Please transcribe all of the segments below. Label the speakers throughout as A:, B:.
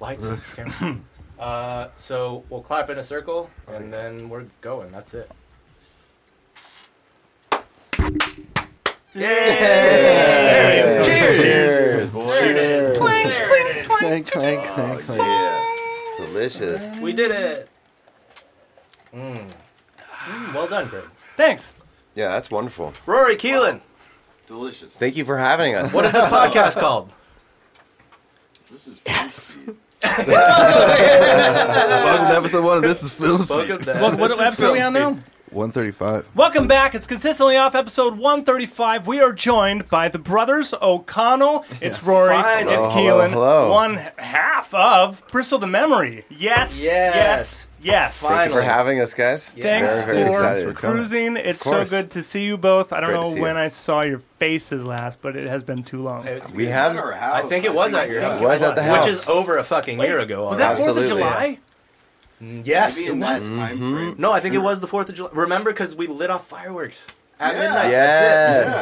A: Lights, camera. Uh, so we'll clap in a circle, and then we're going. That's it. Yay! Cheers!
B: Cheers,
A: Cheers.
C: Clank, clank, clank, clank.
B: Yeah. Delicious.
A: We did it. Mm. Mm, well done, Greg.
D: Thanks.
B: Yeah, that's wonderful.
A: Rory Keelan.
E: Delicious.
B: Thank you for having us.
A: What is this podcast called?
E: This is fancy.
C: Welcome to episode one of This is Film Speak.
A: Welcome to
D: Welcome, what
A: This is
D: episode are we
A: Film
D: on now?
A: Speak.
C: 135.
D: Welcome back. It's consistently off episode 135. We are joined by the brothers O'Connell. It's Rory.
A: Fine.
D: It's
B: Hello, Oh, hello,
D: Keelan.
B: hello.
D: One half of Bristol the Memory. Yes.
A: Yes.
D: Yes. Yes.
A: Fine.
B: Thank you for having us, guys.
D: Thanks
B: Very, very
D: for
B: excited.
C: coming.
D: cruising. It's so
B: course.
D: good to see you both. I don't
B: Great to see
D: know when
B: you.
D: I saw your faces last, but it has been too long.
A: It's-
B: We
E: It's
B: have.
E: at our
A: I
E: house.
A: think it was at your house.
B: It was at the house.
A: Which is over a fucking year ago.
D: Was that Fourth of
B: Absolutely.
D: July?
A: already. Yes,
E: Maybe
A: it
E: in that
B: Mm-hmm.
A: was.
E: time frame.
A: No, I think it was the 4th of July. Remember, because we lit off fireworks at
E: Yeah.
A: midnight. That's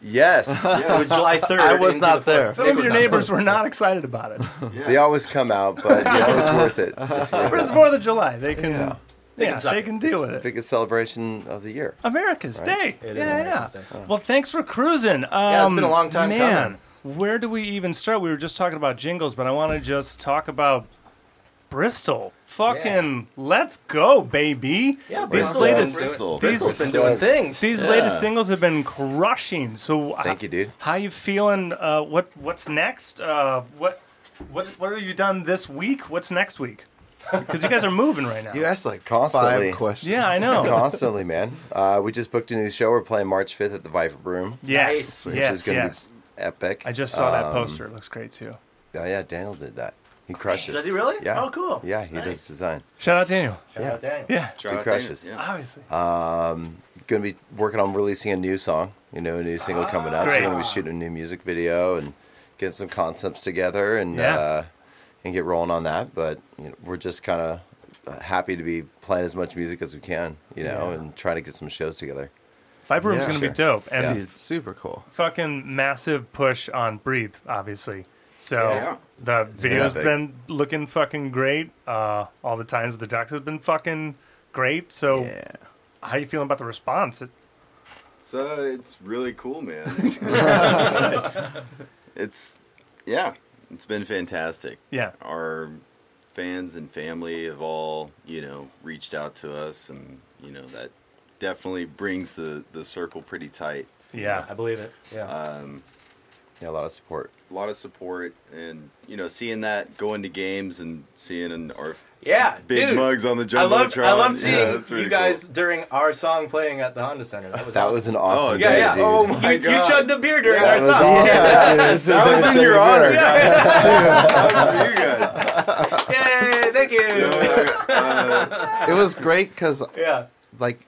B: Yes. Yes.
A: it. It was July 3rd.
C: I was
A: into
C: not
A: the
C: there.
D: Some of your
A: neighbors
D: neighbors were not excited about it.
E: Yeah.
B: They always come out, but you know, it's worth it. It's worth
D: But
B: it.
D: it's Fourth of July. They can, yeah,
A: They
D: they
A: can
D: can,
A: suck it.
D: deal
B: It's
D: with
B: the
D: it.
B: biggest celebration of the year.
D: America's Day.
A: It is
D: yeah,
A: America's
D: yeah.
A: Day.
D: Well, thanks for cruising. Um,
A: Yeah, it's been a long time
D: man, Where do we even start? We were just talking about jingles, but I want to just talk about Bristol. Fucking let's go, baby.
A: Yeah,
D: these
A: Bristol's
D: latest
A: been doing,
E: Bristol.
A: Bristol's been
B: Bristol.
A: doing things.
D: these latest singles have been crushing. So h-
B: Thank you, dude.
D: How you feeling? Uh, what what's next? Uh, what what what have you done this week? What's next week? Because you guys are moving right now.
C: You asked like
B: Constantly.
C: five questions.
D: yeah, I know.
B: Constantly, man. Uh, we just booked a new show. We're playing March 5th at the Viper Room,
D: Yes,
B: which
D: yes,
B: is going to
D: yes.
B: be epic.
D: I just saw that
B: Um,
D: poster. It looks great too.
B: Oh, yeah. Daniel did that. He crushes.
A: Does he really?
B: Yeah.
A: Oh, cool.
B: Yeah, he
A: Nice.
B: does design.
D: Shout out Daniel.
A: Shout out Daniel.
D: Yeah,
E: Shout out
B: crushes.
E: Dana,
D: obviously.
B: going to be working on releasing a new song, you know, a new single coming out. So we're
D: Great.
B: going to be shooting a new music video and getting some concepts together and
D: Yeah.
B: uh, and get rolling on that. But you know, we're just kind of happy to be playing as much music as we can, you know, and trying to get some shows together.
D: Vibe Room's
C: Yeah.
D: gonna
B: Sure.
D: be dope, and
C: Dude, it's super cool.
D: fucking massive push on Breathe, obviously. So
E: Yeah.
D: the video's
B: epic.
D: been looking fucking great. Uh, all the times with the docs has been fucking great. So
C: Yeah.
D: how you feeling about the response? It,
E: It's, uh, it's really cool, man. it's, yeah, it's been fantastic.
D: yeah,
E: Our fans and family have all, you know, reached out to us, and, you know, that definitely brings the, the circle pretty tight.
D: yeah.
A: I believe it. Yeah.
B: Yeah, a lot of support.
E: A lot of support, and, you know, seeing that going to games and seeing an, our
A: yeah,
E: big
A: dude.
E: mugs on the
A: I
E: jumbotron.
A: love I love seeing
E: Yeah, that's really
A: you guys
E: cool.
A: during our song playing at the Honda Center. That was
B: That
A: awesome.
B: was an awesome
E: Oh,
A: yeah
B: day,
A: yeah.
B: dude.
A: Oh
E: my
A: you, you
E: God.
A: chugged a beer during
B: that
A: our
B: was
A: song.
B: awesome,
A: Yeah.
B: dude. It was,
A: That was in your honor. Yeah.
E: Love you
A: Yay!
E: guys.
A: Thank you. Yeah.
C: It was great because,
A: Yeah.
C: like,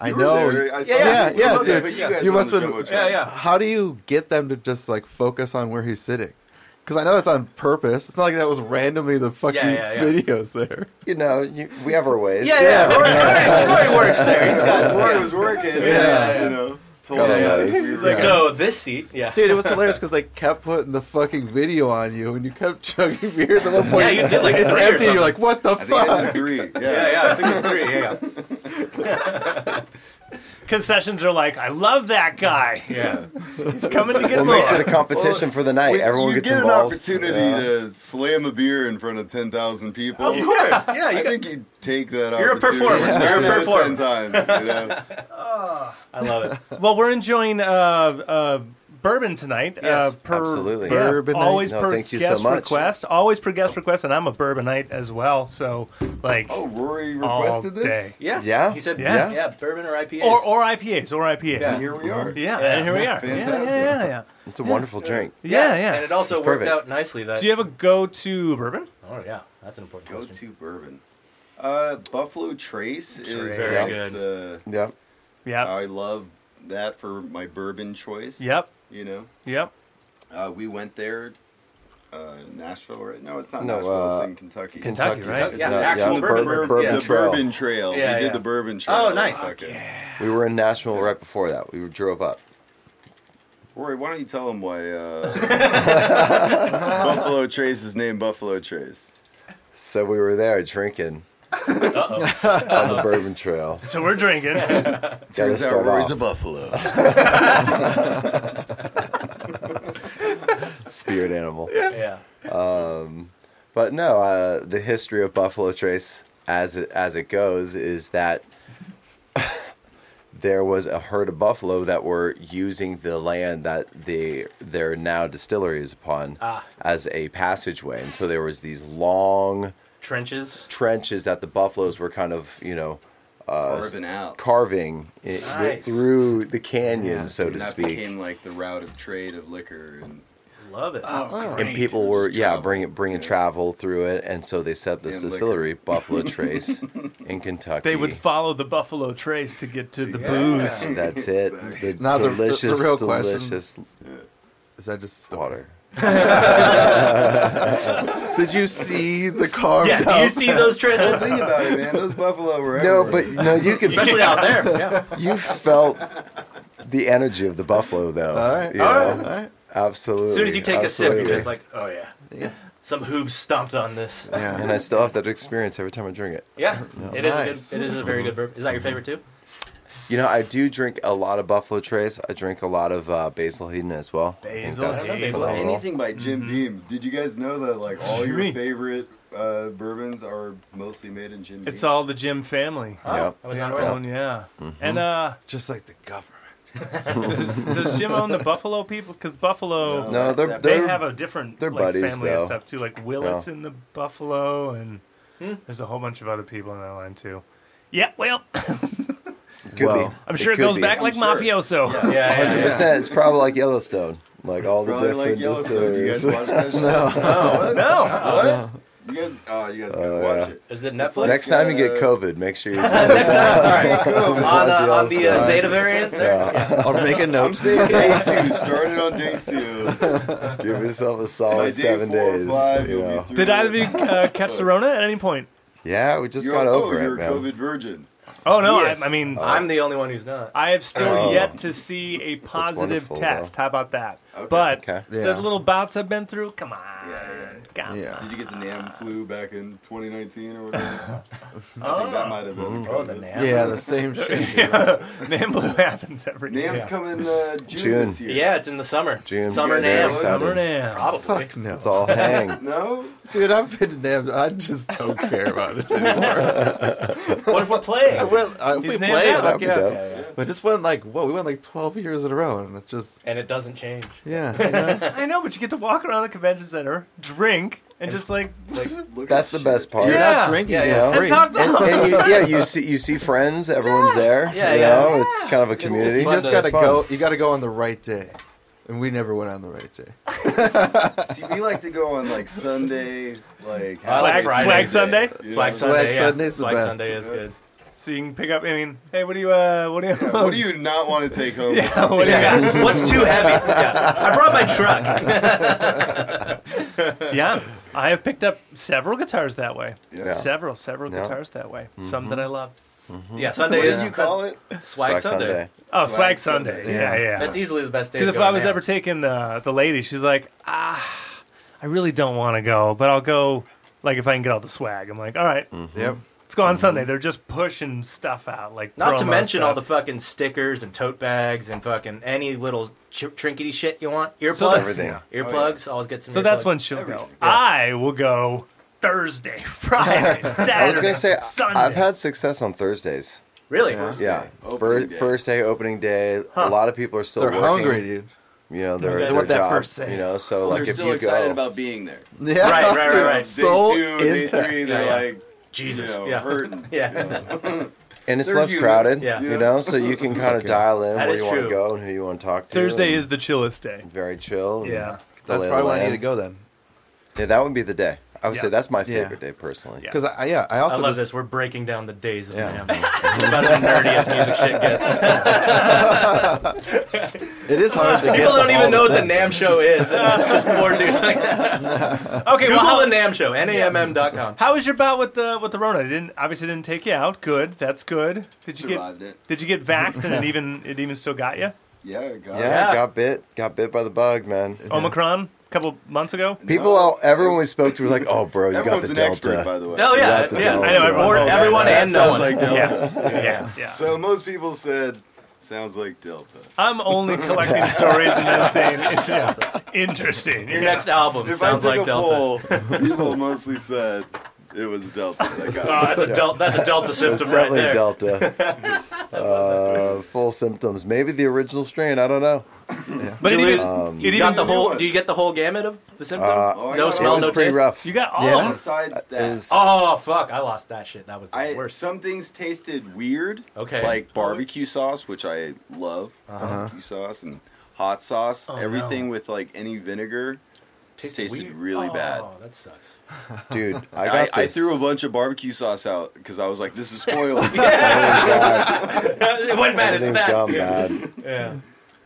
C: I
E: You were
C: know.
E: there. I saw
C: Yeah,
E: you.
C: yeah,
E: I was there,
C: dude.
E: but guys
C: You
E: on
C: must
E: the
C: have-
E: Jumbotron.
A: Yeah.
C: How do you get them to just like focus on where he's sitting? Because I know that's on purpose. It's not like that was randomly the fucking
A: yeah, yeah.
C: videos there.
B: You know, you, we have our ways.
A: Yeah. Yeah. Rory, Rory, Rory works there. He's got.
E: Rory was working. Yeah,
A: Yeah.
E: you know, told
B: Got
E: him
B: on
E: that
B: those.
E: we were-
B: Yeah.
A: So this seat. Yeah.
C: Dude, it was hilarious because they kept putting the fucking video on you and you kept chugging beers at one
A: Yeah,
C: point.
A: you did like
C: it's
A: three or
C: empty and
A: something.
C: you're like, what the
E: I think I did
C: fuck?
E: three. Yeah,
A: Yeah, yeah, I think it's three. Yeah,
D: Concessions are like, I love that guy.
A: yeah.
D: He's coming to get
B: What
D: more.
B: makes it a competition for the night?
E: Well,
B: Everyone
E: you
B: gets
E: get
B: involved.
E: an opportunity
B: Yeah.
E: to slam a beer in front of ten thousand people.
A: Of course, yeah. You
E: I
A: got,
E: think you take that.
A: You're a
E: opportunity
A: performer.
E: nine
A: You're a
E: out of
A: performer.
E: Ten times. You know?
A: I love it.
D: Well, we're enjoying uh, uh, bourbon tonight. uh,
A: Yes,
D: per,
B: absolutely.
D: yeah,
C: Bourbon night.
D: always
B: No,
D: per
B: thank you so
D: guest
B: much.
D: request. Always per guest request, and I'm a bourbonite as well. So, like,
E: Oh, Rory
D: All
E: requested this.
A: Yeah,
B: Yeah.
A: He said, yeah,
D: Yeah.
A: yeah, bourbon or IPAs.
D: or or IPAs, or IPAs.
A: Yeah.
E: And
D: Yeah,
E: here we are.
D: and here we are. Yeah, yeah,
E: Fantastic.
D: yeah, yeah,
B: It's a wonderful drink.
D: yeah,
A: And
D: yeah.
A: it also
B: It's
A: worked
B: perfect.
A: out nicely that.
D: Do you have a go-to bourbon?
A: oh yeah, that's an important
E: Go
A: question.
E: to bourbon. Uh, Buffalo Trace is
A: Very
E: like
A: good.
E: the.
B: Yeah.
D: Yep,
E: I love that for my bourbon choice.
D: yep,
E: You know,
D: yep.
E: uh, we went there, uh, Nashville, right? No, it's not
B: No,
E: Nashville.
B: uh,
E: it's in Kentucky.
D: Kentucky, right?
E: It's
A: Yeah,
E: a-
A: actual
B: yeah,
A: bourbon.
B: bourbon-
A: bourbon.
B: bourbon.
E: the
A: Yeah.
E: Bourbon Trail.
A: Yeah,
E: we
A: yeah.
E: did the Bourbon Trail.
A: Oh, nice.
E: Fuck it.
B: We were in Nashville right before that. We drove up.
E: Rory, why don't you tell him why uh, Buffalo Trace is named Buffalo Trace?
B: So we were there drinking
A: Uh-oh.
B: on the Bourbon Trail.
D: So we're drinking.
B: Gotta
E: Turns out
B: start
E: Rory's
B: off.
E: a buffalo.
B: Spirit animal.
A: yeah.
B: But no, uh, the history of Buffalo Trace as it, as it goes is that there was a herd of buffalo that were using the land that they their now distillery is upon
A: Ah.
B: as a passageway, and so there was these long
A: Trenches.
B: trenches that the buffaloes were kind of you know uh,
E: Carving out.
B: carving i-
A: Nice.
B: through the canyon, so
E: and
B: to
E: that
B: speak.
E: became like the route of trade of liquor and
A: Love it.
E: Oh.
B: and people were
E: Just
B: yeah
E: travel.
B: bringing bringing
E: Yeah.
B: travel through it, and so they set this
E: And liquor.
B: distillery, Buffalo Trace, in Kentucky.
D: They would follow the Buffalo Trace to get to the
E: Yeah.
D: booze.
B: And That's it. The
C: Now the- the- the
B: delicious,
C: real question-
B: delicious
C: Is that just the
B: water.
C: Did you see the carved
A: yeah. Do you see those trenches?
E: Think about it, man. Those buffalo were
B: No,
E: everywhere.
B: but no, you could
A: Especially out there. Yeah.
B: you felt the energy of the buffalo though.
C: All right.
B: you
C: All
B: know?
C: right. All right.
B: Absolutely.
A: As soon as you take a sip,
B: absolutely.
A: you're just like, oh yeah,
C: Yeah.
A: some hooves stomped on this.
C: Yeah.
B: And I still have that experience every time I drink it.
A: Yeah, it is.
C: Nice.
A: A good, it is a very good bourbon. Is that your favorite too?
B: You know, I do drink a lot of Buffalo Trace. I drink a lot of uh, Basil Hedon as well. I think
D: Basil
B: that's
A: Hedon.
B: phenomenal.
A: Basil
E: anything by Jim
B: Mm-hmm.
E: Beam. Did you guys know that like all your
D: Me.
E: favorite uh, bourbons are mostly made in Jim Beam?
D: It's all the Jim family.
B: Yep.
A: I Oh, was not aware. of
D: Own, yeah. And uh,
C: Just like the government.
D: does Jim own the Buffalo people? Because Buffalo,
B: No,
E: No, that's
B: they're,
E: that-
D: they
B: they're
D: have a different
B: they're
D: like,
B: buddies,
D: family
B: though.
D: and stuff too. Like Willett's
B: Yeah.
D: in the Buffalo, and
E: Hmm.
D: there's a whole bunch of other people in that line too. Yeah, well,
B: could
C: Well,
B: be.
D: I'm sure it,
B: could
D: goes
B: be.
D: back
E: I'm
D: like
E: sure.
D: mafioso.
A: that. Yeah, yeah,
B: Hundred
A: yeah.
B: percent. It's probably like Yellowstone, like all the
E: Probably
B: different
E: like Yellowstone. You guys
B: distilleries.
E: watch that show?
D: No, no.
E: What? You guys? Oh, you guys gotta
B: Oh,
E: watch
B: yeah.
E: it.
A: Is it
E: It's
A: Netflix?
E: like-
B: Next time you get
E: uh,
B: COVID, make sure you just
A: Next time, all right. on,
B: watch
A: uh, on the uh,
B: Yellowstone.
A: Zeta variant, there.
B: yeah,
C: I'll make a
E: I'm
C: note.
E: saying day two. Started on day two.
B: give yourself a
E: By
B: solid
E: day
B: seven
E: four
B: days.
E: or five,
B: you
E: you'll
B: know.
E: be through.
D: Did
E: it.
D: either of you uh, catch the Rona at any point?
B: Yeah, we just
E: You're,
B: got
E: oh,
B: over
E: you're
B: it,
E: a
B: man.
E: COVID virgin.
D: Oh no,
A: Yes.
D: I, I mean,
E: Uh,
A: I'm the only one who's not.
D: I have still
B: Oh.
D: yet to see a positive
B: wonderful,
D: test. How about that?
E: Okay.
D: But
B: Okay.
D: the
C: Yeah.
D: little bouts I've been through, come on,
E: yeah, yeah.
D: come
C: Yeah.
D: on.
E: Did you get the NAM flu back in 2019 or whatever? I think that might have been.
A: Oh,
E: COVID.
A: the NAM.
C: Yeah, the same shit.
D: Nam Blue happens every year.
E: NAM's coming uh, June,
B: June.
E: this year.
A: Yeah, it's in the summer.
B: June.
A: Summer
E: You guys
A: Nam.
E: are
B: excited?
D: Summer Nam.
A: Probably.
C: Fuck no.
B: It's all hang.
E: No.
C: Dude, I've been nabbed. I just don't care about it anymore.
A: What if we're playing?
C: well, I, if
D: He's
C: we
D: nabbed
C: played,
D: out.
B: That'd
C: fuck
B: be dope.
C: yeah.
A: Yeah, yeah.
C: But just went like, whoa, we went like 12 years in a row, and it just,
A: And it doesn't change.
C: yeah. you know?
D: I know, but you get to walk around the convention center, drink, and, just like
A: Like,
E: Look
B: That's
E: at
B: the
E: shit.
B: best part.
C: You're
D: Yeah.
C: not drinking
A: Yeah,
C: for
A: yeah.
D: and
C: free.
D: talk to them.
B: And you, yeah, you see you see friends. Everyone's there.
A: Yeah,
B: you
A: yeah.
B: know, it's kind of a community.
C: you just
A: Fun
C: gotta
B: It's fun.
C: go. You gotta go on the right day, and we never went on the right day.
E: See, we like to go on like Sunday,
A: like
E: like
D: Swag,
A: Friday.
D: swag Sunday,
E: You
A: Swag
E: know?
A: Sunday. yeah.
C: Sunday's the
A: Swag
C: best.
A: Sunday is good.
D: so you can pick up. I mean, hey, what do you, uh, what do you,
E: Yeah, what do you not want to take home?
D: yeah, what do you got?
A: Yeah. What's too heavy? Yeah. I brought my truck.
D: yeah, I have picked up several guitars that way.
E: Yeah.
D: Several, several
B: Yeah.
D: guitars that way. Some that I loved.
A: Yeah, Sunday
E: What
A: is
E: did you call it?
A: Swag, Sunday.
D: Oh,
E: Swag
D: Swag, Sunday.
C: Sunday.
D: Yeah,
C: Yeah.
D: yeah.
A: That's easily the best day.
D: Because
A: to
D: if
A: go
D: I was
A: now.
D: ever taking the the lady, she's like, ah, I really don't want to go, but I'll go. Like if I can get all the swag, I'm like, all right,
C: Yep.
D: let's go on Sunday. They're just pushing stuff out, like
A: Not to
D: promo
A: mention all the
D: stuff.
A: fucking stickers and tote bags and fucking any little ch- trinkety shit you want. Earplugs.
D: that's-
B: Everything.
A: Earplugs. Always get some.
D: So that's
A: earplugs.
D: when she'll go.
E: Everything.
D: I will go Thursday, Friday, Saturday.
B: I was gonna say
D: Sunday.
B: I've had success on Thursdays.
A: Really?
E: Yeah.
B: Yeah,
E: Opening
B: first,
E: day.
B: first day opening day. A lot of people are still
C: They're
B: working.
C: hungry, dude.
B: You know, they're,
A: They
B: their
C: want that
B: job,
C: first sale.
B: You know, so
E: Well,
B: like
E: they're
B: if
E: still
B: you
E: excited
B: go,
E: about being there.
C: Yeah,
A: Right, right,
C: dude,
A: right, right.
E: Day
C: So
E: two, day three, they're
C: into
A: Yeah, yeah.
E: like,
A: Jesus.
E: you know,
A: yeah.
E: hurting.
A: Yeah.
B: and it's
E: they're
B: less
E: human.
B: crowded.
A: Yeah.
B: You know, so you can kind of dial in
A: That
B: where
A: is
B: you want
A: true.
B: to go and who you want to talk to.
D: Thursday
B: and
D: is the chillest day.
B: very chill. and the
D: Yeah.
B: lay
C: That's
B: of
C: probably
B: the
C: why I need
B: land.
C: to go then.
B: Yeah, that would be the day. I would
D: Yeah.
B: say that's my
C: Yeah.
B: favorite day personally.
D: Yeah.
C: Because I, yeah, I
A: I
C: also
A: love
C: just,
A: this. We're breaking down the days of
C: Yeah.
A: yeah. it's about as nerdy as music shit gets.
C: It is hard to get.
A: People
C: to
A: don't
C: all
A: even know what the
C: things.
A: NAM show is. And it's just four dudes like that.
D: Okay,
A: Google
D: well, how,
A: the NAM show. NAMM.com.
D: how was your bout with the with the Rona? It didn't obviously didn't take you out. Good, that's good. Did you
E: Survived
D: get
E: it.
D: Did you get vaxxed and it even it even still got you?
E: Oh, Yeah, God.
B: Yeah,
D: Yeah.
B: got bit, got bit by the bug, man.
D: Omicron a couple months ago.
B: People,
E: No.
B: everyone we spoke to was like, "Oh, bro, you got
E: Everyone's
B: the
E: an
B: Delta."
E: expert, by the way.
A: No, Oh, yeah,
B: Not the
A: yeah. I know.
B: Delta.
A: I warned
B: Oh,
E: that-
A: everyone
E: that
A: and no one.
E: sounds like Delta.
D: Yeah, yeah.
E: So most people said, sounds like Delta.
D: I'm only collecting stories and then saying interesting. interesting.
A: Your
D: yeah.
A: next album
E: If
A: sounds
E: I took
A: like
E: a
A: Delta.
E: poll, people mostly said it was Delta. That got
A: Oh,
E: me.
A: that's a Delta. That's a Delta symptom right
B: Definitely
A: there.
B: Delta. uh, full symptoms. Maybe the original strain. I don't know.
D: But it
A: Julie,
D: even, it
A: You
D: even
A: got the whole.
E: one.
A: Do you get the whole gamut of the symptoms?
B: Uh,
E: Oh, I
A: no
E: got
B: It
A: smell,
B: was
A: no
B: pretty
A: taste.
B: rough.
D: you got all
C: Yeah.
D: of them.
E: Besides
B: It
E: that,
B: was-
A: Oh fuck! I lost that shit. That was the
E: I,
A: worst.
E: some things tasted weird.
A: Okay. Uh-huh.
E: Like barbecue sauce, which I love. Barbecue sauce and hot sauce.
A: Oh,
E: everything with like any vinegar. tasted
A: weird.
E: really
A: oh,
E: bad.
A: That sucks.
B: dude. I
E: I,
B: got
E: I
B: this-
E: threw a bunch of barbecue sauce out because I was like, this is spoiled. Oh,
A: it went bad. It's
B: Everything's
A: that.
B: gone bad.
A: Yeah.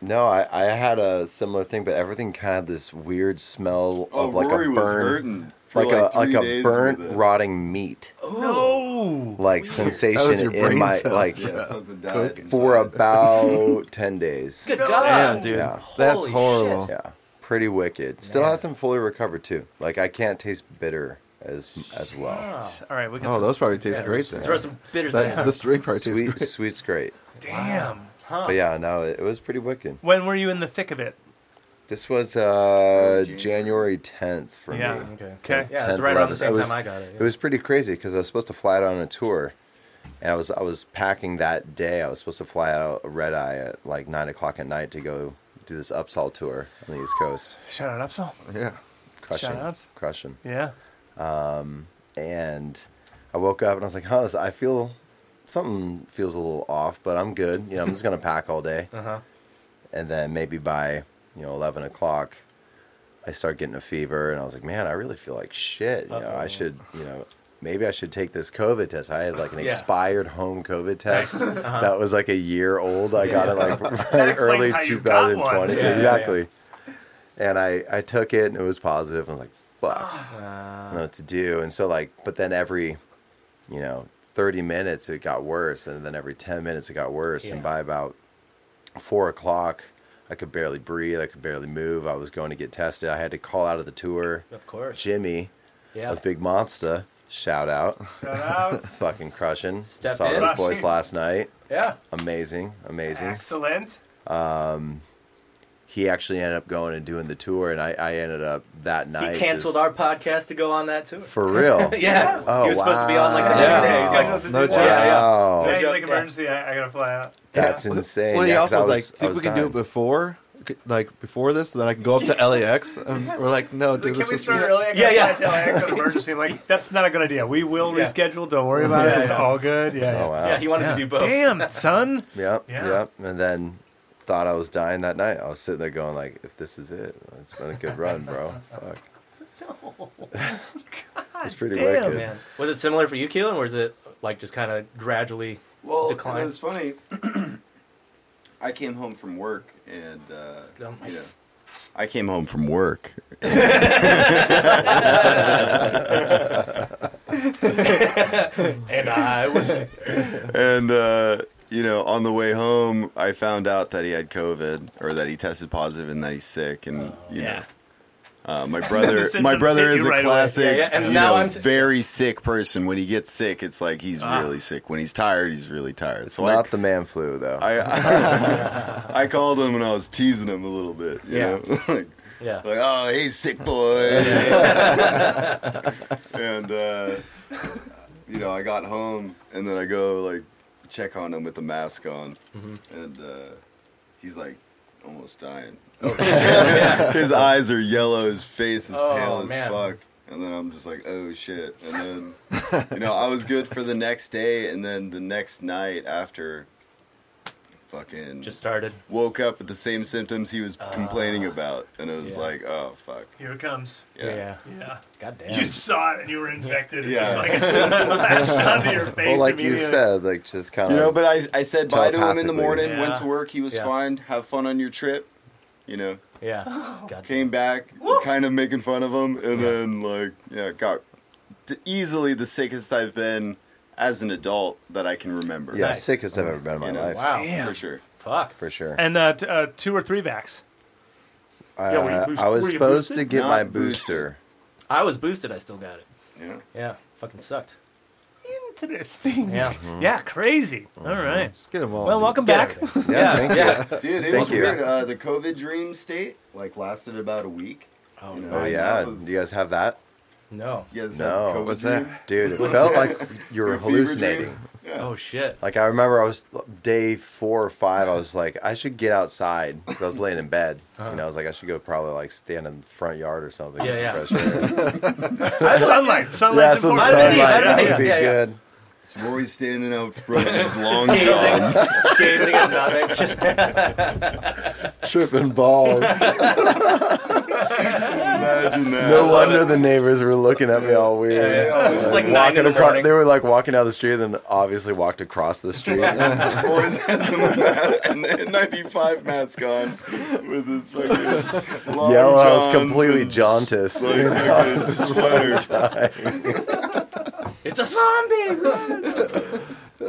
B: No, I, I had a similar thing, but everything kind of had this weird smell
E: oh,
B: of like
E: Rory
B: a
E: was
B: burn,
E: hurting for
B: like,
E: like,
B: a like
E: three
B: a
E: days
B: burnt
E: with it.
B: rotting meat
A: Oh,
D: No.
B: like
C: That was
B: sensation
C: your
B: in
C: brain
B: my
C: cells,
B: like
E: Yeah, something died
B: for
E: inside.
B: about ten days.
A: Good
D: No.
A: God,
D: Damn,
C: dude.
B: Yeah.
C: That's
A: Holy
C: horrible.
A: shit.
B: Yeah, pretty wicked. Still
A: Man.
B: hasn't fully recovered too. Like I can't taste bitter as as well.
A: Wow.
D: All right, we can.
C: Oh, those probably taste
A: Yeah,
C: great
A: Throw
C: then.
A: some bitters
C: That,
A: down.
C: this drink probably tastes
B: Sweet,
C: great.
B: sweet's great.
D: Damn.
A: huh.
B: But yeah, no, it, it was pretty wicked.
D: When were you in the thick of it?
B: This was uh,
E: January.
B: January tenth for
D: Yeah.
B: me.
A: Okay.
D: Okay.
A: Yeah, it's
B: 10th,
A: right around the
B: 11th.
A: same
B: was-
A: time I got it. yeah.
B: It was pretty crazy because I was supposed to fly out on a tour, and I was I was packing that day. I was supposed to fly out a red eye at like nine o'clock at night to go do this upsell tour on the East Coast.
D: Shout out Upsall.
C: Yeah.
B: Crushing,
D: Shoutouts.
B: crushing.
D: Yeah.
B: and I woke up and I was like, huh, this- I feel something feels a little off, but I'm good. You know, I'm just gonna pack all day,
A: Uh-huh.
B: and then maybe by you know eleven o'clock, I start getting a fever, and I was like, man, I really feel like shit. You know, I
A: Uh-oh.
B: should, you know, maybe I should take this COVID test. I had like an
A: Yeah.
B: expired home COVID test that was like a year old. I got it like right
D: Uh-huh. explains
B: early
D: how you got
B: 2020,
D: one. Yeah, yeah,
B: exactly. And I I took it and it was positive. I was like, fuck
A: Uh,
B: know what to do. And so like, but then every, you know, 30 minutes it got worse, and then every 10 minutes it got worse.
A: Yeah.
B: And by about four o'clock, I could barely breathe. I could barely move. I was going to get tested. I had to call out of the tour.
A: Of course.
B: Jimmy
A: yeah.
B: of Big Monster, shout out,
D: Shout out.
B: fucking crushing.
A: Stepped
B: Saw
A: in.
B: those boys last night.
A: yeah.
B: Amazing, amazing.
D: Excellent.
B: He actually ended up going and doing the tour, and I, I ended up that night.
A: He canceled
B: just-
A: our podcast to go on that tour.
B: for real.
A: yeah.
B: Oh,
A: he was supposed to be on like the
B: wow.
A: next
B: Yeah,
A: day.
B: he's
A: He's like,
B: like,
C: no
D: Yeah,
C: joke.
D: yeah.
B: Wow.
D: Hey,
A: Yeah.
D: like emergency, I, I gotta fly out.
B: That's
C: Well,
B: insane.
C: Well, he
B: yeah, 'cause
C: also
B: I
C: was,
B: I
C: like, "See if we can do
B: dying.
C: it before, like before this, so then I can go up to LAX." And we're like, "No,
D: Like,
C: dude,
D: can we
C: this
D: start
C: was
D: early? I
A: Yeah,
D: gotta
A: yeah.
D: fly till I have an emergency. I'm like, that's not a good idea. We will
A: Yeah.
D: reschedule. Don't worry about it.
A: Yeah,
D: It's
A: yeah.
D: all good. Yeah. yeah.
B: Oh wow.
A: yeah, he wanted
D: Yeah.
A: to do both.
D: Damn, son.
B: Yep.
D: Yeah.
B: Yep. And then thought I was dying that night. I was sitting there going like, if this is it, it's been a good run, bro. Fuck. it's pretty
D: damn,
B: wicked.
A: Man. Was it similar for you, Keelan, or was it like just kind of gradually?
E: Well,
A: Decline.
E: it was funny. I came home from work and uh,
A: Oh my-
E: you know, I came home from work.
A: And I was
E: and uh, you know, on the way home, I found out that he had COVID or that he tested positive and that he's sick. And you know, uh, my brother,
D: symptoms
E: my brother
D: hit
E: is
D: you
E: a
D: right away.
E: classic,
A: Yeah, yeah, and
E: you
A: now
E: know,
A: I'm-
E: very sick person. When he gets sick, it's like he's
A: Ah.
E: really sick. When he's tired, he's really tired.
B: It's
E: so
B: not
E: I,
B: the man flu though.
E: I, I, I called him and I was teasing him a little bit. You
A: Yeah.
E: know? like,
A: yeah.
E: like, oh, hey, sick boy. and, uh, you know, I got home and then I go, like, check on him with a mask on.
A: Mm-hmm.
E: And uh, he's, like, almost dying. his eyes are yellow, his face is
A: Oh,
E: pale as
A: man.
E: fuck. And then I'm just like, oh shit. And then, you know, I was good for the next day. And then the next night after, fucking
A: Just started.
E: woke up with the same symptoms he was complaining about, and it was
A: Ah. yeah.
E: like, oh fuck,
D: Here it comes.
A: Yeah.
E: yeah,
D: Yeah.
A: God damn.
D: You saw it and you were infected. It
E: Yeah.
D: just like lashed onto your face.
B: well, like you
D: immediately.
B: said, like just kind
E: you
B: of.
E: know. But I, I said bye to him in the
B: Telepathically.
E: morning,
D: Yeah.
E: went to work, he was
A: Yeah.
E: fine. Have fun on your trip, you know.
A: yeah. God
E: Came back, kind of making fun of him, and then like, yeah, got d- easily the sickest I've been as an adult that I can remember.
B: yeah,
A: Nice.
B: sickest I've ever been in my
E: You know,
B: life.
A: Wow.
E: Oh, for sure.
A: Fuck.
B: for sure.
D: and uh, t- uh, two or three vax.
F: yeah, were you
B: Uh,
F: boos-
B: I was
F: were you
B: supposed to
F: boosted?
B: get
E: Not
B: my booster.
E: boosted.
A: I was boosted. I still got it.
E: Yeah.
A: Yeah. Fucking sucked.
D: Interesting.
A: Yeah.
D: Yeah, crazy. All right.
C: Let's get them all.
D: Well,
C: dude.
D: welcome
A: Let's
D: back.
A: get everything.
B: Yeah, thank you.
A: yeah.
E: Dude, it
B: Thank
E: was
B: you.
E: weird. Uh, the COVID dream state like lasted about a week.
A: Oh,
E: You know,
B: Oh
E: that
B: yeah,
E: was-
B: do you guys have that?
A: No.
E: you guys had
B: No,
E: COVID
B: what's
E: dream?
B: that, dude? It felt like you were
E: Your fever dream?
B: hallucinating.
A: Oh shit.
B: Like I remember, I was day four or five. I was like, I should get outside. 'cause I was laying in bed. You know, I was like, I should go probably like stand in the front yard or something.
A: Uh-huh. Yeah,
B: get some
A: yeah.
B: fresh air.
D: sunlight.
B: yeah,
D: Sunlight's
B: some
D: important.
A: I didn't-
B: sunlight.
A: I
B: That
A: didn't-
B: would be
A: yeah, yeah.
B: good.
E: So Rory's standing out front in his long johns.
A: Gazing, gazing at nothing. Just,
B: Tripping balls.
E: Imagine that.
B: No wonder the neighbors were looking at me all weird.
A: it's like nine in
B: Walking
A: the
B: across,
A: morning.
B: they were like walking down the street, and then obviously walked across the street.
E: Boys has a ma- an N95 mask on with his fucking long
B: Yellow house
E: johns
B: completely
E: and
B: jauntus.
E: Like fucking sweater.
A: it's a zombie.
D: Do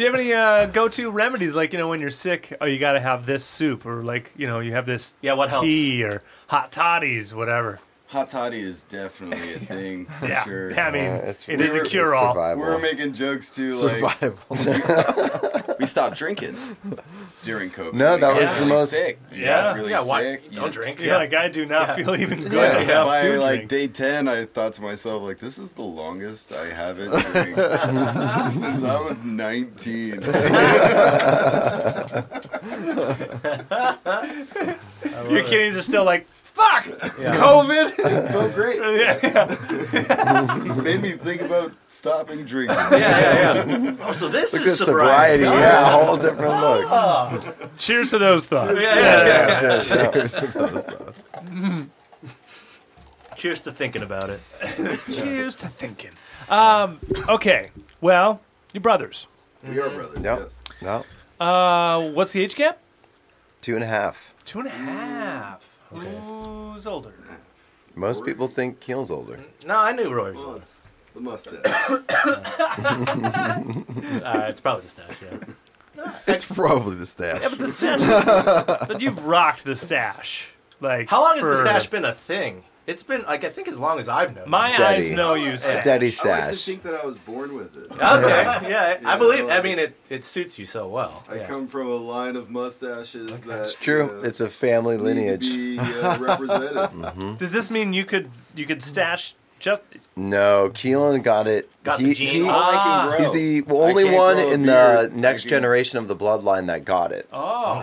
D: you have any uh, go-to remedies? Like you know, when you're sick, oh, you got to have this soup, or like you know, you have this
A: Yeah, what helps?
D: tea or hot toddies, whatever.
E: Hot toddy is definitely a thing for
D: yeah,
E: sure.
D: yeah, I mean,
B: it's-
D: it is a
E: it's
D: cure-all.
E: we were making jokes too, like
C: survival.
E: we stopped drinking during COVID.
B: No,
E: We
B: that
E: got
B: was the
E: really
B: most-
E: Sick. You
D: Yeah.
E: got really
A: yeah. Why?
E: sick.
A: Don't drink.
D: Yeah, like I do not feel even good
E: Yeah,
D: enough
E: by
D: to
E: like
D: drink.
E: day ten, I thought to myself, like, this is the longest I haven't drank since I was nineteen.
D: Your kidneys are still like, fuck, COVID.
E: Felt great.
D: yeah, yeah.
E: Made me think about stopping drinking.
A: Yeah, yeah, yeah. Oh, so this
B: Look at
A: is
B: sobriety.
A: sobriety.
B: Yeah, a whole different look.
D: Cheers to those thoughts.
A: Yeah, yeah, yeah.
C: Cheers.
A: Cheers to thinking about it.
D: Cheers to thinking. Um, okay, well, your brothers.
E: We are brothers.
B: Yep.
E: Yes.
B: No,
D: Uh, what's the age gap?
B: two and a half.
D: Two and a half. Who's older?
B: Most people think Keel's older.
E: Mm-hmm.
A: No, I knew Roy was.
E: Well,
A: on.
E: it's the mustache.
A: Uh, it's probably the stash. Yeah.
C: it's probably the stash.
D: Yeah, but the stash. but you've rocked the stash. Like
A: How long has the
D: for-
A: stash been a thing? It's been like I think as long as I've known.
D: My
B: Steady.
D: eyes know you. Stash.
B: Steady
E: I like to
B: stash.
E: think that I was born with it.
A: Okay. Yeah, I
E: Yeah,
A: believe. I
E: like-
A: mean, it, it suits you so well.
E: I
A: yeah.
E: come from a line of mustaches that uh,
B: It's true. It's a family lineage.
E: Be uh, represented.
D: Does this mean you could you could stash just?
B: No, Keelan got it.
A: Got the gene.
E: All Oh, I can grow.
B: He's the
E: I
B: only
E: can't
B: one
E: grow a
B: in the
E: beard.
B: next
E: I can't-
B: generation of the bloodline that got it.
D: Oh,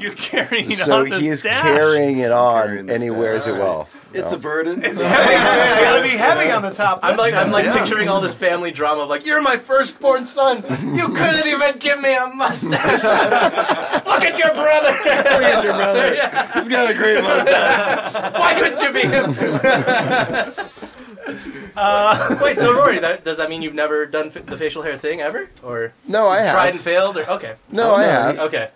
D: you're carrying
B: Uh, so
D: on the
B: he is
D: stash.
B: carrying it on,
E: Carrying the
B: and he wears it
E: stash.
B: well.
E: It's a burden.
D: You gotta be heavy on the top.
A: I'm like I'm like picturing all this family drama. Of like you're my firstborn son. You couldn't even give me a mustache. Look at your brother.
E: Look at your brother. He's got a great mustache.
A: Why couldn't you be him? uh, wait, so Rory, that, does that mean you've never done f- the facial hair thing ever, or
B: No, I
A: tried and
B: have.
A: failed, or okay,
B: No, I have.
A: okay,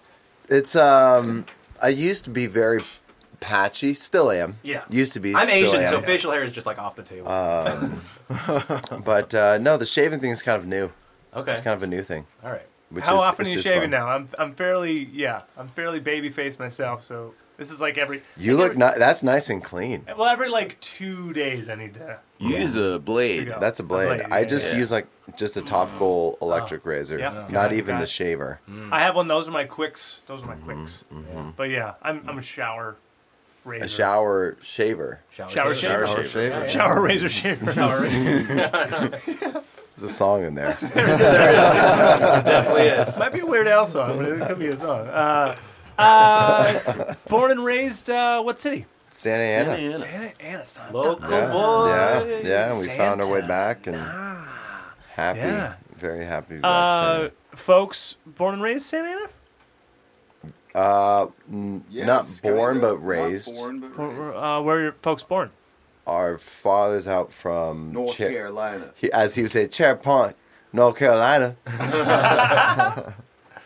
B: It's um, I used to be very patchy. Still am.
A: Yeah.
B: Used to be.
A: I'm
B: still
A: Asian,
B: am.
A: so facial hair is just like off the table.
E: Uh,
B: But uh, no, the shaving thing is kind of new.
A: okay,
B: It's kind of a new thing.
A: all right.
B: Which
D: How
B: is,
D: often are
B: which
D: you
B: is
D: shaving
B: fun.
D: now? I'm I'm fairly yeah I'm fairly baby faced myself. So this is like every
B: You look ni- that's nice and clean.
D: well every like two days I need to.
G: Use a blade.
B: That's a blade.
D: blade,
B: I
D: yeah,
B: just
G: yeah.
B: use like just a topical electric razor,
D: Oh. yeah. Mm-hmm.
B: not
D: Okay.
B: even
D: Okay.
B: the shaver.
D: I have one. Those are my quicks. Those are
B: Mm,
D: my quicks.
E: Mm-hmm.
D: But yeah, I'm I'm a shower razor.
B: A shower shaver.
D: Shower
A: shit.
D: shaver.
C: Our shaver.
D: Shower razor shaver.
B: There's a song in there.
A: Definitely is.
D: Might be a Weird Al song, but it could be a song. Uh, uh, born and raised, uh, what city?
B: Santa Ana.
D: Santa Ana. Santa
A: Local
B: Yeah.
A: boy.
B: yeah, yeah. And we found our way
D: Santa.
B: back and
D: Uh,
B: happy,
D: Yeah.
B: very happy. to be back
D: Uh,
B: Santa.
D: folks, born and raised Santa Ana?
B: Uh,
E: Yes,
B: Not born,
E: kinda.
B: but raised.
E: Not born but
D: Or- or,
E: raised.
D: Uh, where are your folks born?
B: Our father's out from
E: North
B: Cha-
E: Carolina.
B: He, as he would say, Chair Point, North Carolina.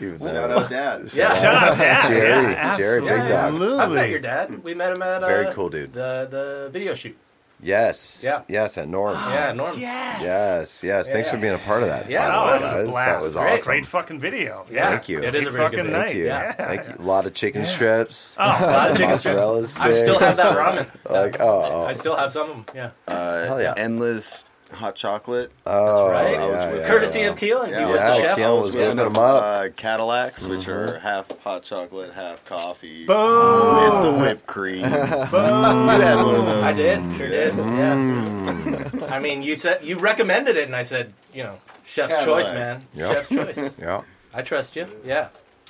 B: Even though-
E: Shout out, Dad.
A: Yeah.
D: Shout out Dad.
B: Jerry.
D: yeah,
B: Jerry Big
D: absolutely.
B: Dog.
A: I met your dad. We met him at uh,
B: Very cool dude.
A: the the video shoot.
B: Yes.
H: Yeah.
B: Yes, at Norm's.
D: Oh,
H: Yeah, Norm.
D: Yes.
B: Yes, yes,
H: Yeah,
B: Thanks for
H: yeah.
B: being a part of that.
H: Yeah,
B: by the
D: Oh,
B: way,
D: that was a
B: guys.
D: blast.
B: That was
D: great,
B: awesome.
D: great fucking video.
H: Yeah.
B: Thank you.
H: It is a very
D: Fucking
H: good video.
D: night.
B: Thank you.
H: Yeah.
B: Thank you. A lot of chicken strips.
D: Oh, lots of chicken strips.
B: mozzarella
H: I still have that
B: sticks.
H: ramen.
B: Like, oh,
H: I
B: oh.
H: still have some of them. Yeah.
E: Uh,
B: Hell yeah.
E: Endless hot chocolate.
B: oh,
H: right.
B: yeah,
H: I was
E: with-
B: yeah,
H: Courtesy
B: yeah.
H: of Keel, and he
E: Yeah,
H: was the
B: yeah,
H: chef.
B: Keel was
E: Yeah,
B: whipping
E: no,
B: them up.
E: Uh, Cadillacs, which are half hot chocolate, half coffee.
D: Boom.
E: With the whipped cream.
D: Boom.
B: Mm.
H: I did, sure did. Yeah. I mean, you said you recommended it, and I said, you know, chef's
E: Cadillac.
H: choice, man.
B: Yep.
H: Chef's choice.
B: Yeah,
H: I trust you. Yeah.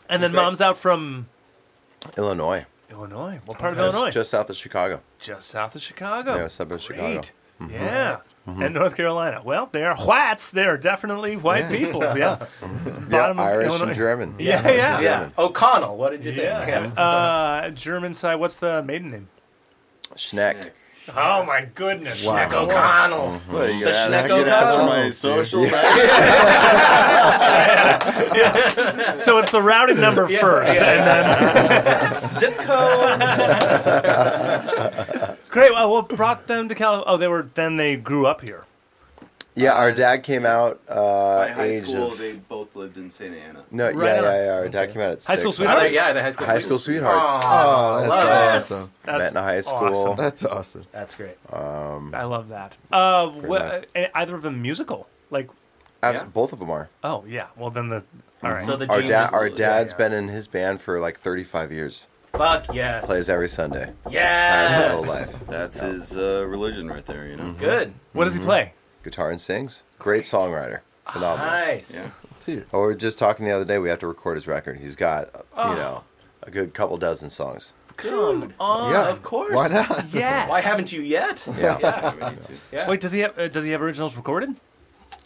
D: And then
H: great.
D: mom's out from
B: Illinois.
D: Illinois. What part of
B: It's
D: Illinois?
B: Just south of Chicago.
D: Just south of Chicago.
B: Yeah, suburb of Chicago. Mm-hmm.
D: Great. Yeah. And North Carolina. Well, they are whites. They are definitely white people. Yeah.
B: Yeah,
D: Bottom of
B: Irish
D: Illinois.
B: and German.
D: Yeah, yeah. yeah.
H: Yeah. O'Connell, what did you think?
D: Uh, German side. What's the maiden name?
B: Schneck.
D: Oh my goodness.
C: Wow.
D: Schneck O'Connell.
H: O'Connell.
E: Well, you
H: The
E: gotta ask-
H: Schnecko
E: you gotta ask for
H: Cup.
E: my social. back.
D: So it's the routing number
H: Yeah,
D: first.
H: yeah.
D: And then uh,
B: Mm-hmm.
H: Zip code.
D: Great. Well, what brought them to California? Oh, they were then they grew up here.
B: Yeah, our dad came out uh,
E: By high
B: age
E: school,
B: of
E: they both lived in Santa Ana.
B: no,
D: Right
B: yeah,
D: on.
B: yeah, yeah. Our dad came out at
D: High
B: six.
D: school
H: Are
D: sweethearts.
H: they- yeah, the high school
B: High school sweethearts.
H: Aw,
C: Oh,
H: love it.
C: that's awesome.
D: That's
B: Met in high school. Mm-hmm.
D: awesome.
C: That's awesome.
H: That's great.
D: I love that. Uh,
B: much.
D: what, either of them musical? Like,
B: Abs-
E: Yeah.
B: Both of them are.
D: oh yeah. Well, then the all right.
H: So the
B: Our
H: gene
B: dad,
H: is-
B: our
H: yeah,
B: dad's
H: yeah.
B: been in his band for like 35 years.
H: Fuck yes.
B: Plays every Sunday. His whole
H: Yes.
B: life.
E: That's his uh, religion right there, you know?
H: Good.
D: what
B: Mm-hmm.
D: does he play?
B: Guitar and sings. Great songwriter. Phenomenal.
H: Nice.
E: Yeah.
C: Dude,
B: Oh, we were just talking the other day. We have to record his record. He's got, uh, you know, a good couple dozen songs.
H: Dude. Oh,
C: yeah,
H: of course.
C: Why not?
D: Yes.
H: Why haven't you yet?
B: Yeah.
H: Yeah.
E: We need to.
H: yeah.
D: Wait, does he have uh, does he have originals recorded?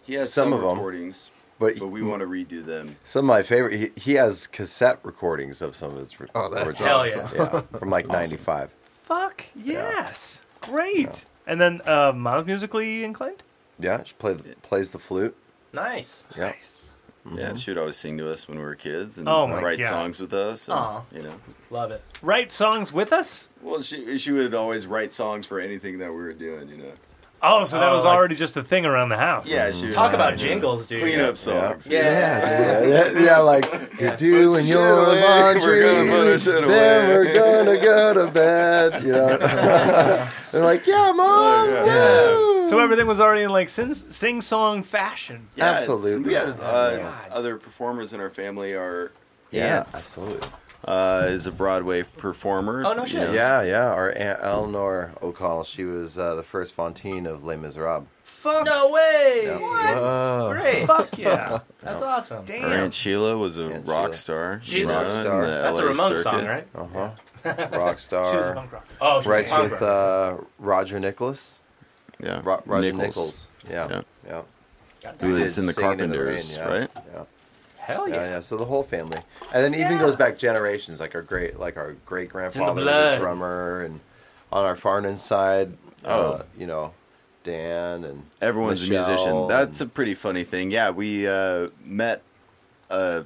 E: He has
B: Some
E: some,
B: of 'em.
E: recordings,
B: But
E: but we want to redo them.
B: some of my favorite, he, he has cassette recordings of some of his re-
C: Oh, that's
B: originals.
H: Hell yeah.
B: Yeah, from like 95.
D: Fuck yes. Great. And then uh, mom's musically inclined.
B: Yeah, she play, plays the flute.
H: Nice.
B: Yeah.
D: Nice.
E: Yeah, she would always sing to us when we were kids and
D: Oh my
E: write
D: God.
E: songs with us. And,
H: Aw.
E: you know,
H: Love it.
D: Write songs with us.
E: well, she she would always write songs for anything that we were doing. You know,
D: Oh, so that
H: Oh,
D: was
H: like-
D: already just a thing around the house.
E: yeah, she would
H: Talk
E: write
H: about jingles, dude.
E: clean up songs.
H: Yeah.
C: Yeah,
B: Yeah, yeah, yeah, like you're doing
E: your
B: your laundry,
E: shit away. We're gonna put our shit
B: then
E: away.
B: we're gonna go to bed. You know, they're like, yeah, mom.
E: Yeah.
B: woo."
D: So everything was already in like sing sing song fashion.
E: Yeah,
B: Absolutely.
E: We had
H: Oh,
E: uh,
D: God.
E: other performers in our family. Our
B: yeah,
E: aunt
B: absolutely.
E: uh, is a Broadway performer.
H: Oh, no shit.
E: know.
B: Yeah, yeah. Our aunt Eleanor O'Connell, she was uh, the first Fontaine of Les Miserables.
D: Fuck.
H: No way.
C: Whoa.
H: Great.
D: Fuck yeah.
H: That's awesome.
E: Her aunt Sheila was a
B: Aunt
E: rock
B: Sheila.
E: star.
H: Sheila.
E: you know,
B: Rock star.
E: in the
H: That's a
E: LA
H: Ramones
E: circuit.
H: song, right?
B: Uh huh. Rock
D: She was a
B: star.
D: punk rocker.
H: Oh, she
B: Writes
H: was
B: with
H: Barbara.
B: uh, Roger Nicholas.
E: Yeah,
B: Ro- Roger
E: Nichols.
B: Nichols. Yeah.
E: Yeah.
B: Yeah.
E: Who
B: Did
E: is in the
B: Singing in the Rain,
E: Carpenters,
B: yeah.
E: right?
B: Yeah.
A: Oh,
H: Hell
B: Yeah,
H: yeah.
B: yeah. So the whole family, and then even
D: Yeah.
B: goes back generations. Like our great, like our great grandfather was
H: blood.
B: a drummer, and on our Farnan side, uh,
E: Oh.
B: you know, Dan and
E: Everyone's
B: Michelle
E: a musician.
B: and-
E: That's a pretty funny thing. Yeah, we uh, met uh,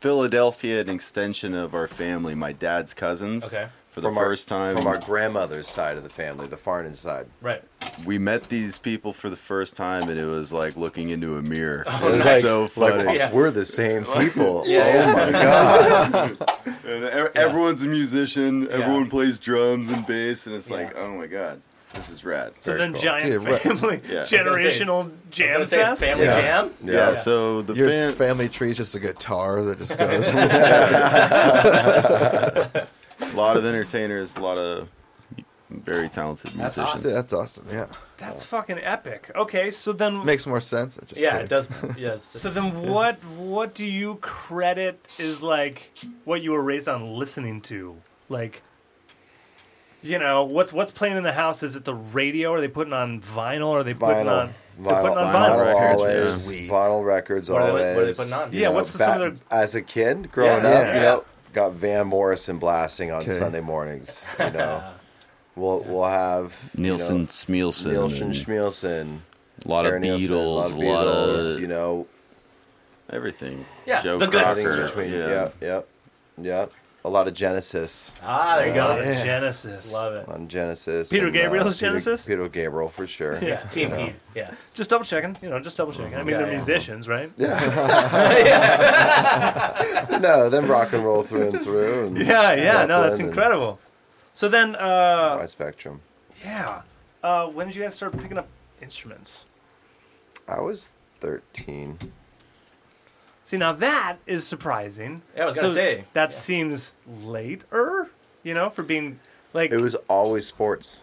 E: Philadelphia, an extension of our family, my dad's cousins.
H: Okay.
E: For the
B: from our-
E: first time,
B: from our grandmother's side of the family, the Farnan side.
H: Right.
E: we met these people for the first time, and it was like looking into a mirror.
B: It
E: it
B: was
E: was
B: like-
E: so
B: it's like,
E: funny.
B: oh,
H: Yeah.
B: We're the same people.
H: Yeah,
B: oh my god!
E: And e- Everyone's a musician. Everyone plays drums and bass, and it's like, oh my god, this is rad.
D: So
B: Very
D: then
B: cool.
D: giant
C: Dude, what-
D: family
E: Yeah.
D: generational
H: I
D: jam
H: was gonna
D: fest.
H: say family
C: Yeah.
H: jam.
E: Yeah,
B: Yeah.
E: So the
C: Your
E: fam-
C: family tree is just a guitar that just goes.
E: a lot of entertainers, a lot of very talented
H: That's
E: musicians.
H: awesome.
C: That's awesome. Yeah,
D: That's fucking epic. Okay, so then
C: makes more sense. I'm just
H: Yeah,
C: kidding.
H: it does. Yes.
D: so then what what do you credit is like what you were raised on listening to? Like you know, what's what's playing in the house? Is it the radio? Are they putting on vinyl? Are they putting
B: Vinyl,
D: on they're
B: vinyl,
D: putting
B: vinyl,
D: on vinyl?
C: records were
B: always,
C: sweet.
B: vinyl records
H: What are they- what
B: always.
H: are they putting on?
B: you
D: Yeah,
B: know,
D: what's the-
B: back-
D: some of
B: as a kid growing
H: Yeah.
B: up,
C: Yeah.
B: you know, got Van Morrison blasting on
C: Okay.
B: Sunday mornings. You know, we'll we'll have
E: Nielsen,
B: you
E: Smeelson,
B: know, Nielsen, Schmielsen,
E: a lot of
B: Harry Nielsen,
E: Beatles, a
B: of
E: lot of
B: Beatles, you know,
E: everything.
H: Yeah,
E: Joe
H: the good
E: Cocker,
B: everything in
H: stuff.
B: between. Yeah, yep, yep. a lot of Genesis.
A: Ah, there you go.
D: Oh, Genesis.
A: Love it.
B: On Genesis.
D: Peter
B: and, uh,
D: Gabriel's
B: Peter-
D: Genesis?
B: Peter, Gabriel for sure.
A: Yeah, Team Pete. Yeah.
D: Just double checking, you know, just double checking. I mean,
A: Yeah,
D: they're
A: yeah.
D: musicians, right?
B: no, then rock and roll through and through. And
D: Yeah, yeah. No, that's
B: Zeppelin and
D: incredible. So then, uh,
B: Wide spectrum.
D: yeah. Uh, when did you guys start picking up instruments?
B: I was thirteen.
D: See, now that is surprising.
A: Yeah, I was gonna say.
D: that seems later. You know, for being like
B: It was always sports.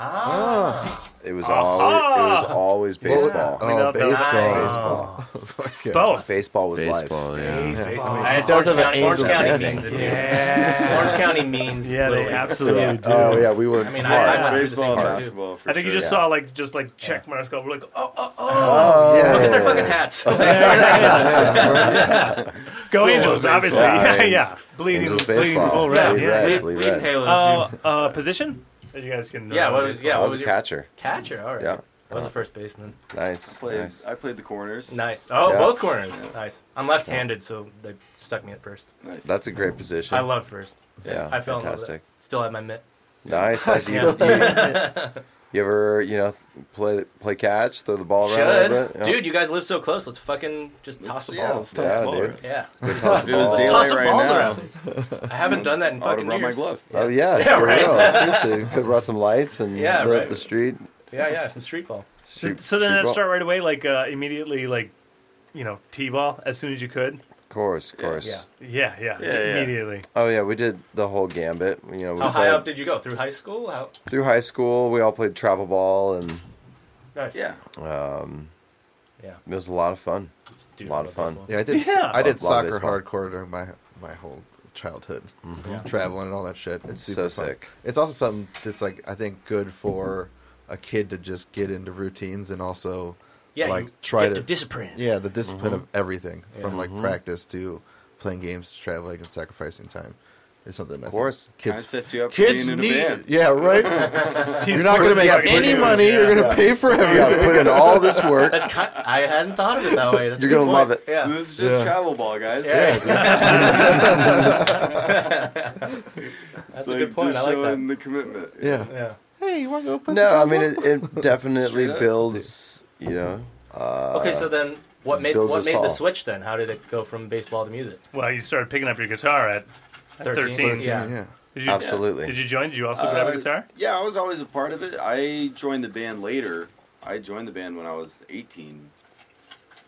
A: Ah.
B: It was always it was always baseball.
D: We know
C: Oh,
D: the-
C: baseball. Oh,
B: Baseball.
C: Fuck yeah.
D: both.
B: Baseball was life.
I: Baseball, yeah.
D: Uh,
A: That's Orange
C: does have an
A: County- Orange
C: angel's
A: County
C: landing.
A: means it. Yeah. Orange County means.
D: Yeah,
A: Little
D: they
A: League.
D: absolutely do.
B: Oh yeah, we were.
A: I mean, I, I went through the
E: Baseball
A: same
E: and
A: part, too.
E: basketball for
D: I think you
E: sure.
D: just
B: yeah.
D: saw like just like check marks go. We're like, oh, oh, oh,
B: oh, yeah,
A: Look at their
B: yeah,
A: fucking
B: yeah.
A: hats.
D: go Angels, obviously.
B: baseball.
D: Yeah, yeah. Bleeding,
B: Angels
D: bleeding
B: baseball.
D: full red.
B: Bleed
D: Yeah.
A: Bleed-
B: red. Bleed
A: bleeding
B: red.
A: halos,
D: Uh,
A: dude.
D: uh, position? As you guys can. uh,
A: Yeah, what was yeah?
B: I
A: What
B: was
A: was
B: a
A: your
B: catcher.
A: catcher? All right.
B: Yeah.
A: I was a first baseman.
B: Nice.
E: Played,
B: nice.
E: I played the corners.
A: Nice. Oh,
B: Yeah.
A: both corners. Nice. I'm left-handed, so they stuck me at first.
E: Nice.
B: That's a great position.
A: I love first.
B: Yeah,
A: I fell in love
B: fantastic.
A: with it. Still have my mitt.
B: Nice. nice. You, you- you ever, you know, th- play play catch, throw the ball around a little
A: Should
B: bit?
A: dude, you guys live so close. Let's fucking just
E: Let's-
A: toss the
E: yeah,
A: ball.
E: let's toss
B: Yeah,
E: the ball
B: dude.
E: around.
A: Yeah.
B: Good toss
E: If
B: the
E: it was
B: ball.
E: daylight
A: Toss some
E: right
A: balls
E: now,
A: around. I haven't done that in
E: I would have
A: fucking
E: brought my
A: years.
E: glove.
B: Oh yeah, for
A: right.
B: real. Seriously, could brought some lights and
A: Yeah,
B: lit up
A: right.
B: the street.
A: Yeah, yeah, some street ball.
D: So,
B: Street-
D: so then
B: street
D: that
B: ball.
D: start right away, like uh, immediately, like you know, t-ball as soon as you could.
B: Of course, of course.
A: Yeah.
D: Yeah, yeah,
I: Yeah, yeah.
D: immediately.
B: Oh yeah, we did the whole gambit. You know, we
A: How high
B: played
A: up did you go? Through high school? How?
B: through high school. We all played travel ball, and
A: Nice.
I: Yeah.
A: Yeah.
B: it was a lot of fun.
A: Dude,
B: A lot
A: I
B: of
A: love
B: fun.
A: baseball.
C: Yeah, I did.
D: Yeah.
C: I did
B: Love- love
C: soccer
B: baseball.
C: hardcore during my my whole childhood,
A: Mm-hmm.
C: traveling and all that shit. It's
B: So
C: super fun.
B: sick.
C: It's also something that's like I think good for a kid to just get into routines and also
A: Yeah,
C: like
A: you
C: try
A: get
C: to
A: discipline.
C: yeah the discipline of everything from like practice to playing games to traveling and sacrificing time is something. Of
B: course.
C: kids
I: Kinda sets you up for
C: kids
I: being in a
C: need
I: band.
C: yeah right.
D: Team
C: You're not
D: sports
C: gonna
D: is
C: make
D: fucking
C: any
D: huge,
C: money.
D: yeah.
C: You're gonna pay for
B: You
C: everything.
B: gotta put in all this work.
A: That's kind. I hadn't thought of it that way. That's a
B: You're
A: good
B: gonna love
A: point.
B: it.
A: Yeah.
E: This is just
C: Yeah.
E: travel ball, guys.
A: Yeah.
E: It's
A: That's a good point. I
E: Just
A: like
E: showing
A: that.
E: the commitment.
C: Yeah.
A: Yeah.
C: Hey, you want to go play?
B: No,
C: some
B: I mean
C: travel?
B: it, it definitely
E: Straight up.
B: builds. You know. Uh,
A: Okay, so then what made
B: builds
A: what
B: us
A: made the
B: all.
A: switch then? How did it go from baseball to music?
D: Well, you started picking up your guitar at, at 13.
A: 13, yeah.
C: yeah.
D: Did you,
B: Absolutely.
D: Did you join? Did you also grab a
I: Uh,
D: guitar?
I: Yeah, I was always a part of it. I joined the band later. I joined the band when I was 18.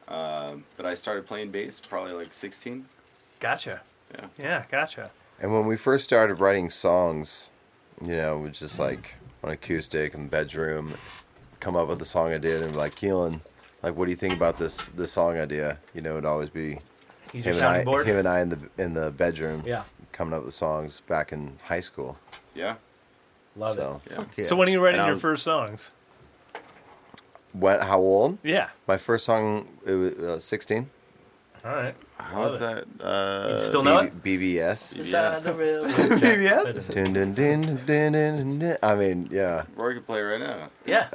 I: Um, but I started playing bass probably like 16.
D: Gotcha.
I: Yeah.
D: Yeah, gotcha.
B: And when we first started writing songs, you know, we just like on acoustic in the bedroom, come up with the song idea and be like, Keelan, like, what do you think about this this song idea? You know, it'd always be
A: He's your
B: him and I,
A: sounding board.
B: him and I in the in the bedroom,
A: Yeah.
B: coming up with songs back in high school.
I: Yeah.
A: Love
B: so,
E: Yeah.
C: Fuck yeah.
D: So when are you writing
I: And
D: your
I: I'll-
D: first songs?
B: what? How old?
D: Yeah.
B: My first song, it was uh, sixteen.
A: it. All right.
I: How is that? Uh,
A: You still know it?
B: B- BBS.
A: Beside the river.
D: PBS?
B: Dun, dun, dun, dun, dun, dun, dun. I mean, yeah.
I: Roy can play right now.
A: Yeah.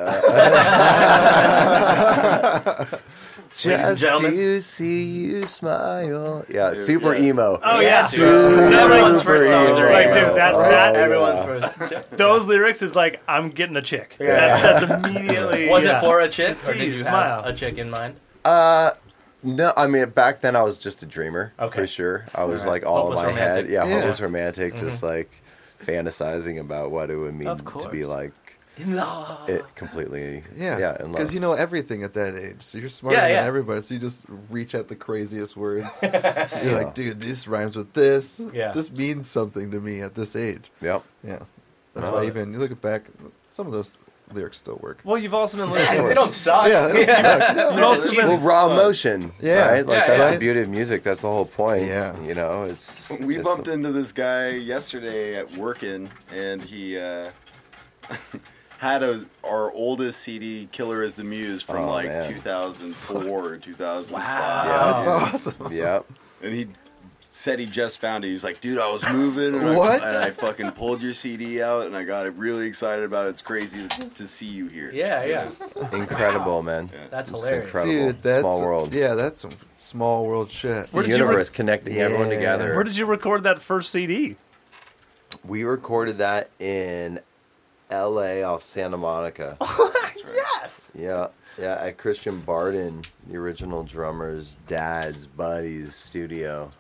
A: Ladies and
B: Just
A: gentlemen.
B: to see you smile. Yeah, super emo.
D: Oh, yeah.
B: Super
A: Everyone's first songs are
B: emo.
A: like, dude,
D: that-
B: Oh,
D: that-
B: yeah.
A: Everyone's first.
D: Those lyrics is like, I'm getting a chick. That's, that's immediately.
A: Was
D: yeah.
A: it for a chick,
D: Just
A: or
D: see
A: did
D: you
A: you
D: smile.
A: have a chick in mind?
B: No, I mean back then I was just a dreamer
A: Okay.
B: for sure. I was
A: Alright.
B: like all
A: Hopeless
B: in my
A: romantic. Mm-hmm.
B: head. Yeah,
C: Yeah.
B: hopeless romantic, just like fantasizing about what it would mean
A: Of
B: to be
A: course.
B: like
A: In love.
B: it completely.
C: Yeah,
B: yeah, in
C: because
B: love.
C: you know everything at that age, so you're smarter
A: Yeah, yeah.
C: than everybody. So you just reach at the craziest words. you're like, dude, this rhymes with this.
A: Yeah.
C: this means something to me at this age.
B: yep.
C: Yeah, that's
B: Wow.
C: why even you look back, some of those lyrics still work.
D: Well, you've also been
A: Yeah,
D: listening.
A: they don't suck.
C: Yeah, they don't suck.
D: You've also been-
B: Well, raw emotion.
C: Yeah.
B: right? like
A: Yeah,
B: that's
A: yeah.
B: the beauty of music. That's the whole point.
C: Yeah.
B: you know, it's
E: We
B: it's-
E: bumped into this guy yesterday at working, and he uh, had a our oldest CD, "Killer Is the Muse," from
B: Oh,
E: like
B: man.
E: 2004 or 2005,
A: Wow.
C: That's awesome.
B: Yep.
E: and he said he just found it. He was like, dude, I was moving. And
C: What?
E: I, and I fucking pulled your CD out and I got really excited about it. It's crazy to, to see you here.
H: Yeah, yeah.
B: Incredible, man.
H: That's
B: It's
H: hilarious.
B: incredible.
C: Dude, that's
B: Small world.
C: Yeah, that's some small world shit.
B: The
D: did you re-
B: universe connecting everyone
C: Yeah.
B: together.
D: Where did you record that first CD?
B: We recorded that in L.A. off Santa Monica.
H: Yes.
B: yeah, yeah, at Christian Barden, the original drummer's dad's buddy's studio.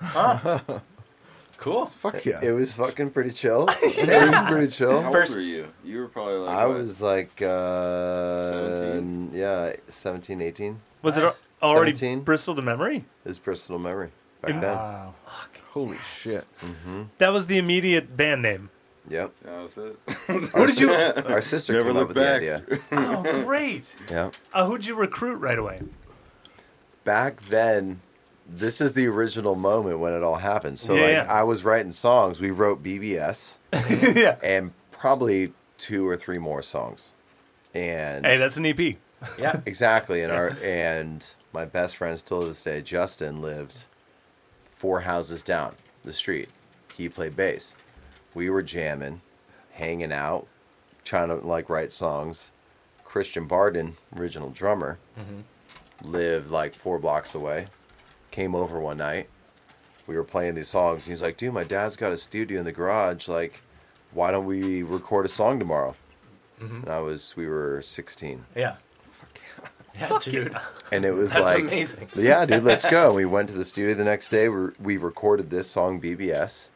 H: Cool.
C: Fuck yeah.
B: It was fucking pretty chill. It was pretty
E: How
B: chill.
H: First-
E: old were you? You were probably like,
B: I
E: what?
B: was like, uh,
E: 17?
B: yeah, 17, 18.
D: Was
H: Nice.
D: it al- already
B: 17?
D: Bristol to memory?
B: It was personal memory back
D: Im-
B: then.
C: Holy shit.
D: That was the immediate band name.
B: Yep.
E: That was it.
B: What did you? Our sister
E: Never
B: came up
E: look
B: with
E: back.
B: the idea.
D: Oh, great!
B: Yeah.
D: Uh, who'd you recruit right away?
B: back then this is the original moment when it all happened so
D: Yeah,
B: like
D: yeah.
B: i was writing songs we wrote bbs
D: yeah.
B: and probably two or three more songs and
D: Hey, that's an E EP.
H: Yeah.
B: exactly and our and my best friend still to this day justin lived four houses down the street he played bass we were jamming hanging out trying to like write songs christian barden original drummer lived like four blocks away came over one night we were playing these songs and he's like dude my dad's got a studio in the garage like why don't we record a song tomorrow and i was we were 16
H: Yeah. Yeah, dude.
B: and it was
H: That's
B: like
H: amazing.
B: yeah dude let's go we went to the studio the next day we, we recorded this song bbs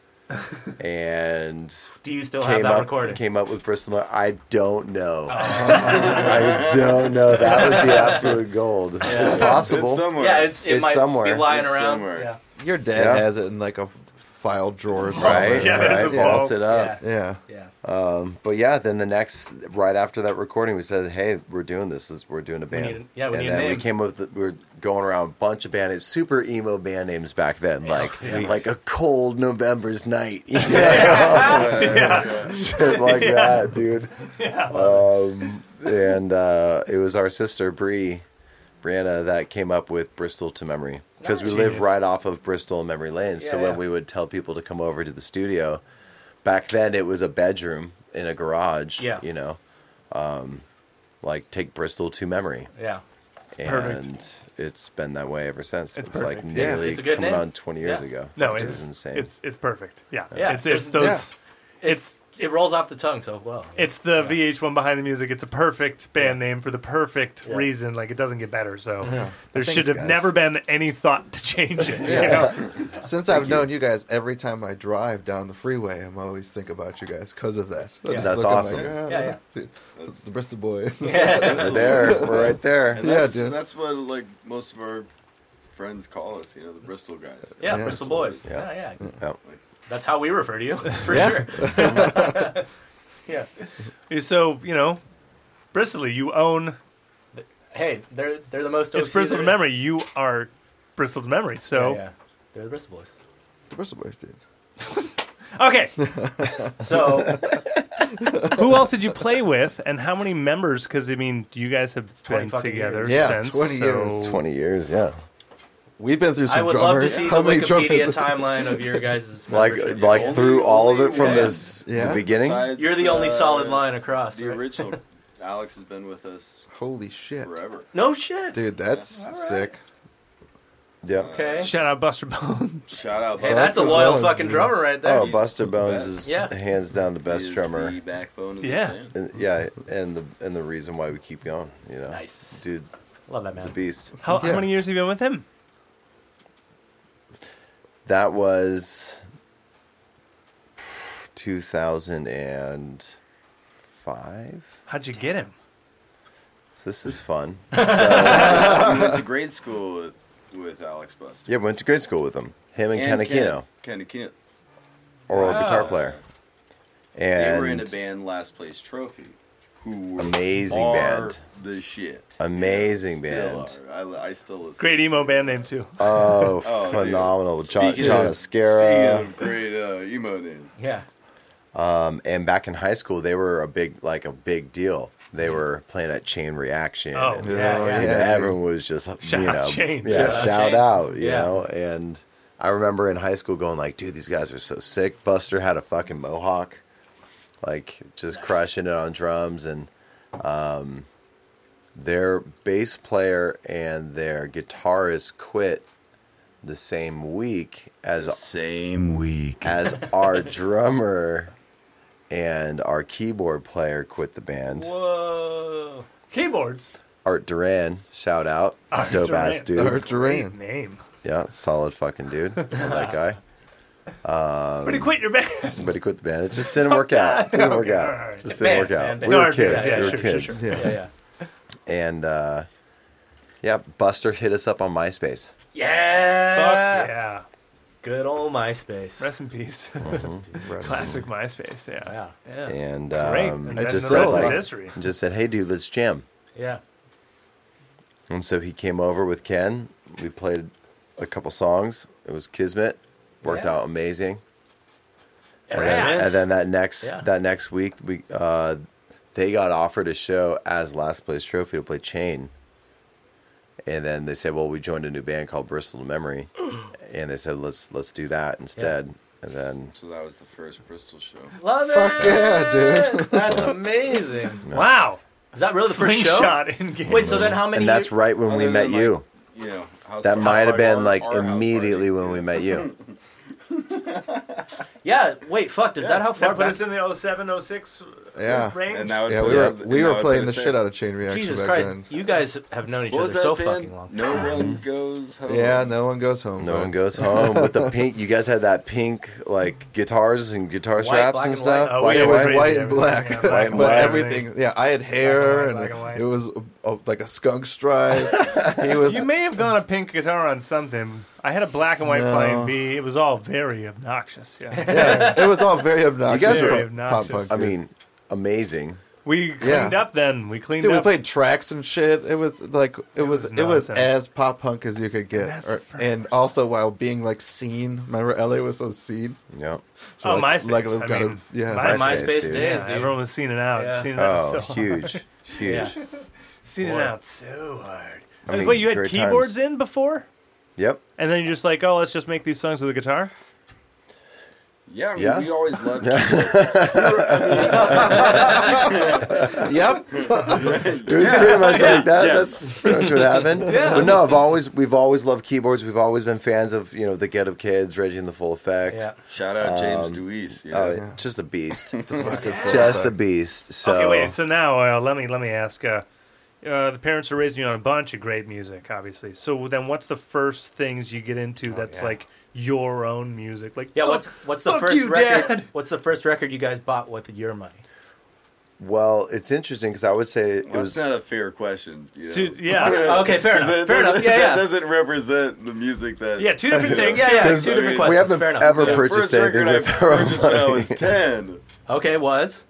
B: and
H: Do you still have
B: came
H: that
B: up
H: recording? Oh.
B: came up with bristol Myers- i don't know i don't know that would be absolute gold it's possible
E: It's somewhere.
H: yeah, it's, it
B: It's
H: might
B: somewhere.
H: be lying
E: It's
H: around.
E: somewhere.
H: Yeah.
C: Your dad
B: Yeah.
C: has it in like a file drawer or something.
B: right
D: Yeah, it's
B: right
D: a
B: yeah.
D: ball.
B: Vault it up
H: Yeah.
C: Yeah.
H: Yeah.
B: Um, But yeah, then the next right after that recording, we said, "Hey, we're doing this. Is we're doing a band."
H: need a- yeah, we
B: and
H: need a
B: then we
H: name.
B: came up. With, we were going around a bunch of band. It's super emo band names back then, like like a cold November's night, you know? shit like that, dude. Um, and uh, it was our sister Bree, Brianna, that came up with Bristol to Memory because we live
H: Genius.
B: right off of Bristol and Memory Lane. so
H: Yeah,
B: when
H: yeah.
B: we would tell people to come over to the studio back then it was a bedroom in a garage.
H: Yeah.
B: You know, um, like take Bristol to memory,
H: Yeah.
B: and
D: perfect.
B: it's been that way ever since. It's,
D: It's perfect.
B: like
D: It's-
B: nearly
H: it's a good
B: coming
H: name.
B: on twenty years
H: Yeah.
B: ago.
D: No,
B: Which
D: it's
B: is insane.
D: It's it's perfect. Yeah.
H: Yeah.
D: It's
H: There's-
D: it's those. It's
H: It's it rolls off the tongue so well.
D: it's the VH1 behind the music. It's a perfect band name for the perfect
H: Yeah.
D: reason. Like it doesn't get better. So there
C: Thanks,
D: should have
C: guys.
D: never been any thought to change it. You know?
C: Since I've known you guys, every time I drive down the freeway, I'm always think about you guys because of that. I
H: Yeah.
C: just
B: That's
C: look, I'm
B: awesome.
H: Yeah, yeah.
C: dude, That's the Bristol boys.
B: we're there. We're right there.
E: And
C: Yeah,
E: that's,
C: dude.
E: and that's what like most of our friends call us, you know, the Bristol guys.
H: yeah,
C: Yeah.
H: Bristol boys.
B: Yeah.
H: Yeah. yeah,
B: Yeah.
H: That's how we refer to you for
C: Yeah.
H: sure.
D: yeah. So you know, Bristly, you own.
H: Hey, they're they're the most.
D: It's
H: OC
D: Bristol
H: there
D: to
H: is.
D: memory. You are Bristol to memory.
H: Yeah,
D: So
H: yeah. They're the Bristol boys.
C: the Bristol boys, dude.
D: okay,
H: So
D: who else did you play with, and how many members? Because I mean, you guys have been
H: 20 fucking
D: together
C: years. Yeah,
D: since
C: 20
E: Oh.
C: years.
D: so-
B: Twenty years. Yeah.
C: We've been through some
H: I would
C: drummers.
H: love to see
C: How
H: the
C: many
H: Wikipedia
C: drummers?
H: timeline of your guys'
B: Like
H: membership.
B: like
E: Only-
B: through all of it from
E: only-
B: the
E: yeah.
B: s the
C: Yeah.
B: beginning.
E: Besides,
H: You're the only
E: uh,
H: solid line across.
E: The
H: right?
E: original Alex has been with us
C: Holy shit,
E: forever.
H: no shit.
C: dude. That's sick.
B: Yeah.
H: Okay.
D: Shout out Buster Bones.
E: Shout out,
H: Hey,
E: Buster.
H: that's a loyal
C: Bones,
H: fucking
C: dude.
H: drummer right there.
B: Oh,
E: he's
B: Buster
E: the
B: Bones
E: best.
B: is
H: Yeah.
B: hands down the
E: He
B: best
E: is
B: drummer.
E: the backbone of
D: Yeah.
E: this band.
B: And- yeah, and the and the reason why we keep going. You know.
H: Nice.
B: Dude,
H: Love that
B: he's a
H: man.
B: beast.
D: How,
C: Yeah.
D: how many years have you been with him?
B: That was 2005.
D: How'd you get him?
B: So this is fun.
E: we went to grade school with, with Alex Buster.
B: Yeah, went to grade school with him. Him and, Ken Aquino,
E: Ken Aquino.
B: oral
H: Wow.
B: guitar player.
E: They
B: And
E: were in a band, Last Place Trophy, who were
B: Amazing
E: are
B: band.
E: The shit.
B: Amazing
E: Still
B: band.
E: are. I, I still listen.
D: Great
E: to
D: emo
E: it.
D: band name too.
B: Oh,
E: Oh, dude.
B: phenomenal. John,
E: Speaking
B: John
E: of-
B: Ascara.
E: Speaking of great uh, emo names.
H: Yeah.
B: Um, and back in high school, they were a big, like a big deal. They were playing at Chain Reaction.
D: Mm-hmm. Oh,
B: and
C: Yeah,
H: yeah,
B: And
C: yeah.
B: everyone was just
D: Shout
B: you
D: out
B: know
D: Chain.
B: yeah
H: Shout out
B: shout
H: Chain.
B: out you
H: Yeah.
B: know and I remember in high school going like, dude, these guys are so sick. Buster had a fucking mohawk, like just crushing it on drums, and um, their bass player and their guitarist quit the same week as
J: Same week.
B: as our drummer and our keyboard player quit the band.
D: Whoa. Keyboards.
B: Art Duran, shout out,
D: Art
B: dope
D: Duran.
B: ass dude.
C: Art
D: Great
C: Duran.
D: name.
B: Yeah, solid fucking dude. Love that guy.
C: Um,
D: but he quit your band.
B: But he quit the band. It just didn't work out. Didn't work
D: Okay,
B: out.
D: all right.
B: Just didn't work
H: Bands, man,
B: out. We were
D: bands. No,
B: kids.
D: yeah,
B: we were
D: sure, sure,
B: kids.
D: sure.
C: Yeah.
H: Yeah, yeah.
B: And uh, yeah, Buster hit us up on MySpace.
H: Yeah.
D: Fuck yeah.
H: Good old MySpace.
D: Rest in peace.
C: Uh-huh.
D: Classic MySpace. Yeah.
H: yeah.
D: Yeah.
B: And
D: Great.
B: um,
D: and
C: I
D: then
B: just
D: the
B: said
D: rest is
B: like,
D: history.
B: just said, hey dude, let's jam.
H: Yeah.
B: And so he came over with Ken. We played a couple songs. It was Kismet. Worked
H: Yeah.
B: out amazing.
H: Ever
B: And, then,
H: since.
B: and then that next
H: Yeah.
B: that next week we uh, they got offered a show as last place trophy to play Chain. And then they said, Well, we joined a new band called Bristol to Memory and they said let's let's do that instead. And then
E: So that was the first Bristol show.
H: Love
C: Fuck
H: it.
C: yeah, dude.
H: That's amazing.
D: Wow.
H: Is that really the first show?
D: Slingshot in game.
H: Wait, so then how many?
B: and that's
H: year-
B: right when we
E: Other
B: met
E: than,
B: you.
E: like, You know, house
B: that
E: party-
B: might have
E: house
B: been like
E: party, our house
B: immediately
E: party.
B: when we met you.
H: Yeah. Wait. Fuck. Is that how
D: That
H: far
D: put
H: back?
D: us in the 07, 06
C: Yeah.
D: range?
E: And that would
C: Yeah,
E: put
C: we
E: us-
C: were
E: and
C: we
E: that
C: were
E: would
C: playing
E: put
C: the
E: us
C: shit
E: in-
C: out of Chain Reaction
H: Jesus
C: back
H: Christ!
C: then.
H: You guys have known each
E: What
H: other
E: was that
H: so
E: band?
H: fucking long.
E: No one goes home.
C: Yeah, no one goes home.
B: No
C: bud.
B: one goes home with the pink. You guys had that pink like guitars and guitar straps
H: black
B: and,
H: and
B: stuff.
D: Oh,
B: Black
D: yeah,
C: it
B: and
C: was
D: crazy,
B: white.
C: white and
D: everything,
C: black,
D: yeah, black and
C: but
D: white,
C: everything. Yeah, I had hair,
D: Black and white, black and white.
C: and it was a, a, like a skunk stripe. he was
D: You may have gone a pink guitar on something. I had a black and white
C: No.
D: flying V. It was all very obnoxious. Yeah.
C: yeah, it was all very obnoxious.
B: guys were
C: pop-
D: obnoxious.
C: pop punk.
B: I
C: dude.
B: mean, amazing.
D: we cleaned up then. We cleaned
C: dude, we
D: up.
C: played tracks and shit. It was like it, was,
D: was
C: it was
D: nonsense.
C: as pop punk as you could
D: that's
C: get,
D: the
C: or,
D: first
C: and also while being like seen. Remember, LA was so seen.
B: Yeah.
C: So,
D: oh,
C: like,
D: MySpace.
C: like,
D: I
C: we've gotta-
D: mean,
C: yeah,
H: My
D: MySpace,
H: MySpace days,
B: dude.
H: dude.
D: yeah, everyone was seeing it out.
H: Yeah.
D: Seeing it out
B: Oh,
D: so
B: huge, huge.
H: Yeah.
D: Seen it
H: Boy.
D: out so hard.
B: I mean,
D: Wait, you had
B: great
D: keyboards
B: times.
D: in before?
B: Yep.
D: And then you're just like, oh, let's just make these songs with a guitar?
E: Yeah, I mean,
B: Yeah.
E: we always loved.
C: yep.
B: It was pretty much like that.
E: Yes.
B: That's pretty much what happened. yeah. But no, I've always we've always loved keyboards. We've always been fans of you know the Get Up Kids, Reggie and the Full Effect.
H: Yeah.
E: Shout out James Deweese. You know?
B: Oh,
C: Yeah.
B: Just a beast. just a beast. So
D: Okay, wait. So now uh, let me let me ask. Uh, uh, the parents are raising you on a bunch of great music, obviously. So then, what's the first things you get
B: Oh,
D: into that's
C: yeah.
D: like your own music? Like,
H: Yeah.
D: fuck-
H: What's what's the
D: fuck
H: first
D: you,
H: record?
D: Dad.
H: What's the first record you guys bought with your money?
B: well, it's interesting because I would say it
E: Well, that's
B: was
E: not a fair question. You know?
D: Two, yeah,
H: Okay, fair enough.
E: That
H: Fair enough.
E: doesn't- That
H: Yeah, yeah.
E: doesn't represent the music that.
D: yeah. Two different things.
H: Yeah, yeah. Two
B: Because
H: different
E: we
H: questions.
B: we haven't
H: fair enough.
B: ever
E: The
B: purchased
E: first record
B: anything
E: I
B: with our own
E: purchased when I
B: money.
E: was ten.
H: Okay. Was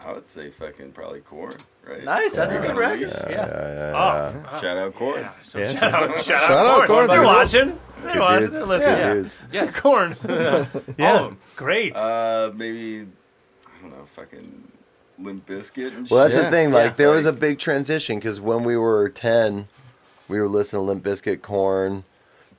E: I would say fucking probably corn. Right.
H: nice. That's a
E: Corn
H: good
E: on
H: record.
E: Leash.
H: Yeah.
D: Oh,
E: Shout out corn.
C: Yeah.
D: shout out, shout out,
C: Shout out,
D: corn.
C: Corn.
D: They're watching. They're
B: Good
D: watching.
B: dudes.
D: They're
B: Good
D: listening. Yeah.
B: dudes.
H: Yeah.
D: Corn. yeah.
H: All of 'em.
D: Great.
E: Uh, maybe I don't know. Fucking limp biscuit and
B: Well, that's
E: shit.
B: the thing. Like,
H: Yeah.
B: there was a big transition because when we were ten, we were listening to Limp Bizkit, Corn,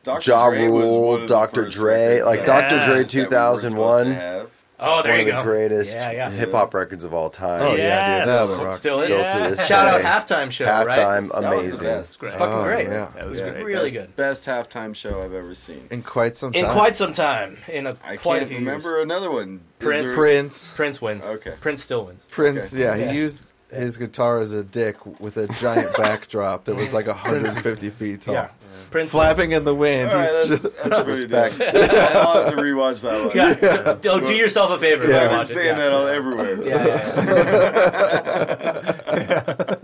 E: Dr.
B: Ja
E: Dre was
B: Rule,
E: one of the
B: Dr.
E: first
B: Dre,
E: records
B: like,
E: that-
D: Dr. Dre
E: that we weren't
B: 2001.
E: supposed to have.
H: Oh, there
B: one
H: you
B: of the
H: go.
B: greatest
H: Yeah, yeah.
B: hip hop records of all time.
C: Oh
D: Yes.
C: yeah, dude, that was a rock.
H: Still is.
B: Still
D: Yeah.
B: to this
H: Shout out
B: day.
H: halftime show. Right.
B: halftime,
E: That was the
B: amazing.
E: best.
H: It's
E: Great.
H: fucking
C: Oh,
H: great.
C: yeah.
D: That was
E: Yeah.
D: great.
H: Really
E: Best-
H: good.
E: Best halftime show I've ever seen.
C: In quite some
H: In
C: time.
H: quite some time. In a
E: I
H: quite a
E: can't
H: few
E: remember
H: years.
E: another one. Is
H: Prince.
E: there-
C: Prince.
H: Prince wins.
E: Okay.
H: Prince still wins.
C: Prince,
E: Okay.
C: yeah,
H: Yeah.
C: he used his guitar as a dick with a giant backdrop that was like 150 feet tall.
H: Yeah. Prince.
C: Flapping in the wind.
E: All right,
C: he's
E: that's,
C: just,
E: that's pretty decent. I'll have to rewatch that one.
H: wins. Yeah. Do- do, do yourself a favor.
E: I've
H: Yeah.
E: been
H: Watch it,
E: saying
H: yeah.
E: that all everywhere.
H: Yeah, yeah, yeah.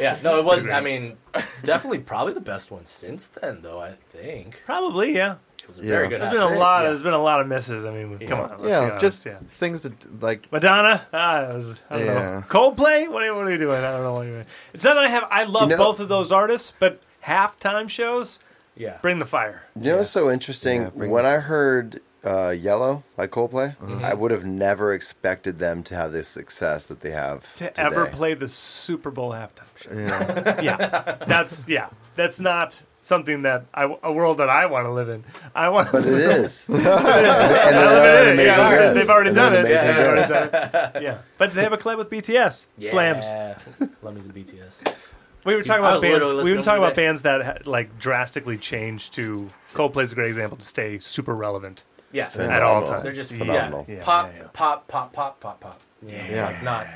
H: Yeah, no, it was. I mean, definitely, probably the best one since then, though. I think
D: Probably. Yeah.
H: it was a very
C: Yeah.
H: good.
D: There's
H: album.
D: been a lot.
H: Yeah.
D: There's been a lot of misses. I mean, come
H: Yeah.
D: on. let's be
C: yeah,
D: honest,
C: just
D: yeah.
C: things that like
D: Madonna. Ah, that was, I don't know.
C: Yeah.
D: Coldplay. What are, what are you doing? I don't know what you're doing. It's not that I have. I love
B: You know-
D: both of those artists, but halftime shows
H: Yeah,
D: bring the fire.
B: You know what's so interesting?
C: Yeah, bring
B: when
C: this-
B: I heard uh, Yellow by Coldplay, I would have never expected them to have the success that they have
D: To
B: today.
D: ever play the Super Bowl halftime show.
C: yeah.
D: yeah, that's yeah. That's not something that I, a world that I want to live in. I want.
B: But it is. and
D: I
B: they're
D: live
B: an
D: in it.
B: amazing
D: Yeah,
B: band.
D: they've already
B: And
D: done
B: they're an
D: it. Yeah,
B: amazing
D: they've already
B: band.
D: done it. Yeah, but they have a collab with BTS. Slams.
A: Love me some BTS.
D: We were talking
A: I
D: about
A: was literally
D: bands. We
A: listening
D: were
A: to them
D: talking about
A: today.
D: bands that had, like drastically changed to Coldplay's a great example to stay super relevant
A: Yeah.
D: at all
B: Phenomenal.
D: times.
A: They're just
B: Phenomenal.
A: Yeah.
D: Yeah,
A: Pop,
D: yeah, yeah.
A: pop, pop, pop, pop, pop. Yeah.
C: Yeah.
A: Like not.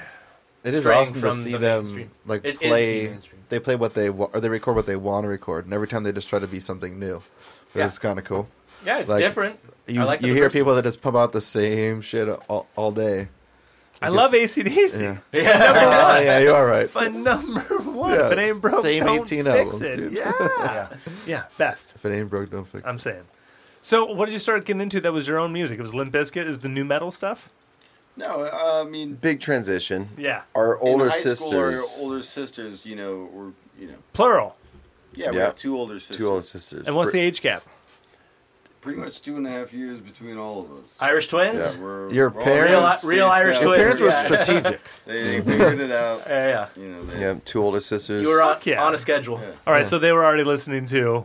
C: It is
A: straying
C: awesome to
A: from
C: see
A: the
C: them
A: mainstream.
C: like
A: It is the
C: play.
A: mainstream.
C: They play what they wa- or they record what they want to record, and every time they just try to be something new.
A: Yeah.
C: It's kind of cool.
A: Yeah, it's
C: Like,
A: different.
C: You
A: I like
C: you hear people that just pump out the same shit all, all day.
D: I
C: Like,
D: love
C: it's-
D: ACDC.
C: Yeah,
A: Yeah.
C: Ah, yeah, you are right.
D: My number one.
C: Yeah,
D: If it ain't broke,
C: same
D: don't
C: 18
D: fix
C: albums,
D: it.
C: dude.
D: Yeah.
A: yeah.
D: yeah, best.
C: If it ain't broke, don't fix
D: I'm
C: it.
D: saying. So, what did you start getting into that was your own music? It was Limp Bizkit? Is the new metal stuff?
E: No, uh, I mean,
B: Big transition.
D: Yeah.
B: Our older
E: in high school, our
B: sisters,
E: older sisters, you know, were you know,
D: Plural.
E: yeah, we
B: Yeah.
E: have two older sisters.
B: two older sisters.
D: And what's
B: Br-
D: the age gap?
J: Pretty much two and a half years between all of us.
A: Irish twins.
B: Yeah.
E: We're,
C: Your
E: we're all
C: parents-
A: Real, real
E: raised to
A: Irish
E: step-
A: twins.
C: Parents were
A: yeah.
C: strategic.
J: They, they figured it out.
A: yeah, yeah.
J: You know, they,
B: Yeah, two older sisters.
A: You were on,
D: Fuck yeah.
A: on a schedule.
D: All right, so they were already listening to.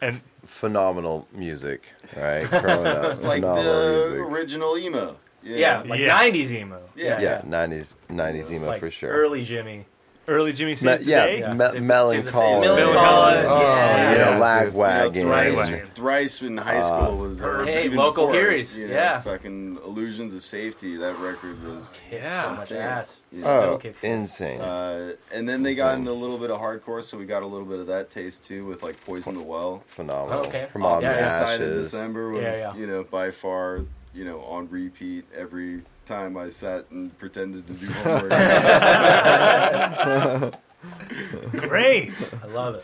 D: And
B: phenomenal music, right? Growing up,
J: like
B: phenomenal
J: the
B: music.
J: original emo. You
A: Yeah,
J: know?
A: like
D: Yeah.
A: 90s emo.
J: yeah,
B: Yeah, nineties, nineties emo
A: Like
B: for sure.
A: Early Jimmy.
D: early Jimmy
B: Me-
D: Says
B: yeah,
D: Today?
A: Yeah.
B: me-
A: Same-
B: melancholy.
A: same- same- Melancholy.
B: Oh,
A: Yeah.
B: You know,
C: Yeah.
B: lagwagon.
E: Thrice, thrice in high school was our,
A: Hey,
E: even
A: local
E: before,
A: Heroes,
E: you know,
A: yeah.
E: fucking illusions of safety. That record was
A: Yeah. So much
E: insane.
A: ass. Still
B: Oh,
A: kicks in.
B: insane.
E: Uh, and then they got into a little bit of hardcore, so we got a little bit of that taste too, with like Poison the Well.
B: phenomenal.
A: Okay.
B: From all
A: Yeah,
B: the
E: Inside of
B: ashes.
E: December was
A: Yeah, yeah.
E: you know by far you know on repeat every time I sat and pretended to do homework.
C: Mm-hmm.
D: Great.
A: I love it.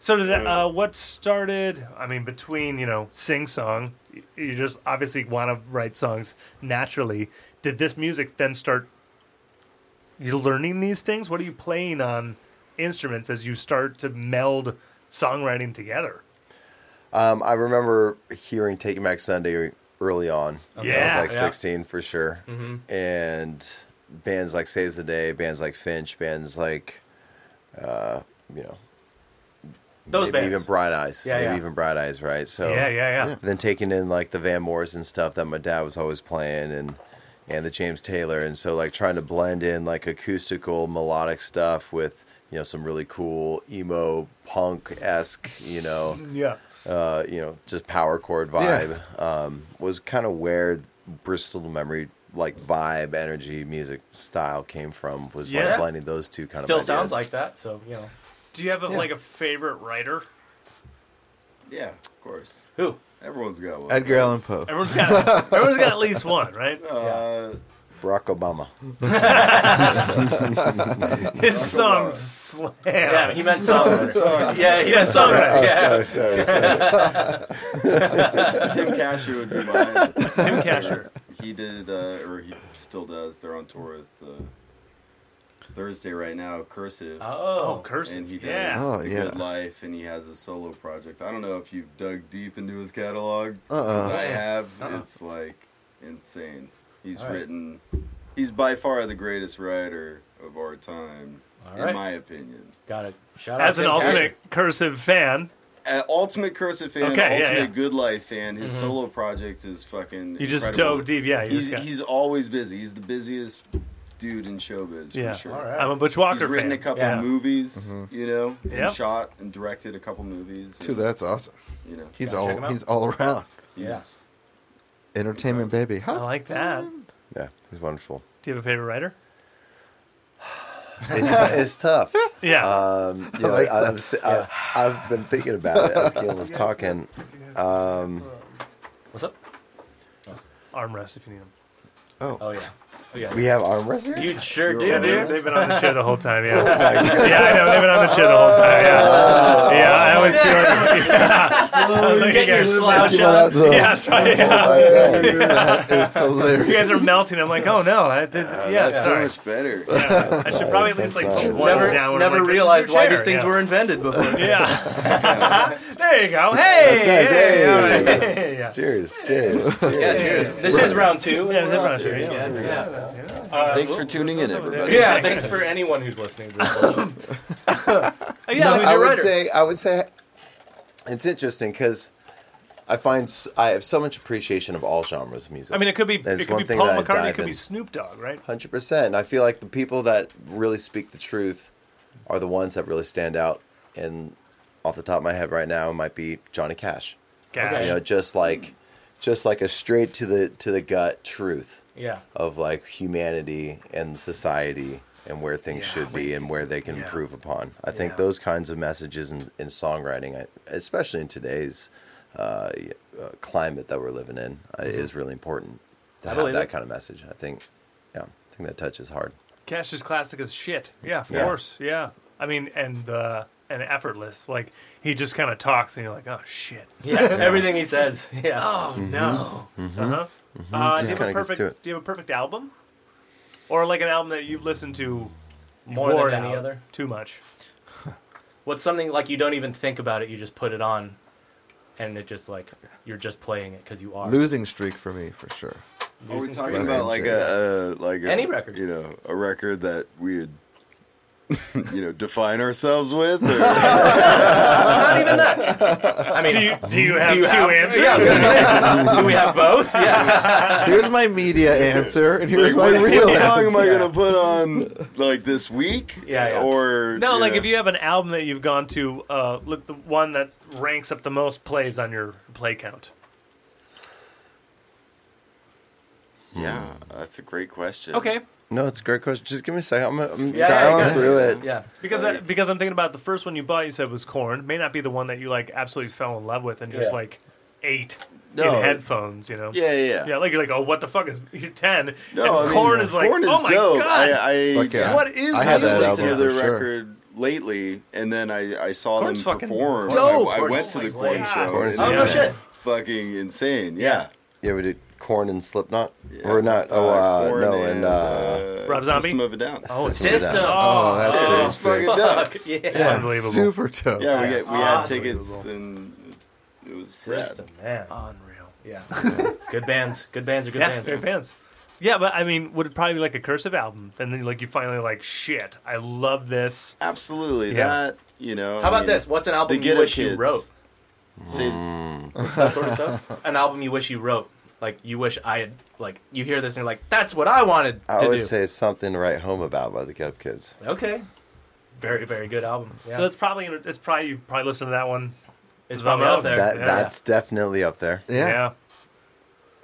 D: So did that, uh, what started? I mean, between you know, sing song, y- you just obviously want to write songs naturally. Did this music then start? You learning these things? What are you playing on instruments as you start to meld songwriting together?
B: Um, I remember hearing Taking Back Sunday early on. I was
D: Yeah,
B: like
A: yeah.
B: 16 for sure.
A: Mm-hmm.
B: And bands like Saves the Day, bands like Finch, bands like, uh, you know,
A: Those
B: maybe
A: bands.
B: even Bright Eyes.
A: Yeah,
B: maybe
A: yeah.
B: even Bright Eyes, right? So
D: yeah, yeah, yeah.
B: And then taking in like the Van Morrison stuff that my dad was always playing and and the James Taylor and so like trying to blend in like acoustical melodic stuff with you know some really cool emo punk esque you know
A: Mm-hmm.
D: Yeah.
B: uh, you know just power chord vibe um, was kind of where Bristol memory like vibe energy music style came from was
D: Yeah.
B: like blending those two kind
A: Still
B: of
A: sounds
B: ideas.
A: like that. So you know.
D: Do you have a, like a favorite writer?
E: yeah, of course,
A: Who?
E: everyone's got one.
C: Edgar Allan Poe.
D: Everyone's got everyone's got at least one, right?
E: Uh,
B: Barack Obama
D: His songs slam. Oh.
A: Yeah, he meant songwriter. yeah, he meant
B: oh
A: songwriter. Yeah.
B: sorry sorry, sorry.
E: Tim Casher would be mine.
D: Tim Casher.
E: He did, uh, or he still does. They're on tour with uh, Thursday right now. Cursive.
D: Oh,
A: Oh,
D: cursing.
E: and he does
D: yeah.
C: Oh,
E: the
C: yeah.
E: Good Life, and he has a solo project. I don't know if you've dug deep into his catalog,
C: Uh-uh.
E: because I have.
A: Uh-uh.
E: It's like insane. He's
A: All right.
E: written. He's by far the greatest writer of our time,
A: All
E: in
A: right.
E: my opinion.
A: got it. Shout out
D: As
A: to
D: an
A: Tim Casher.
D: ultimate cursive fan,
E: Uh, ultimate Cursive fan,
D: Okay, yeah,
E: ultimate
D: yeah. Mm-hmm.
E: Good Life fan. His solo project is fucking.
D: you just
E: incredible.
D: dove deep. Yeah, you
E: He's
D: just got-
E: he's always busy. He's the busiest dude in showbiz
D: Yeah.
E: for sure.
A: All right.
D: I'm a Butch
E: He's
D: Walker
E: written
D: fan.
E: a couple
A: Yeah. Mm-hmm.
E: movies, you know, and
D: Yep.
E: shot and directed a couple movies.
C: Dude,
E: and,
C: that's awesome.
E: You know,
C: He's
A: Gotta check him out.
C: all he's all around.
A: Yeah.
E: he's-
C: Entertainment baby.
D: I
C: How's
D: like that.
B: yeah he's wonderful
D: Do you have a favorite writer?
B: it's, it's tough.
D: Yeah.
E: Uh,
B: Um, you know,
C: like
B: I, am I, have been thinking about it as Gil was talking.
A: What's up?
D: Armrest if you need them.
A: Oh yeah. Oh yeah.
B: We have arm wrestling.
A: You sure do,
D: Yeah,
A: dude.
D: dude, they've been on the chair the whole time. Yeah, yeah, I know they've been on the chair the whole time.
E: Oh.
D: Yeah, yeah, I always feel. Yeah. I'm looking
A: Get your
D: at-
A: slouch
C: Well,
A: on.
C: that's, uh,
D: Yeah, that's right. Yeah.
C: that is
D: You
C: hilarious.
D: guys are melting. I'm like, oh no, I did, yeah,
E: that's so
D: sorry.
E: much better.
D: Yeah. I should probably at least like put one
A: Never,
D: down.
A: never
D: like, this is
A: realized
D: your
A: why
D: chair.
A: these things
D: yeah.
A: were invented before.
D: Yeah. there you go. Hey,
B: That's nice.
D: hey, all right.
B: Hey.
D: Hey, yeah.
B: Cheers, cheers. cheers.
A: Yeah, cheers. This is round two.
D: Yeah, it's everyone's chair, yeah.
A: Yeah, yeah.
E: Thanks for tuning in, everybody.
A: Yeah, thanks for anyone who's listening to this.
D: Yeah,
B: I would say I would say It's interesting because I find s- I have so much appreciation of all genres of music.
D: I mean, it could be
B: That's
D: it could
B: one
D: be
B: thing
D: Paul
B: that I
D: McCartney, it
B: dive
D: could be
B: in.
D: Snoop Dogg, right?
B: Hundred percent. I feel like the people that really speak the truth are the ones that really stand out. And off the top of my head right now, it might be Johnny Cash.
D: Cash.
B: You know, just like, just like a straight to the to the gut truth
A: Yeah.
B: of like humanity and society and where things
D: Yeah,
B: should be and where they can
D: yeah.
B: improve upon. I think
D: Yeah.
B: those kinds of messages in, in songwriting, I, especially in today's uh, y- uh, climate that we're living in, uh, is really important to
A: I
B: have
A: believe
B: that
A: it.
B: kind of message. I think, yeah, I think that touches hard.
D: Cash is classic as shit. Yeah, of
B: Yeah.
D: course. Yeah. I mean, and uh, and effortless. Like he just kind of talks, and you're like, oh shit.
A: Yeah. Everything he says. Yeah.
D: Oh
B: Mm-hmm.
D: no. Uh-huh. Uh,
B: Just
D: do you have a
B: kinda gets to
D: perfect?
B: it.
D: Do you have a perfect album? Or like an album that you've listened to
A: More
D: worn
A: than any
D: out
A: other.
D: Too much.
A: What's something like you don't even think about it? You just put it on, and it just like you're just playing it because you are.
C: Losing streak for me for sure.
E: Are we
A: Losing
E: talking
A: streak.
E: about like a, a like a,
A: Any record.
E: You know, a record that we would you know define ourselves with. Or,
A: Not even that. I mean,
D: Do you do you have
A: do you
D: two
A: have-
D: answers?
A: Yeah, I was gonna say, do we have both? Yeah.
C: Here's my media answer, and here's
E: like,
C: my
E: what,
C: real
E: what song
C: answer.
E: am I gonna put on like this week?
A: Yeah, yeah.
E: Or
D: No, like
E: know.
D: if you have an album that you've gone to, uh, look the one that ranks up the most plays on your play count.
E: Yeah, Uh, that's a great question.
D: Okay,
B: No, it's a great question. Just give me a second. I'm, I'm
A: Yeah,
B: dialing
A: yeah, yeah.
B: through it.
A: Yeah.
D: because I, because I'm thinking about the first one you bought. You said was corn. May not be the one that you like absolutely fell in love with and just
A: Yeah.
D: like ate
E: No,
D: in
E: it-
D: headphones. You know.
E: Yeah, yeah. yeah.
D: Yeah, like you're like, oh, what the fuck is ten?
E: No,
D: and
E: I
D: corn
E: mean,
D: is like,
E: corn is
D: oh my
E: dope. I,
D: god,
E: I
C: Fuck yeah.
D: what is
C: I
E: I
C: had
D: this?
C: that
E: listened
C: album
E: to their
C: for sure.
E: record lately, and then I, I saw
D: Corn's
E: them
D: fucking
E: perform.
D: dope.
E: I, I
A: Corn's
E: went to the
A: like
E: corn
A: way-
E: show.
B: Corn's
E: and it
A: insane.
E: was
A: Oh, no shit.
E: Fucking insane. Yeah.
B: Yeah, we did corn and Slipknot.
E: Yeah.
B: Or not? Oh, uh,
E: Korn
B: no, and uh,
D: Rob Zombie?
E: System of a Down.
B: System of
D: Oh,
B: a
A: System.
B: Down.
A: Oh,
C: Oh, that's
E: Yeah,
C: pretty
E: it's
C: sick.
E: fucking dope.
A: fuck, yeah.
C: Yeah,
D: Unbelievable.
C: Super dope.
E: Yeah, we get we had
A: Awesome.
E: tickets and it was sad.
A: System, man.
D: unreal.
A: Oh, Yeah. good bands. Good bands are good
D: Yeah,
A: bands.
D: great bands. Yeah, but I mean, would it probably be like a cursive album, and then like you finally like, shit, I love this.
E: Absolutely,
D: Yeah.
E: that you know.
K: How about this? What's an
E: The
K: album you
E: Get It
K: wish you
E: Kids.
K: wrote?
E: Saves,
K: That sort of stuff.
A: An album you wish you wrote. Like you wish I had. Like you hear this and you're like, that's what I wanted
B: I
A: to
B: always
A: do.
B: say something to write home about by the Get Up Kids.
A: okay. Very very good album. Yeah.
D: So that's probably it's probably you probably listen to that one.
A: it's
D: probably
A: probably
D: out
A: up there.
B: That
D: yeah.
B: that's definitely up there.
C: Yeah.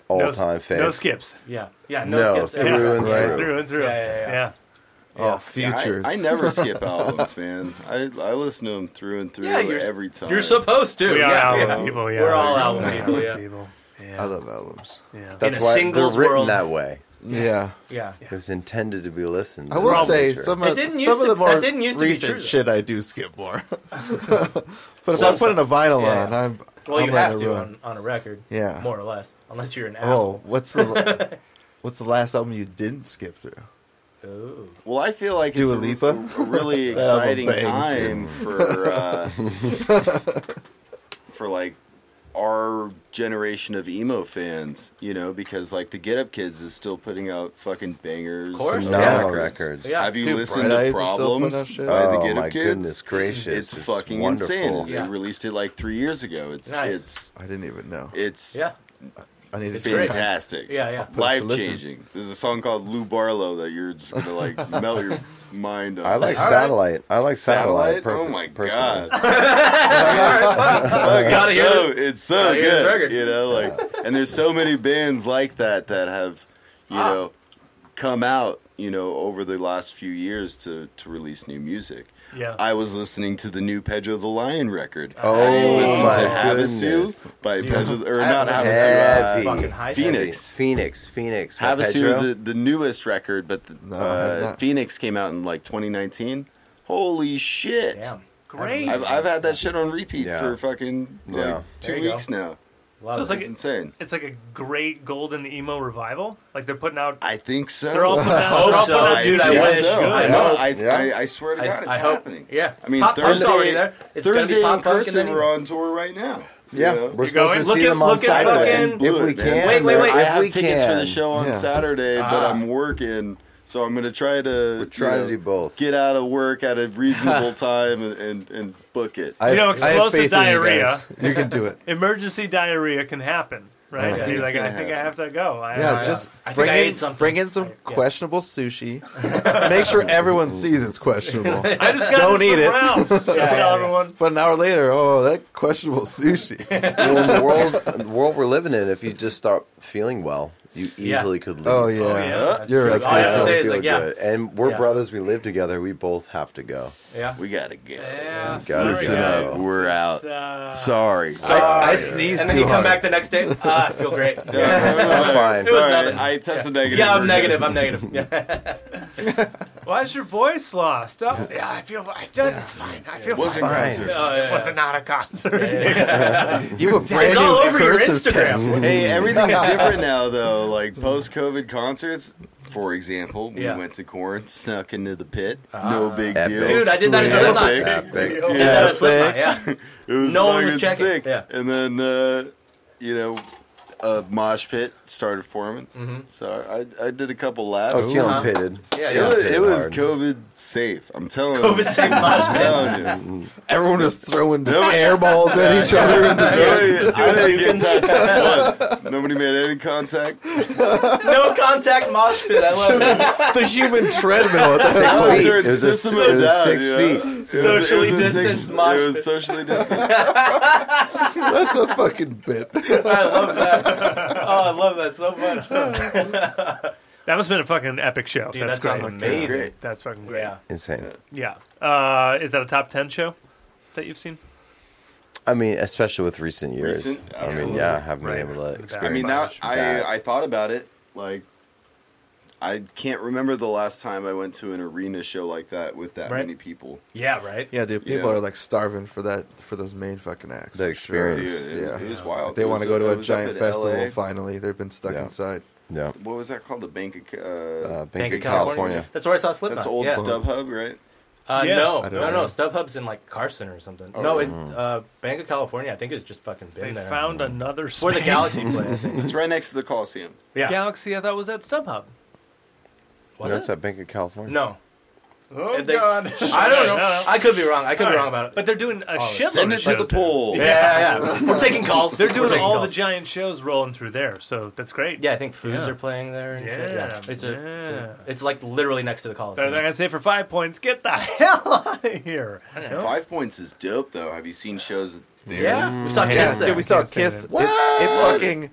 B: All
D: No-
B: time favorite.
D: No skips.
A: yeah. Yeah. No,
B: No,
A: skips.
B: through and
C: Yeah.
B: through.
D: Through and through.
A: Yeah, yeah, yeah.
C: Oh,
E: Yeah, I-
C: futures.
E: I, never skip albums, man. I I listen to them through and through
A: Yeah, you're-
E: every time.
A: You're supposed to.
D: We are
A: yeah,
D: album
A: yeah.
D: people. Yeah,
A: We're all album
D: Yeah.
A: people. Yeah.
D: people.
C: I
D: Yeah.
C: love albums.
D: yeah.
B: That's
A: In a
B: why they're
A: singles
B: written
A: world.
B: that way.
C: Yeah.
A: Yeah.
B: It was intended to be listened.
C: I
B: to.
C: will
B: Probably
C: say
B: true.
C: some
A: It
C: of,
A: didn't
C: some
A: used
C: of
A: to-
C: the
A: that
C: more
A: didn't used to be
C: recent
A: true, though.
C: shit I do skip more. but if I'm putting a vinyl
A: Yeah.
C: on, I'm
A: Well,
C: I'm
A: you
C: on
A: have
C: a
A: to
C: run.
A: on, on a record.
C: Yeah.
A: More or less, unless you're an
C: Oh,
A: asshole.
C: what's the what's the last album you didn't skip through?
A: Ooh.
E: Well, I feel like
C: Dua
E: it's a,
C: Lipa?
E: a really
C: That album
E: exciting
C: bangs,
E: time for uh, for like our generation of emo fans, you know, because like the Get Up Kids is still putting out fucking bangers. Of
A: course.
B: Phenomenal records.
A: Yeah.
E: Have you
C: Dude,
E: listened
C: Bright Eyes
E: to
C: is still putting out
E: Problems
C: shit.
E: by the
B: Oh,
E: Get Up
B: my
E: Kids?
B: goodness gracious,
E: It's,
B: it's
E: fucking
B: wonderful.
E: insane.
A: Yeah.
E: They released it like three years ago. It's
A: Nice.
E: it's
C: I didn't even know.
E: it's
A: Yeah.
C: I needed
A: It's great.
C: to
E: fantastic.
A: Yeah. Yeah.
C: it to
E: Life changing. There's a song called Lou Barlow that you're just gonna like melt your mind on.
B: I like
A: right.
B: satellite. I like
E: Satellite.
B: satellite.
E: oh
B: perfect-
E: my
B: personally.
E: god!
A: Gotta
E: it's
A: hear
E: so, it's so
A: Gotta hear this
E: good.
A: record.
E: You know, like, and there's so many bands like that that have, you
A: Ah.
E: know, come out, you know, over the last few years to to release new music.
D: Yeah.
E: I was listening to the new Pedro the Lion record.
B: Oh
E: Listen
B: my
E: to
B: goodness.
E: Havasu by Pedro, or
A: I
E: not
A: haven't
E: Havasu.
B: Heavy.
E: uh,
A: Fucking high
E: Phoenix.
B: Phoenix. Phoenix. by
E: Havasu is
B: Pedro.
E: the, the newest record, but the,
C: No, I have
E: uh,
C: not.
E: Phoenix came out in like 2019. Holy shit!
A: Damn.
D: Great.
E: I've, I've had that shit on repeat
B: Yeah.
E: for fucking like
B: Yeah.
E: two
A: There you go.
E: weeks now.
A: Love
D: So it's
A: it.
D: like-
E: It's insane.
D: It's like a great golden emo revival. Like they're putting out.
E: I think so.
D: They're all putting out. they're all
A: Hope so.
D: putting out
A: Dude, I
D: shit.
E: think
A: wish.
E: so.
D: Good.
E: I,
A: I
E: know.
A: hope.
E: I,
B: Yeah.
E: I, I swear to
A: I-
E: God, it's
A: I hope-
E: happening.
A: yeah.
E: I mean,
A: Pop punk's
E: Thursday,
A: already there. It's gonna be
E: Thursday
A: pop
E: and
A: punk and
E: Cursive
A: then-
E: are on tour right now. you
B: Yeah,
E: know?
B: we're
D: You going?
B: supposed to
D: Look
B: see
D: at-
B: them on
D: look at
B: Saturday
D: fucking-
B: if we
E: Good, man.
B: can.
E: Wait,
A: wait, wait.
B: I
E: I have
B: we
E: tickets
B: can.
E: for the show on
C: Yeah.
E: Saturday, but
A: Ah.
E: I'm working, So I'm gonna try to
B: We're trying
E: you know,
B: to do both.
E: Get out of work at a reasonable time and, and, and book it.
C: I
D: You know,
C: have- I have
D: explosive
C: faith in you
D: diarrhea.
C: guys. You, can do it.
D: Emergency diarrhea can happen, right?
C: Yeah.
D: You're
C: I think
E: it's
D: like, I
E: gonna
D: think I have to go. I,
C: Yeah,
D: I-
C: just
A: I think
C: bring
A: I
C: in
A: ate something.
C: bring in some
A: yeah.
C: questionable sushi. Make sure everyone sees it's questionable.
D: I just got
C: Don't
D: this
C: eat
D: from
C: it.
D: Ralph's. Just
A: yeah,
D: tell
A: yeah.
D: everyone.
C: But an hour later, oh, that questionable sushi.
B: Well, in the world, the world we're living in, if you just start feeling well, you
A: Yeah.
B: easily could leave.
C: Oh yeah,
A: that's
C: you're
A: true.
B: So
A: All I
B: you
A: have to
B: don't
A: say is,
B: feel
A: like, yeah.
B: good. And we're
A: Yeah.
B: brothers. We live together. We both have to go.
A: Yeah.
E: we gotta go.
A: Yeah.
B: Gotta
E: Listen
B: go.
E: up, we're out.
D: Uh,
E: Sorry.
C: I, I sneezed
A: And then
C: too
A: you come
C: hard.
A: back the next day. Ah, I feel great.
B: I'm fine.
A: It was
E: Sorry,
A: nothing.
E: I tested negative.
A: Yeah, I'm
E: We're
A: negative. I'm negative. Yeah.
D: Why is your voice lost? Oh, yeah, I feel. I don't, It's fine. I feel
E: good. Wasn't
B: Fine.
E: concert.
A: Oh, yeah,
D: Was it not a concert?
C: You have a brand
A: It's
C: new
A: all over your
C: cursive
A: Instagram.
C: tattoo.
E: Hey, everything's different now, though. Like post COVID concerts, for example, we
A: Yeah. Ah.
E: went to Corn, snuck into the pit. no big
B: Epic.
E: deal.
A: Dude, I did that in
E: Sweet.
A: Slipknot.
E: Epic.
B: Epic.
A: Did that at
E: Yeah,
A: Slipknot, yeah.
E: it was
A: No one was
E: fucking
A: checking,
E: sick.
A: yeah.
E: And then, uh, you know, a mosh pit started forming.
A: Mm-hmm.
E: So I, I did a couple laps.
B: Oh, Keelan
A: Uh-huh.
B: pitted.
A: Yeah,
E: it
A: yeah.
E: was, it was
B: Hard.
E: COVID safe. I'm telling
A: COVID
E: you.
A: safe mosh
E: I'm
A: pit.
E: telling you.
C: Everyone was throwing just
E: Nobody-
C: air balls at each other. In the
E: Nobody, I didn't get touched once. Nobody made any contact.
A: No contact mosh pit. I love it.
C: the human treadmill at the
E: That
C: six
E: was
C: feet.
E: during
B: It was a-
E: System
B: it
E: of
B: was
E: Down,
B: six
E: you know?
B: feet.
E: It was-
A: Socially
E: it was a six-
A: distanced mosh
E: It was
A: pit.
E: socially distanced.
C: That's a fucking bit.
A: I love that. Oh, I love that so much.
D: That must have been a fucking epic show.
A: Dude,
D: That's
A: that sounds
D: great.
A: amazing.
E: great.
D: That's fucking great.
A: Yeah.
B: Insane.
D: Yeah. Uh, is that a top 10 show that you've seen?
B: I mean, especially with recent years.
E: Recent?
B: I mean,
E: Absolutely.
B: yeah, I haven't
D: Right.
B: been able to
D: Back.
B: experience.
E: I mean,
D: Very
E: now
D: much
E: I,
B: that.
E: I thought about it. Like, I can't remember the last time I went to an arena show like that with that
A: Right.
E: many people.
A: Yeah, right?
C: Yeah, dude, people
E: Yeah.
C: are like starving for that for those main fucking acts.
B: That
C: for sure.
E: Dude,
B: experience.
E: it, it was wild.
C: They
E: It
C: want
E: was-
C: to go
E: it
C: to a
E: was up
C: giant
E: in
C: festival.
E: LA.
C: Finally, they've been stuck
B: Yeah.
C: inside.
B: Yeah.
E: What was that called? The Bank of. Uh,
B: Uh, Bank,
A: Bank
B: of
A: of California.
B: California.
A: That's where I saw Slipknot.
E: that's old
A: yeah.
E: StubHub, right?
A: Uh,
D: Yeah.
A: No,
C: I
A: no,
C: don't
A: no.
C: know.
A: StubHub's in like Carson or something. no, it, uh, Bank of California, I think, has just fucking
D: They
A: been there.
D: found another space.
A: where the Galaxy play, I think.
E: It's right next to the Coliseum.
A: Yeah.
D: Galaxy, I thought was at StubHub.
A: Was
B: no, it's
A: it?
B: at Bank of California.
A: No.
D: Oh,
A: They-
D: God.
A: I don't know.
D: No, no.
A: I could be wrong. I could be
D: All
A: wrong
D: right.
A: about it.
D: But they're doing a shitload
E: Send
D: of
E: it to the
D: shows there.
E: pool.
A: yeah, yeah, yeah. We're taking calls.
D: They're
A: We're
D: doing
A: taking
D: all
A: calls.
D: the giant shows rolling through there, so that's great.
A: Yeah, I think Foos
D: Yeah.
A: are playing there. And shit.
D: Yeah,
A: It's, a, it's a-
D: yeah.
A: it's like literally next to the Coliseum.
D: They're not gonna say for five points, get the hell out of here.
E: Five Points is dope, though. Have you seen shows there?
A: yeah, we saw
C: Yeah,
A: Kiss there.
C: dude, we saw
D: Can't say
C: Kiss.
D: that.
C: It, it fucking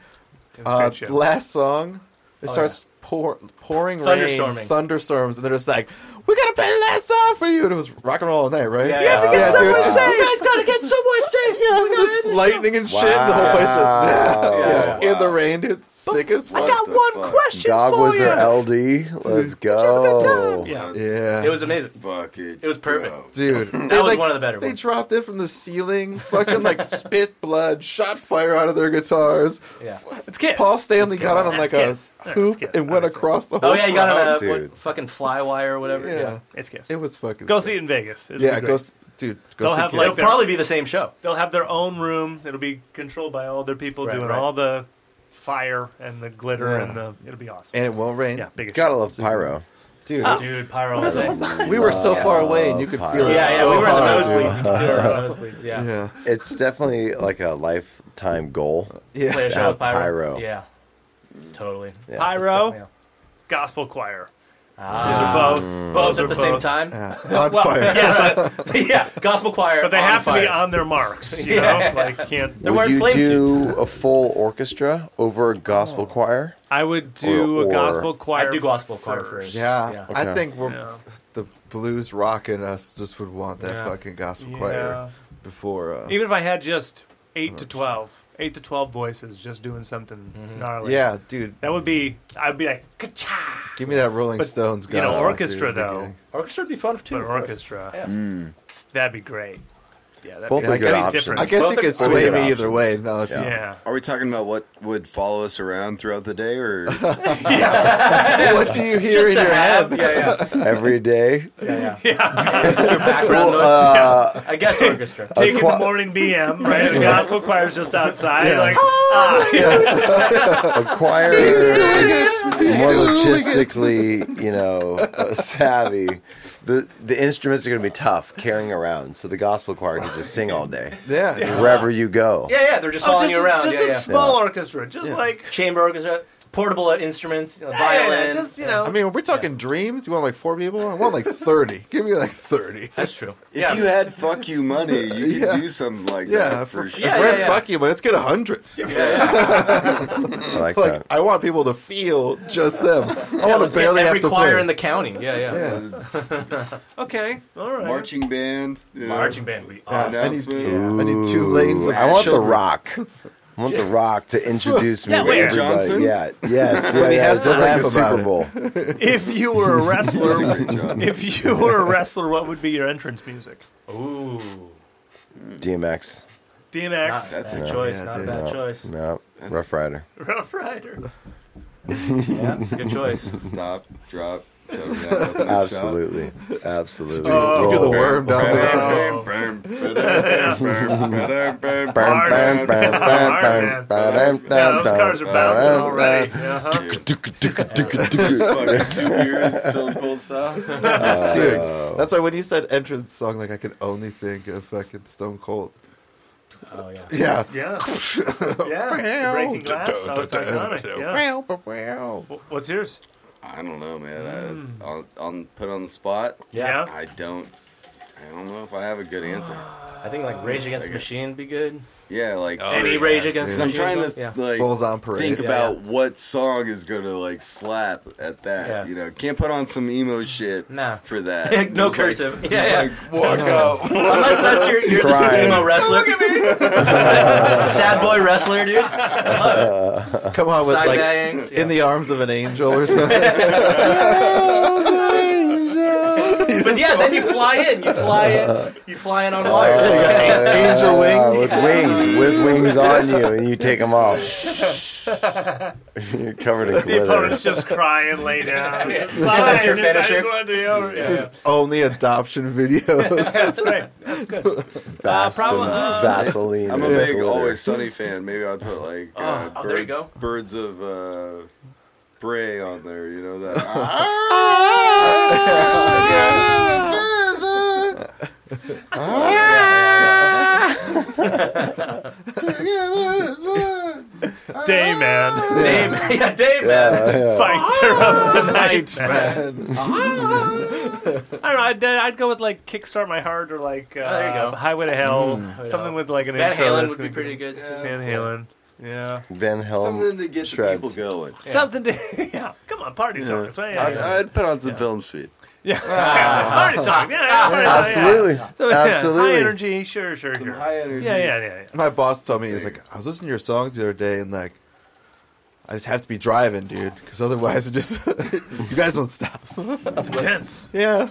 C: uh,
D: great show.
C: last song. It starts pour, pouring rain,
A: Oh, Thunderstorming.
C: thunderstorms, and they're just like, "We gotta play the last song for you." And it was rock and roll all night, right?
A: Yeah, You have to yeah.
C: yeah,
A: get
C: dude,
A: somewhere
C: uh,
A: You guys gotta get somewhere safe.
C: Yeah, just lightning and shit. The whole place just yeah, yeah,
E: Wow.
C: in the rain, dude. Sick as fuck.
E: got one question.
B: Dog was their LD. Let's go.
D: Yeah.
C: Yeah,
A: It was amazing.
E: Fuck it.
A: It was perfect.
E: go.
C: dude.
A: That was one of the better
C: They
A: ones.
C: dropped it from the ceiling, fucking like spit blood, shot fire out of their guitars.
A: Yeah.
D: It's Kiss.
C: Paul Stanley got on like
D: That's
C: a
D: Kiss. That's
C: hoop
D: Kiss,
C: and went
D: obviously.
C: across the whole.
A: Oh yeah, you got
C: crowd.
A: on a
B: dude.
A: what, fucking flywire or whatever.
C: Yeah.
D: It's Kiss.
C: it was fucking.
D: Go
C: sick.
D: see it in Vegas. It'll
C: Yeah,
D: be great.
C: go, s- dude. Go
D: They'll
C: see
D: have,
C: Kiss.
A: It'll
D: like,
A: probably be the same show.
D: They'll have their own room. It'll be controlled by all their people
A: Right,
D: doing
A: right.
D: all the fire and the glitter
C: Yeah.
D: and the. It'll be awesome.
C: and it won't rain.
D: yeah, biggest.
B: Gotta love pyro.
C: dude.
A: Dude, Pyro was it? Yeah,
D: Oh,
C: We were so far away, and you could feel it.
A: Ah. yeah,
C: so
A: we were in the
C: hard, dude.
A: nosebleeds. You could feel our nosebleeds, yeah.
C: Yeah,
B: It's definitely like a lifetime goal.
C: yeah.
A: Play a
B: Yeah,
A: show with Pyro.
B: Pyro.
A: Yeah.
D: Mm.
A: Totally.
B: Yeah.
D: Pyro,
A: Definitely.
D: gospel choir.
A: Ah,
D: Those are
A: both
D: both. Those
A: at
D: are
A: the same
D: both.
A: time.
C: Yeah, on fire.
A: yeah, yeah, gospel choir.
D: But they
A: on
D: have to be
A: fire.
D: on their marks. You
A: Yeah.
D: know, like can't.
A: They're
B: Would
A: wearing
B: you
A: flame
B: do
A: suits.
B: a full orchestra over a gospel choir?
D: I would
B: do Or- a or- gospel
D: choir.
A: I do gospel choir first.
C: Yeah,
A: Yeah.
C: I think we're
D: Yeah.
C: the blues rocking us. Just would want that
D: Yeah.
C: fucking gospel
D: Yeah.
C: choir before. Uh,
D: Even if I had just eight to twelve, eight to twelve voices, just doing something gnarly.
C: yeah, dude,
D: That would be. I'd be like, ka
C: give me that Rolling
D: But,
C: Stones.
D: you know,
C: gospel,
D: orchestra,
C: dude,
D: though.
C: beginning.
A: Orchestra would be fun too.
D: But
A: of course.
D: orchestra.
A: Yeah.
D: That'd be great. yeah, that'd
B: Both
D: be
B: are good
D: that'd be
B: options.
D: different.
C: I guess
D: Both
C: it
D: are-
C: could
B: both are
C: sway
B: good
C: me either
B: options.
C: way. Now, if you-
D: Yeah.
J: Are we talking about what would follow us around throughout the day, or
C: What do you hear in
A: to
C: your head?
A: have, yeah, yeah,
B: every day.
A: yeah, yeah.
B: Well, uh,
A: I guess orchestra.
D: Take
B: qua-
D: in the morning BM, right? The gospel choir's just outside. Like,
B: acquire more logistically, you know, uh, savvy. The the instruments are going to be tough carrying around, so the gospel choir can just sing all day
C: Yeah.
B: wherever you go.
A: Yeah, yeah, they're just following
D: Oh, just,
A: you around.
D: just
A: yeah,
D: a
A: yeah.
D: small orchestra, just like
A: Chamber orchestra, portable instruments, you know,
D: yeah,
A: violin.
D: just you know.
C: I mean, we're talking dreams. You want like four people? I want like 30. Give me like 30.
A: that's true.
J: if
A: yeah,
J: you had fuck you money, you could
C: Yeah.
J: do something like
C: Yeah,
J: that
C: for,
J: for
C: for
J: sure.
C: Brent,
A: yeah, yeah.
C: fuck you, but let's get 100.
B: I like
C: Like,
B: that.
C: I want people to feel just them.
A: Yeah,
C: I want
A: let's
C: to
A: get
C: barely have
A: every
C: to
A: choir
C: play.
A: in the county. Yeah, yeah.
D: okay, all right.
J: Marching band, you know,
A: Marching band uh, would be
J: yeah,
A: awesome.
J: announcement.
B: Ooh,
C: I need two lanes of
B: I want
C: children.
B: the Rock. I want the Rock to introduce me.
D: Yeah,
B: to
D: wait.
B: everybody.
J: Johnson?
B: Yeah. Yes. Yeah.
C: he
B: yeah,
C: has
B: it's
C: to
B: just like
C: laugh
B: the
C: about
B: Super
C: it.
B: Bowl.
D: If you were a wrestler,
J: Great job.
D: if you were a wrestler, what would be your entrance music?
A: Ooh,
B: DMX.
A: not,
D: DMX,
A: that's
J: That's
A: a
J: a-
A: bad choice.
C: yeah,
A: not a
C: dude.
A: bad
B: No,
A: choice.
B: No. Rough Rider.
D: Rough Rider.
A: Yeah, it's a good choice.
J: Stop, drop, shut it down, open up shop.
B: Absolutely. Absolutely.
C: You do the
B: Roll.
C: worm down there.
D: Oh.
J: Bam, bam, bam, bam, bam, bam.
B: Bam, bam, bam,
D: Iron
B: bam,
D: Man.
B: bam, bam,
D: Yeah,
B: bam,
D: those cars are
B: bam,
D: bouncing
B: bam,
D: already. Uh-huh.
J: Fucking two beers, Stone Cold style.
C: Sick. That's why when you said entrance song, like I could only think of fucking Stone Cold.
A: Oh yeah.
C: Yeah.
D: Yeah. yeah. The Breaking glass. Oh, it's iconic. Yeah. Wh- What's yours?
J: I don't know, man.
A: Hmm.
J: I, I'll, I'll put on the spot.
A: yeah,
D: Yeah.
J: I don't. I don't know if I have a good answer.
A: I think like Rage Against the
J: Second.
A: Machine would be good.
J: Yeah, like
E: Oh,
A: Any Rage Against
J: 'cause
A: the
J: I'm
A: Machine.
J: trying
A: song?
J: to
A: yeah.
J: like
C: Bulls on parade.
J: think
A: Yeah,
J: about
A: yeah.
J: what song is gonna like slap at that.
A: Yeah.
J: You know, can't put on some emo shit
A: Nah.
J: for that.
A: no
J: Just, like,
A: cursive.
J: just,
A: yeah, yeah.
J: like walk out.
A: Unless that's your, your
B: Crying.
A: emo wrestler. Sad boy wrestler, dude.
C: Come on with
A: Side
C: like
A: bangs.
C: in the arms of an angel or something.
A: But yeah, then you fly in. You fly in. You fly in on wires.
C: angel
B: Uh,
C: wings.
B: with wings, with wings on you, and you take them off. You're covered in
D: The
B: glitter.
D: opponent's just crying, lay down. It's fine.
A: that's your
D: It's- I
A: finisher.
D: just wanted to be over. Yeah.
C: Just only adoption videos.
D: that's right.
B: Vaseline.
D: problem- uh,
B: Vaseline.
J: I'm a
B: with
J: big
B: glitter.
J: Always Sunny fan. Maybe I'd put like uh,
A: Oh, there you go.
J: Birds of uh, Prey on there. You know that. Ah,
D: Day man.
A: Dave, yeah, Dave, man.
D: Fighter of the night.
C: Man.
D: I don't know. I'd, I'd go with like "Kickstart My Heart" or like uh,
A: there you go.
D: "Highway to Hell,"
A: to
D: something
A: Hell.
D: with like an
A: Van
D: intro.
A: Halen
D: that's
A: would be
D: gonna
A: pretty good. too.
D: Van Halen. Yeah.
B: Van Helm.
J: something to get
B: Shreds.
J: the people going.
D: Something to yeah. Come on, party song. That's right. Yeah,
J: I'd,
D: yeah.
J: I'd put on some film shit.
D: party song. Yeah, yeah, party song,
B: Absolutely.
D: Yeah. So, yeah, High
B: Absolutely.
D: energy. Sure, sure,
J: Some
D: sure.
J: high energy.
D: Yeah, yeah, yeah, yeah.
C: My boss told me he's like, I was listening to your songs the other day, and like, I just have to be driving, dude, because otherwise, it just you guys don't stop.
D: It's intense.
C: yeah,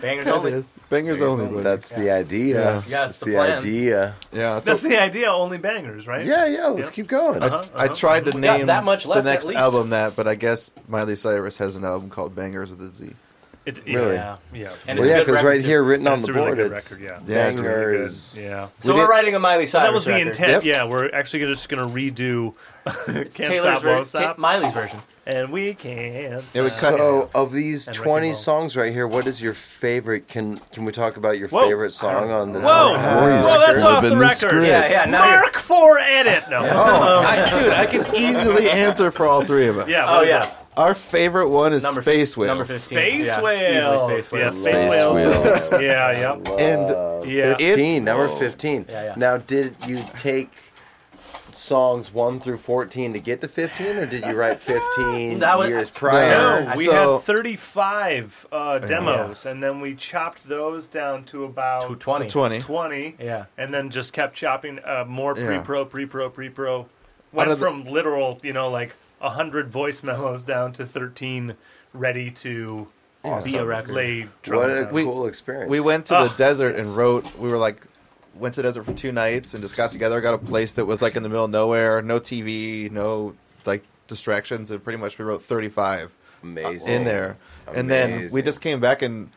A: Bangers
C: it
A: only.
C: is. Bangers only. buddy.
B: That's the idea.
A: Yeah, it's
B: That's
A: the
B: the
A: plan.
B: idea.
C: yeah, that's
D: That's
C: what-
D: the idea. Only bangers, right?
B: Yeah, yeah. Let's
D: Yeah.
B: keep going.
C: I, I tried to
A: Uh-huh. got
C: name
A: that much left,
C: the
A: at
C: next
A: least.
C: album that, but I guess Miley Cyrus has an album called Bangers with a Z.
D: It,
B: Really?
D: Yeah. yeah.
A: And
B: Well,
A: it's a
B: yeah,
A: good
B: because
A: record,
B: right
A: too.
B: here, written on
D: It's
B: the
D: a really
B: board,
D: good
B: it's
D: record. Yeah.
C: Yeah, it's really
D: Good,
B: bangers.
D: Yeah.
A: So
C: We
A: we're
C: did-
A: writing a Miley Cyrus
D: That was the
A: record.
D: intent.
C: Yep.
D: Yeah, we're actually gonna- just going to redo Can't
A: Taylor's
D: Stop, Won't
A: version,
D: Stop,
A: Miley's version.
D: and We Can't
C: It would cut.
B: So, of these
D: And rock and
B: 20
D: roll.
B: songs right here, what is your favorite? Can can we talk about your
D: Whoa.
B: favorite song on this?
D: Whoa!
B: album?
D: Whoa, that's off the record.
A: Yeah, yeah. Now you're,
D: Mark for edit. No.
C: I, dude, I can easily answer for all three of us.
D: yeah.
A: oh
D: what is
A: yeah,
D: that?
C: Our favorite one is
A: Number-
C: Space Whales.
A: number fifteen.
D: Space
A: yeah.
D: whales.
A: Easily space
D: Yeah,
A: whales.
D: space
B: Space
D: whales. yeah,
C: And
D: yeah, yeah.
B: 15, number 15.
A: Yeah, yeah.
B: Now, did you take songs 1 through 14 to get to 15, or did you write 15
A: That was-
B: years prior?
D: no, Oh, we
C: So-
D: had 35 uh, demos, and then we chopped those down to about
A: To twenty.
C: twenty.
D: 20,
A: Yeah.
D: and then just kept chopping uh, more
C: Yeah.
D: pre-pro, pre-pro, pre-pro.
C: Out
D: Went
C: of the-
D: from literal, you know, like 100 voice memos down to 13 ready to
A: Be a record.
D: lay drums
B: What a
D: down.
C: We-
B: cool experience.
C: We went to
D: Oh,
C: the desert and wrote. We were like, went to the desert for two nights and just got together, got a place that was like in the middle of nowhere, no TV, no like distractions, and pretty much we wrote 35
B: Amazing.
C: in there. And then we
B: Amazing.
C: just came back and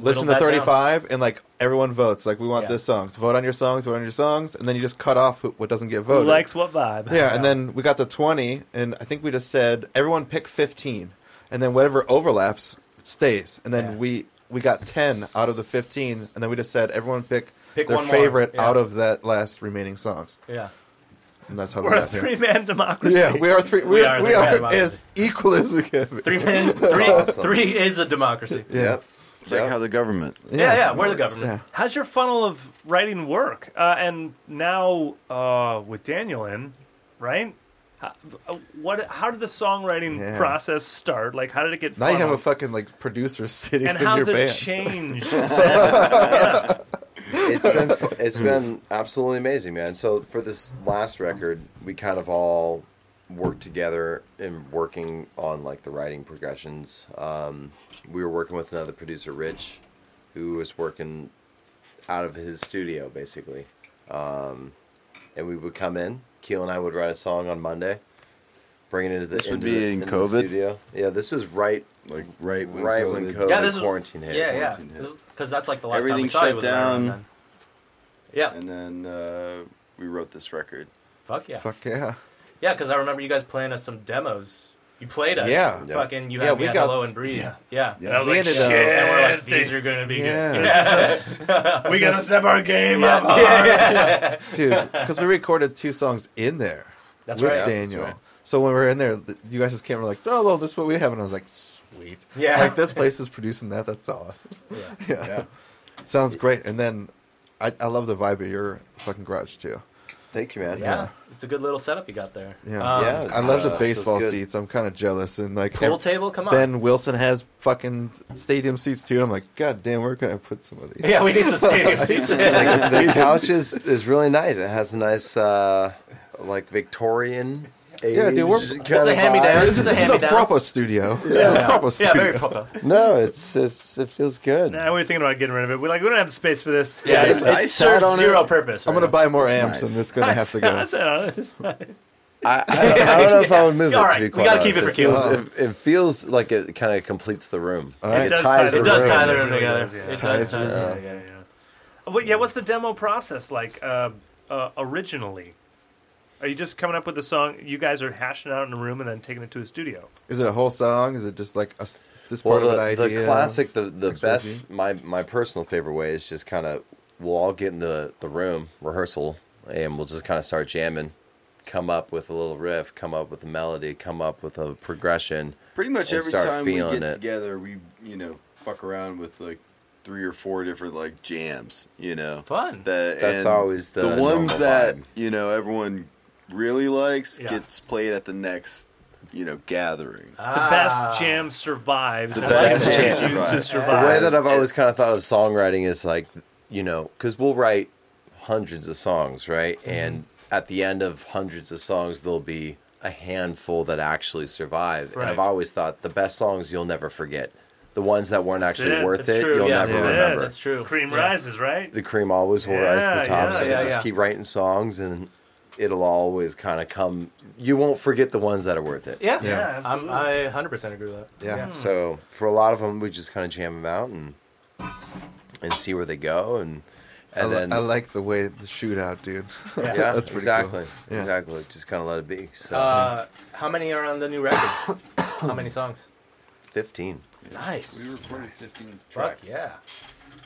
C: listened
A: that
C: to
A: down.
C: 35 and like everyone votes like we want
A: Yeah.
C: this song. Vote on your songs, vote on your songs, and then you just cut off wh- what doesn't get
D: Who
C: voted.
D: likes what vibe?
C: Yeah, and then we got to 20, and I think we just said everyone pick 15, and then whatever overlaps stays. And then
A: Yeah.
C: we we got 10 out of the 15, and then we just said everyone pick,
A: Pick
C: their
A: one more,
C: favorite
A: yeah.
C: out of that last remaining songs.
A: Yeah.
C: And that's how we
D: We're a
C: got
D: three
C: here.
D: man democracy.
C: Yeah, we are three. We,
A: are
C: are, we
A: three
C: are
A: men,
C: as equal as we can be.
A: Three men, three,
B: awesome.
A: three is a democracy. Yeah,
B: Yep.
J: It's like how the government.
A: yeah, we're the government.
C: Yeah.
D: How's your funnel of writing work? Uh, and now uh, with Daniel in, right? How, uh, what? How did the songwriting
C: Yeah.
D: process start? Like, how did it get?
C: Now you have
D: funneled?
C: a fucking like producer sitting
D: and
C: in
D: how's
C: your
D: it
C: band.
D: changed?
B: it's been fu- it's been absolutely amazing, man. So for this last record, we kind of all worked together and working on like the writing progressions. Um, we were working with another producer, Rich, who was working out of his studio basically, um, and we would come in. Keel and I would write a song on Monday, bring it into the
J: This would
B: into
J: be
B: the-
J: in
B: into the
J: COVID?
B: studio. Yeah, this was right
J: Like right when
B: right
J: COVID.
B: when COVID
A: this is
B: quarantine hit.
A: Yeah, yeah.
J: Quarantine hit.
A: Because that's like the last time we
J: Everything
A: saw you
J: shut
A: was around
J: down.
A: then. Yeah.
J: And then uh, we wrote this record.
A: Fuck yeah.
C: Fuck yeah.
A: Yeah, because I remember you guys playing us some demos. You played us.
C: Yeah.
B: Yeah.
A: Fucking, you
C: Yeah,
A: had
C: we
A: me at
C: got-
A: hello and breathe. Yeah.
D: And I was
C: We
D: like,
C: ended up-
D: shit,
A: And we're like, these are gonna be good.
C: uh, Yeah.
A: Yeah.
D: we gotta step our game up.
A: Yeah.
C: Dude, because we recorded two songs in there
A: That's
C: with
A: right. Yeah,
C: Daniel.
B: that's right.
C: So when we were in there, th- you guys just came and were like, oh, well, this is what we have. And I was like, sweet.
A: Yeah.
C: Like, this place is producing that. That's awesome. Yeah. Sounds great. And then I, I love the vibe of your fucking garage, too.
B: Thank you, man.
A: Yeah. It's a good little setup you got there.
C: Yeah.
A: Um,
B: Yeah.
C: I love
B: Uh,
C: the baseball
B: feels good.
C: seats. I'm kind of jealous. And like,
A: Pool
C: ev-
A: table, come on.
C: Ben Wilson has fucking stadium seats, too. And I'm like, God damn, where can I put some of these?
A: yeah, we need some stadium seats. yeah.
B: the couch is, is really nice. It has a nice uh, like Victorian.
C: Yeah, dude, we're-
B: age
C: It's
B: kind
A: a
B: of
A: hand-me-down.
B: vibe.
C: This
A: This is a
C: is, this is a
A: hand-me-down.
C: proper studio. This is a proper studio.
A: very proper.
B: No, it's, it's it feels good.
D: Now we were thinking about getting rid of it. We're like, we don't have the space for this.
C: Yeah, it's-
B: I
A: It
B: sat
A: serves
B: on it.
A: zero purpose.
C: I'm
A: right
C: going to
A: now.
C: buy more amps,
J: nice.
C: and it's going to have to
D: I
C: go.
D: said, "Oh, it's fine."
B: I, I, don't, I don't know if I would move
A: Yeah,
B: it.
A: all
B: to
A: right.
B: be
A: We
B: quite
A: gotta keep
B: honest.
A: it for
B: feels,
A: Keels.
B: it, it feels like it kind of completes the room.
C: All right.
B: Like,
D: It
B: it,
D: does tie
B: ties the
D: the
A: It does
B: room.
A: tie the room
D: It
A: together.
D: does, yeah.
A: It
C: Ties
A: does tie the
B: the
A: room
B: room.
A: together. yeah.
D: Well, yeah, what's the demo process like uh, uh, originally? Are you just coming up with a song? You guys are hashing it out in a room and then taking it to a studio.
C: Is it a whole song? Is it just like a, s- this
B: Well,
C: part of
B: the,
C: an idea?
B: the classic, the, the
C: XYZ?
B: best, my, my personal favorite way is just kind of we'll all get in the, the room rehearsal and we'll just kind of start jamming, come up with a little riff, come up with a melody, come up with a progression.
J: Pretty much
B: And
J: every
B: start
J: time we
B: feeling
J: get
B: it.
J: together, we you know fuck around with like three or four different like jams. You know,
A: Fun.
J: That-
B: That's
J: and
B: always the
J: ones
B: normal
J: that
B: vibe.
J: you know everyone really likes
A: Yeah.
J: gets played at the next you know gathering.
D: The
A: Ah.
D: best jam survives.
J: The
D: and
J: best
D: that's
B: jam
D: what's used to
J: survives.
B: The
D: survive.
B: way that I've always kind of thought of songwriting is like, you know, because we'll write hundreds of songs, right?
A: Mm-hmm.
B: And at the end of hundreds of songs, there'll be a handful that actually survive. And
A: Right.
B: I've always thought the best songs you'll never forget. The ones that weren't actually
D: it.
B: worth
A: That's
B: it,
A: true.
B: you'll
A: yeah,
B: never
D: that's it.
B: remember.
A: That's true.
D: cream
A: Yeah.
D: rises, right?
B: The cream always will rise to
D: Yeah,
B: the top.
D: yeah,
B: so
A: yeah,
B: just
A: yeah.
B: keep writing songs and it'll always kind of come. You won't forget the ones that are worth it.
A: Yeah.
C: Yeah.
D: Yeah,
A: I'm, I 100% agree with that.
C: Yeah.
B: So for a lot of them, we just kind of jam them out and and see where they go, and
C: I,
B: and
C: li-
B: then
C: I like the way the shootout, dude.
A: Yeah.
B: yeah,
C: that's pretty cool.
B: exactly,
C: Yeah.
B: exactly. Just kind of let it be. So
A: Uh, how many are on the new record? how many songs?
B: fifteen.
A: Nice.
J: We recorded 15
A: Fuck
J: tracks.
A: yeah.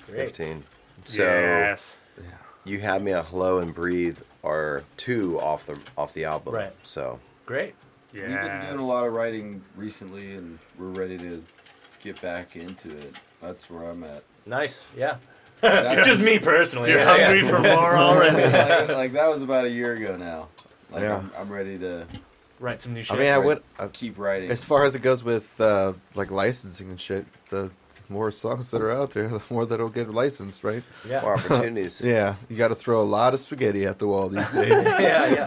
A: Great.
B: Fifteen. So
D: yes.
B: you had me a hello and breathe are two off the off the album.
A: Right.
B: So
A: Great.
D: Yes.
J: We've been doing a lot of writing recently, and we're ready to get back into it. That's where I'm at.
A: Nice. Yeah.
J: That
A: Uh, Just me personally.
D: You're
A: Yeah,
D: hungry for more already.
J: like, like, that was about a year ago now. Like
C: Yeah.
J: I'm, I'm ready to
A: Write some new
C: I
A: shit.
C: mean, I would.
B: uh,
C: I,
J: keep writing.
C: as far as it goes with uh, like licensing and shit, the more songs that are out there, the more that'll get licensed, right?
A: yeah.
B: more opportunities.
C: Yeah, you got to throw a lot of spaghetti at the wall these days.
A: yeah,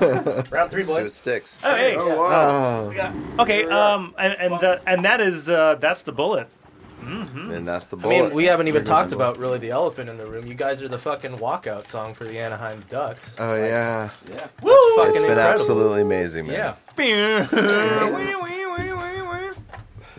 A: yeah. Round three,
B: See what
A: boys.
B: sticks.
D: Oh, hey.
J: oh wow!
C: Uh,
D: Okay, um, and and, the, and that is uh, that's the bullet.
B: And that's the
A: I
B: bullet.
A: mean, we haven't even
B: There goes
A: talked
B: the
A: about really the elephant in the room. You guys are the fucking walkout song for the Anaheim Ducks.
B: Oh yeah.
L: Yeah.
A: Woo! Fucking
B: It's been
A: incredible.
B: absolutely amazing, man.
A: Yeah.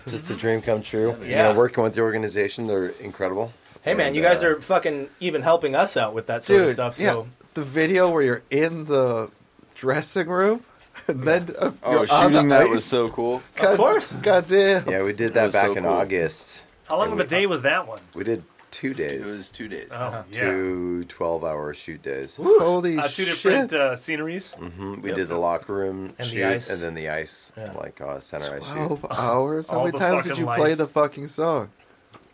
B: Just a dream come true.
A: Yeah.
B: You know, working with the organization, they're incredible.
A: Hey man,
B: And,
A: you guys
B: uh,
A: are fucking even helping us out with that sort
C: Dude,
A: of stuff. So
C: yeah, the video where you're in the dressing room and then uh,
E: Oh,
C: you're on
E: shooting
C: the
E: that
C: ice.
E: was so cool.
C: God,
A: of course.
C: goddamn.
B: Yeah, we did
E: That
B: that
E: was
B: back
E: so
B: in
E: cool.
B: August.
D: How long of a day was that one?
B: We did two
L: It
B: days.
L: was two days.
D: Oh, yeah.
B: two 12 hour shoot days.
C: Holy
D: Uh, two
C: shit.
D: different uh, sceneries.
B: hmm We did the locker room
A: the
B: shoot
A: ice.
B: and then the ice,
A: Yeah.
B: like uh, center ice shoot.
C: 12 hours? How
D: All the
C: many times did
D: fucking
C: you play
D: lights.
C: the fucking song?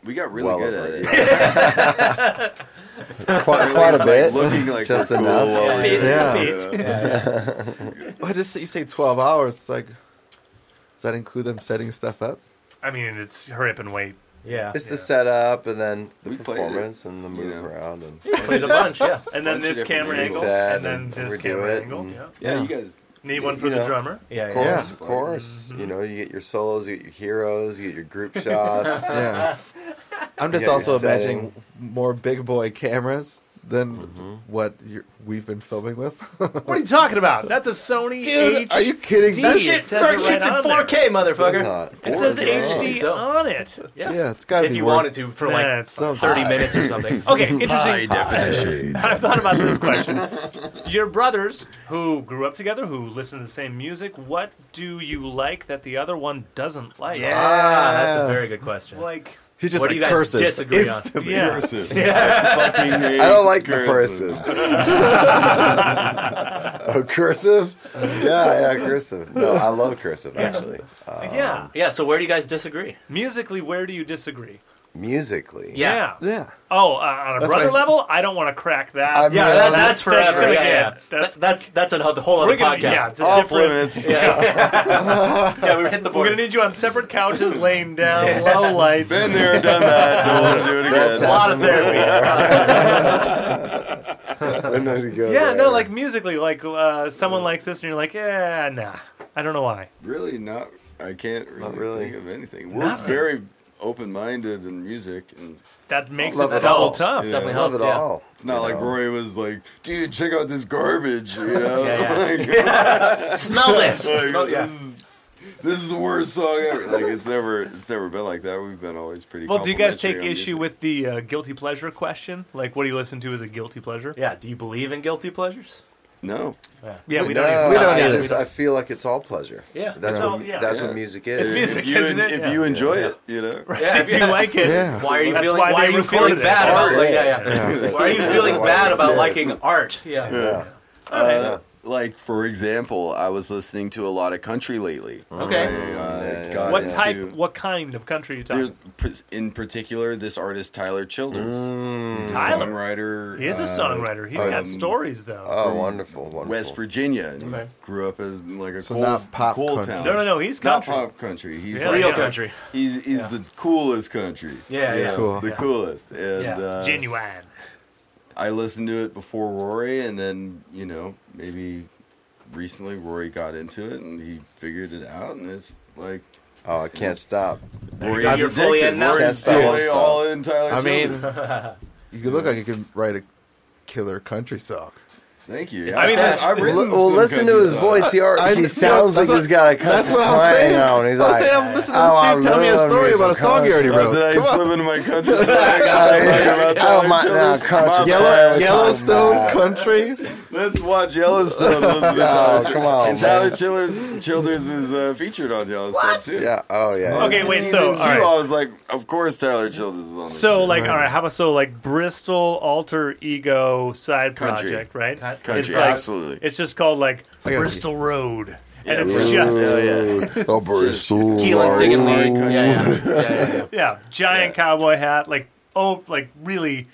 L: We got really
B: Well
L: good
B: over
L: at
B: a
L: it.
B: Quite, quite a
L: Like,
B: bit.
L: looking like
B: Just
L: we're cool
B: enough.
L: while we're
D: Beat,
L: doing
C: Yeah.
L: it.
D: beat.
C: Why just say- you say 12 hours? It's like, does that include them setting stuff up?
D: I mean, it's hurry up and wait.
A: Yeah.
B: It's the setup and then the
E: We played it,
B: performance and the move
E: know.
B: around and
A: Played a bunch, yeah.
D: And then
L: Bunch of
D: this
L: different
D: camera
L: angles.
D: angle,
B: Sad
D: and then
B: and
D: this
B: overdo
D: camera
B: it,
D: angle.
B: and-
D: Yeah.
L: Yeah,
C: Yeah.
L: you guys.
D: Need one
B: You
D: for the
B: know.
D: drummer.
A: Yeah,
B: of
A: yeah.
B: course, of
E: Yeah.
B: course.
A: Mm-hmm.
B: You know, you get your solos, you get your heroes, you get your group shots.
C: Yeah. I'm just
B: Yeah,
C: also
B: you're
C: imagining more big boy cameras than what you're, we've been filming with.
D: What are you talking about? That's a Sony H.
C: are you kidding me?
A: That
D: Dude,
A: shit
D: it says
A: first
D: it right
A: shit's in
D: on
A: 4K,
B: It's
A: motherfucker.
B: not-
D: it says
A: Yeah.
D: HD
A: So-
D: on it.
A: Yeah.
C: Yeah, it's gotta
A: if
C: be
A: you
C: worth
A: wanted to for like
D: Nah, it's fine.
A: 30 minutes or something.
D: Okay, interesting.
L: definition.
D: I thought about this question. Your brothers who grew up together, who listen to the same music, what do you like that the other one doesn't like?
A: Ah, that's a
C: Yeah.
A: very good question.
D: Like,
C: He's just
A: What do
C: like
A: you guys
C: cursive.
A: disagree on?
C: instantly.
D: yeah.
E: Cursive. I fucking hate
B: I don't like the
E: cursive.
B: cursive. oh, cursive? Yeah, yeah, cursive. No, I love cursive, actually. Uh,
D: yeah.
A: Yeah, so where do you guys disagree?
D: Musically, where do you disagree?
B: musically.
A: Yeah.
C: Yeah.
D: Oh, uh, on a
C: That's
D: brother
C: why-
D: level, I don't want to crack that.
C: I'm-
A: Yeah,
C: Yeah,
A: that,
D: that's-
A: that's
D: that's
A: forever.
D: gonna
A: yeah,
D: get-
A: yeah.
D: that's-
A: That's that's that's a whole other
D: We're gonna,
A: podcast.
D: yeah, it's a
E: Off
D: different.
E: limits.
A: yeah. yeah, we hit the
D: We're
A: board.
D: gonna need you on separate couches, laying down low lights.
E: Been there, done that. Don't want to do it
A: a
E: again.
A: lot of therapy.
B: I'm not gonna go
D: Yeah,
B: there.
D: no, like musically, like uh, someone likes this, and you're like, yeah, nah, I don't know why.
E: Really, not. I can't really,
B: really.
E: think of anything. We're very open-minded in music, and
D: That makes
B: Love
D: it
B: it
D: double
B: all.
D: tough.
E: Yeah.
A: Definitely
B: I love
A: helps.
B: it
A: yeah.
B: all.
E: it's not
B: you
E: like
B: know?
E: Roy was like, "Dude, check out this garbage," you know.
A: Yeah,
E: Like,
A: Smell this.
E: like,
D: Oh,
A: Smell- yeah.
E: this, is, this is the worst song ever. Like it's never, it's never been like that. We've been always pretty.
D: Well, do you guys take
E: complimentary on
D: issue
E: music.
D: with the uh, guilty pleasure question? Like, what do you listen to as a guilty pleasure?
A: Yeah, do you believe in guilty pleasures?
E: No,
D: Yeah, we
B: no,
D: don't. Even,
B: I
A: either.
B: just- I feel like it's all pleasure.
A: Yeah.
B: That's,
D: It's
B: what,
D: all- yeah.
B: that's
E: Yeah.
B: what music
D: It's
B: is.
D: music.
E: if you
D: isn't it?
E: if
D: Yeah.
E: you enjoy it, you know.
A: Yeah,
D: if you like it,
C: Yeah.
A: Why are you
D: That's
A: feeling?
D: why
A: Why, are
D: they
A: you feeling
D: recorded it.
A: bad about? Like,
B: Art.
A: yeah, yeah. Why are you feeling bad about liking art? Yeah.
E: Uh, like for example, I was listening to a lot of country lately.
A: Okay.
E: I, uh,
B: Yeah, yeah.
E: got
D: what
E: into-
D: type, what kind of country are you
E: There's,
D: talking?
E: pr- in particular, this artist Tyler Childers.
B: Mm.
E: He's a
D: Tyler?
E: songwriter.
D: He is a
E: uh,
D: songwriter. He's
E: um,
D: got stories though.
B: Oh, wonderful, wonderful.
E: West Virginia. and he
A: Okay.
E: Grew up as like a
C: So
E: coal,
C: not pop
E: coal
C: country.
E: town.
D: No, no, no. He's
E: Not
D: country.
E: pop country. He's
D: Yeah.
E: like,
A: Real
D: Yeah.
A: country.
E: he's he's the coolest country.
A: Yeah,
E: You
A: yeah.
E: know,
C: Cool.
E: the
A: Yeah.
E: coolest. And
A: Yeah.
E: uh,
D: Genuine.
E: I listened to it before Rory, and then you know maybe recently Rory got into it and he figured it out, and it's like
B: Oh, I can't stop.
E: Rory's
A: You're fully
E: addicted.
A: in now.
E: Rory's
B: Can't stop.
E: totally all in Tyler.
C: I mean,
E: Childers.
C: you look like you can write a killer country song.
E: thank you.
D: I mean, that's-
E: I've written
B: Well, well,
E: some uh,
B: listen to
E: country
B: his
E: songs.
B: voice. He,
C: I-
B: already,
C: you
B: he
C: know,
B: sounds like
C: that's what-
B: he's got a country
C: That's what I'm saying.
B: on. He's
C: I was
B: like,
C: saying I'm listening to this
B: "Oh, I
C: dude tell me a
B: love
C: story
B: me
C: about a
B: some
C: song he already
B: country."
E: Oh,
C: wrote.
E: did I
C: Come on.
E: slip into my country? tag? I was talking about
B: Oh,
E: Tyler
B: my, no,
E: Childers.
B: country.
E: My
B: Tyler,
E: bad.
B: we're
C: Yellowstone
B: talking about-
C: country.
E: Let's watch Yellowstone. Listen to
B: Oh,
E: Tyler.
B: come
E: Childers.
B: on,
E: And Tyler
B: man.
E: Childers, Childers is uh, featured on Yellowstone too.
B: Yeah. Oh, yeah.
D: Okay, wait,
E: Season
D: so,
E: two,
D: all right.
E: I was like, of course Tyler Childers is on. this
D: So
E: shit.
D: like, all right, how about so like Bristol alter ego side
E: Country.
D: project, right?
E: country,
D: like-
E: absolutely.
D: It's just called like
C: I gotta-
D: Bristol Road,
E: Yeah,
D: and it's
E: Bristol-
D: just
E: Hell yeah.
B: Oh, Bristol.
A: Keelan singing lead. Yeah, yeah, yeah, yeah, yeah.
D: yeah, giant
E: Yeah.
D: cowboy hat, like oh, like really,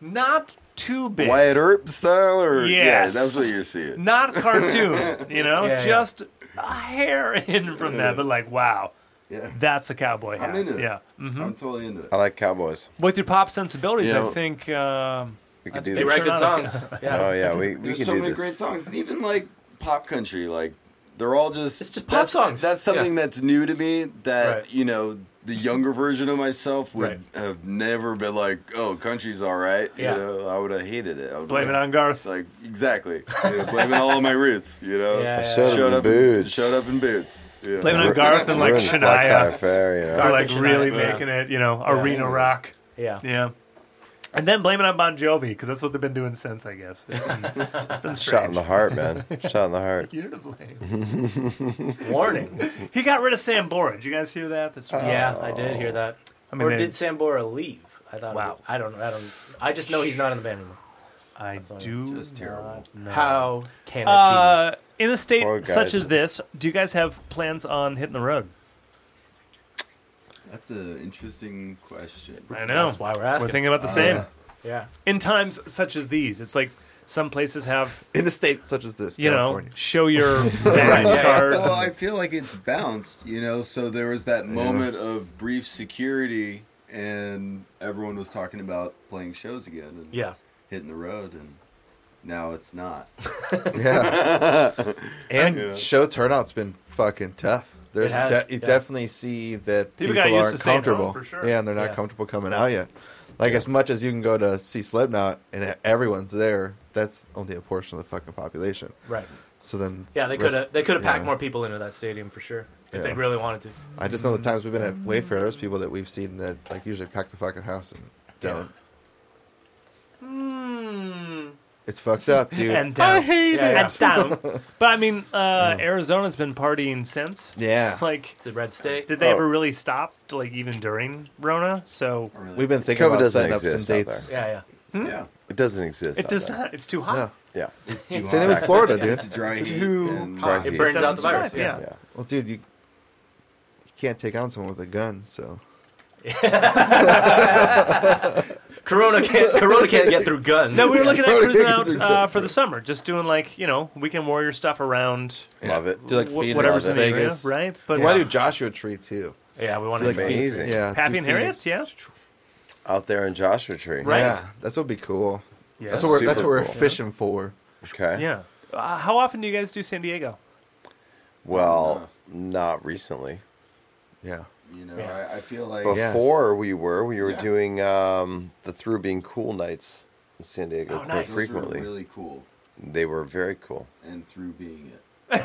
D: not too big,
E: Wyatt Earp style, or
D: Yes.
E: yeah, that's what you're seeing.
D: not cartoon, you know,
A: Yeah, yeah.
D: just a hair in from that, but like wow,
E: Yeah,
D: that's a cowboy hat.
E: into it.
D: yeah, Mhm.
E: I'm totally into it.
B: I like cowboys.
D: with your pop sensibilities,
E: Yeah.
D: I think. Um,
B: We
D: I
B: could do
A: They
D: think
B: this.
A: write
D: Turn
A: good
D: on.
A: songs. Yeah.
B: Oh, yeah. We, we
E: There's
B: could
E: so
B: do
E: many
B: this.
E: great songs, and even like pop country, like
M: They're all just it's
A: just pop songs.
M: That's something that's new to me. That
A: Right.
M: you know, the younger version of myself would
A: Right.
M: have never been like, "Oh, country's all right."
A: Yeah.
M: You know, I would have hated it. I would
D: Blame it
M: like,
D: on Garth.
M: Like exactly, you know, blaming all on my roots. You know,
A: Yeah, I yeah.
B: showed up in boots.
M: Showed up in boots. Yeah.
D: Blame it on Garth and like
B: We're in the Black Tie
D: Shania
B: Affair, you know.
D: for like
A: Shania.
D: really
M: Yeah.
D: making it, you know, arena rock.
A: Yeah.
D: Yeah. And then blame it on Bon Jovi because that's what they've been doing since, I guess. It's been, it's been
B: Shot in
D: strange.
B: the heart, man. Shot in the heart.
D: You're to blame.
A: Warning.
D: He got rid of Sam Bora. Did you guys hear that? That's
A: Uh, yeah, I did hear that.
D: Oh. I mean,
A: or
D: they-
A: did Sambora leave? I thought.
D: Wow.
A: I don't. I don't. I just know he's not in the band anymore.
D: I
A: That's all.
D: do.
M: Just terrible.
D: not know.
A: How can it
D: Uh, in a state
B: Poor guys.
D: such as this, do you guys have plans on hitting the road?
E: That's an interesting question.
D: I
A: be?
D: know.
A: That's why we're
D: We're
A: asking.
D: thinking about the same.
A: yeah.
D: In times such as these, it's like some places have,
C: in a state such as this,
D: you
C: California.
D: know, show your badge card.
E: Well, I feel like it's bounced, you know. So there was that moment of brief security, and everyone was talking about playing shows again and
A: Yeah.
E: hitting the road, and now it's not.
C: Yeah. and show turnout's been fucking tough.
A: It
C: There's
A: has,
C: de- you
A: yeah.
C: definitely see that
D: People got
C: people,
D: used
C: aren't
D: to staying home,
C: comfortable.
D: for sure.
C: Yeah, and they're not
A: Yeah.
C: comfortable coming out yet. Like as much as you can go to see Slipknot and everyone's there, that's only a portion of the fucking population.
A: Right.
C: So then,
A: Yeah. They could
C: rest-
A: have. They could have packed
C: yeah.
A: more people into that stadium for sure if
C: Yeah.
A: they really wanted to.
C: I just know the times we've been at Wayfair, there's people that we've seen that like usually pack the fucking house and don't. It's fucked up, dude.
D: Hmm. and down.
A: Yeah, yeah.
D: And down. But I mean, uh, Arizona's been partying since.
C: yeah,
D: Like,
A: It's a red state.
D: did they
B: Oh.
D: ever really stop? Like, even during Rona? So
C: we've been thinking
B: COVID
C: about
B: doesn't
C: setting up some
B: exist out
C: dates.
B: there.
A: Yeah. Yeah.
E: Yeah,
B: It doesn't exist.
D: it
B: out
D: does
B: there.
D: not. It's too hot.
C: No.
B: Yeah.
E: it's too
C: Same thing with
E: hot.
C: Florida, dude.
E: It's dry heat.
D: too
E: and-
B: hot.
A: It
B: He-
A: burns
D: Doesn't
A: out the virus.
D: survive,
A: Yeah.
B: Yeah.
C: Well, dude, you, you can't take on someone with a gun, so
A: Corona can't. Corona can't get through guns.
D: No, we were looking at
C: Probably
D: cruising
C: get
D: out
C: through
D: uh, for the summer, just doing like you know weekend warrior stuff around
B: Love it.
C: do like
D: wh-
C: Phoenix,
D: whatever's in the area,
C: Vegas,
D: right? But
C: You want to do Joshua Tree too?
A: Yeah. We want
C: Do,
A: to.
C: like
A: Like,
B: Amazing.
C: Phoenix- yeah,
D: Happy
C: do
D: and
C: Phoenix.
D: Harriet's, yeah,
B: Out there in Joshua Tree.
D: Right.
C: Yeah, that's what'd be cool.
D: yeah,
C: That's what we're that's what
B: Super
C: we're
B: cool.
C: fishing for.
B: Okay.
D: yeah. Uh, how often do you guys do San Diego?
B: Well, not recently.
C: Yeah,
E: You know,
A: Yeah.
E: I, I feel like
C: Yes.
B: Before we were, we were
E: Yeah.
B: doing um, the Through Being Cool nights in San Diego
A: Oh,
B: quite
A: nice.
E: those
B: frequently.
E: are really cool,
B: They were very cool.
E: and through being it.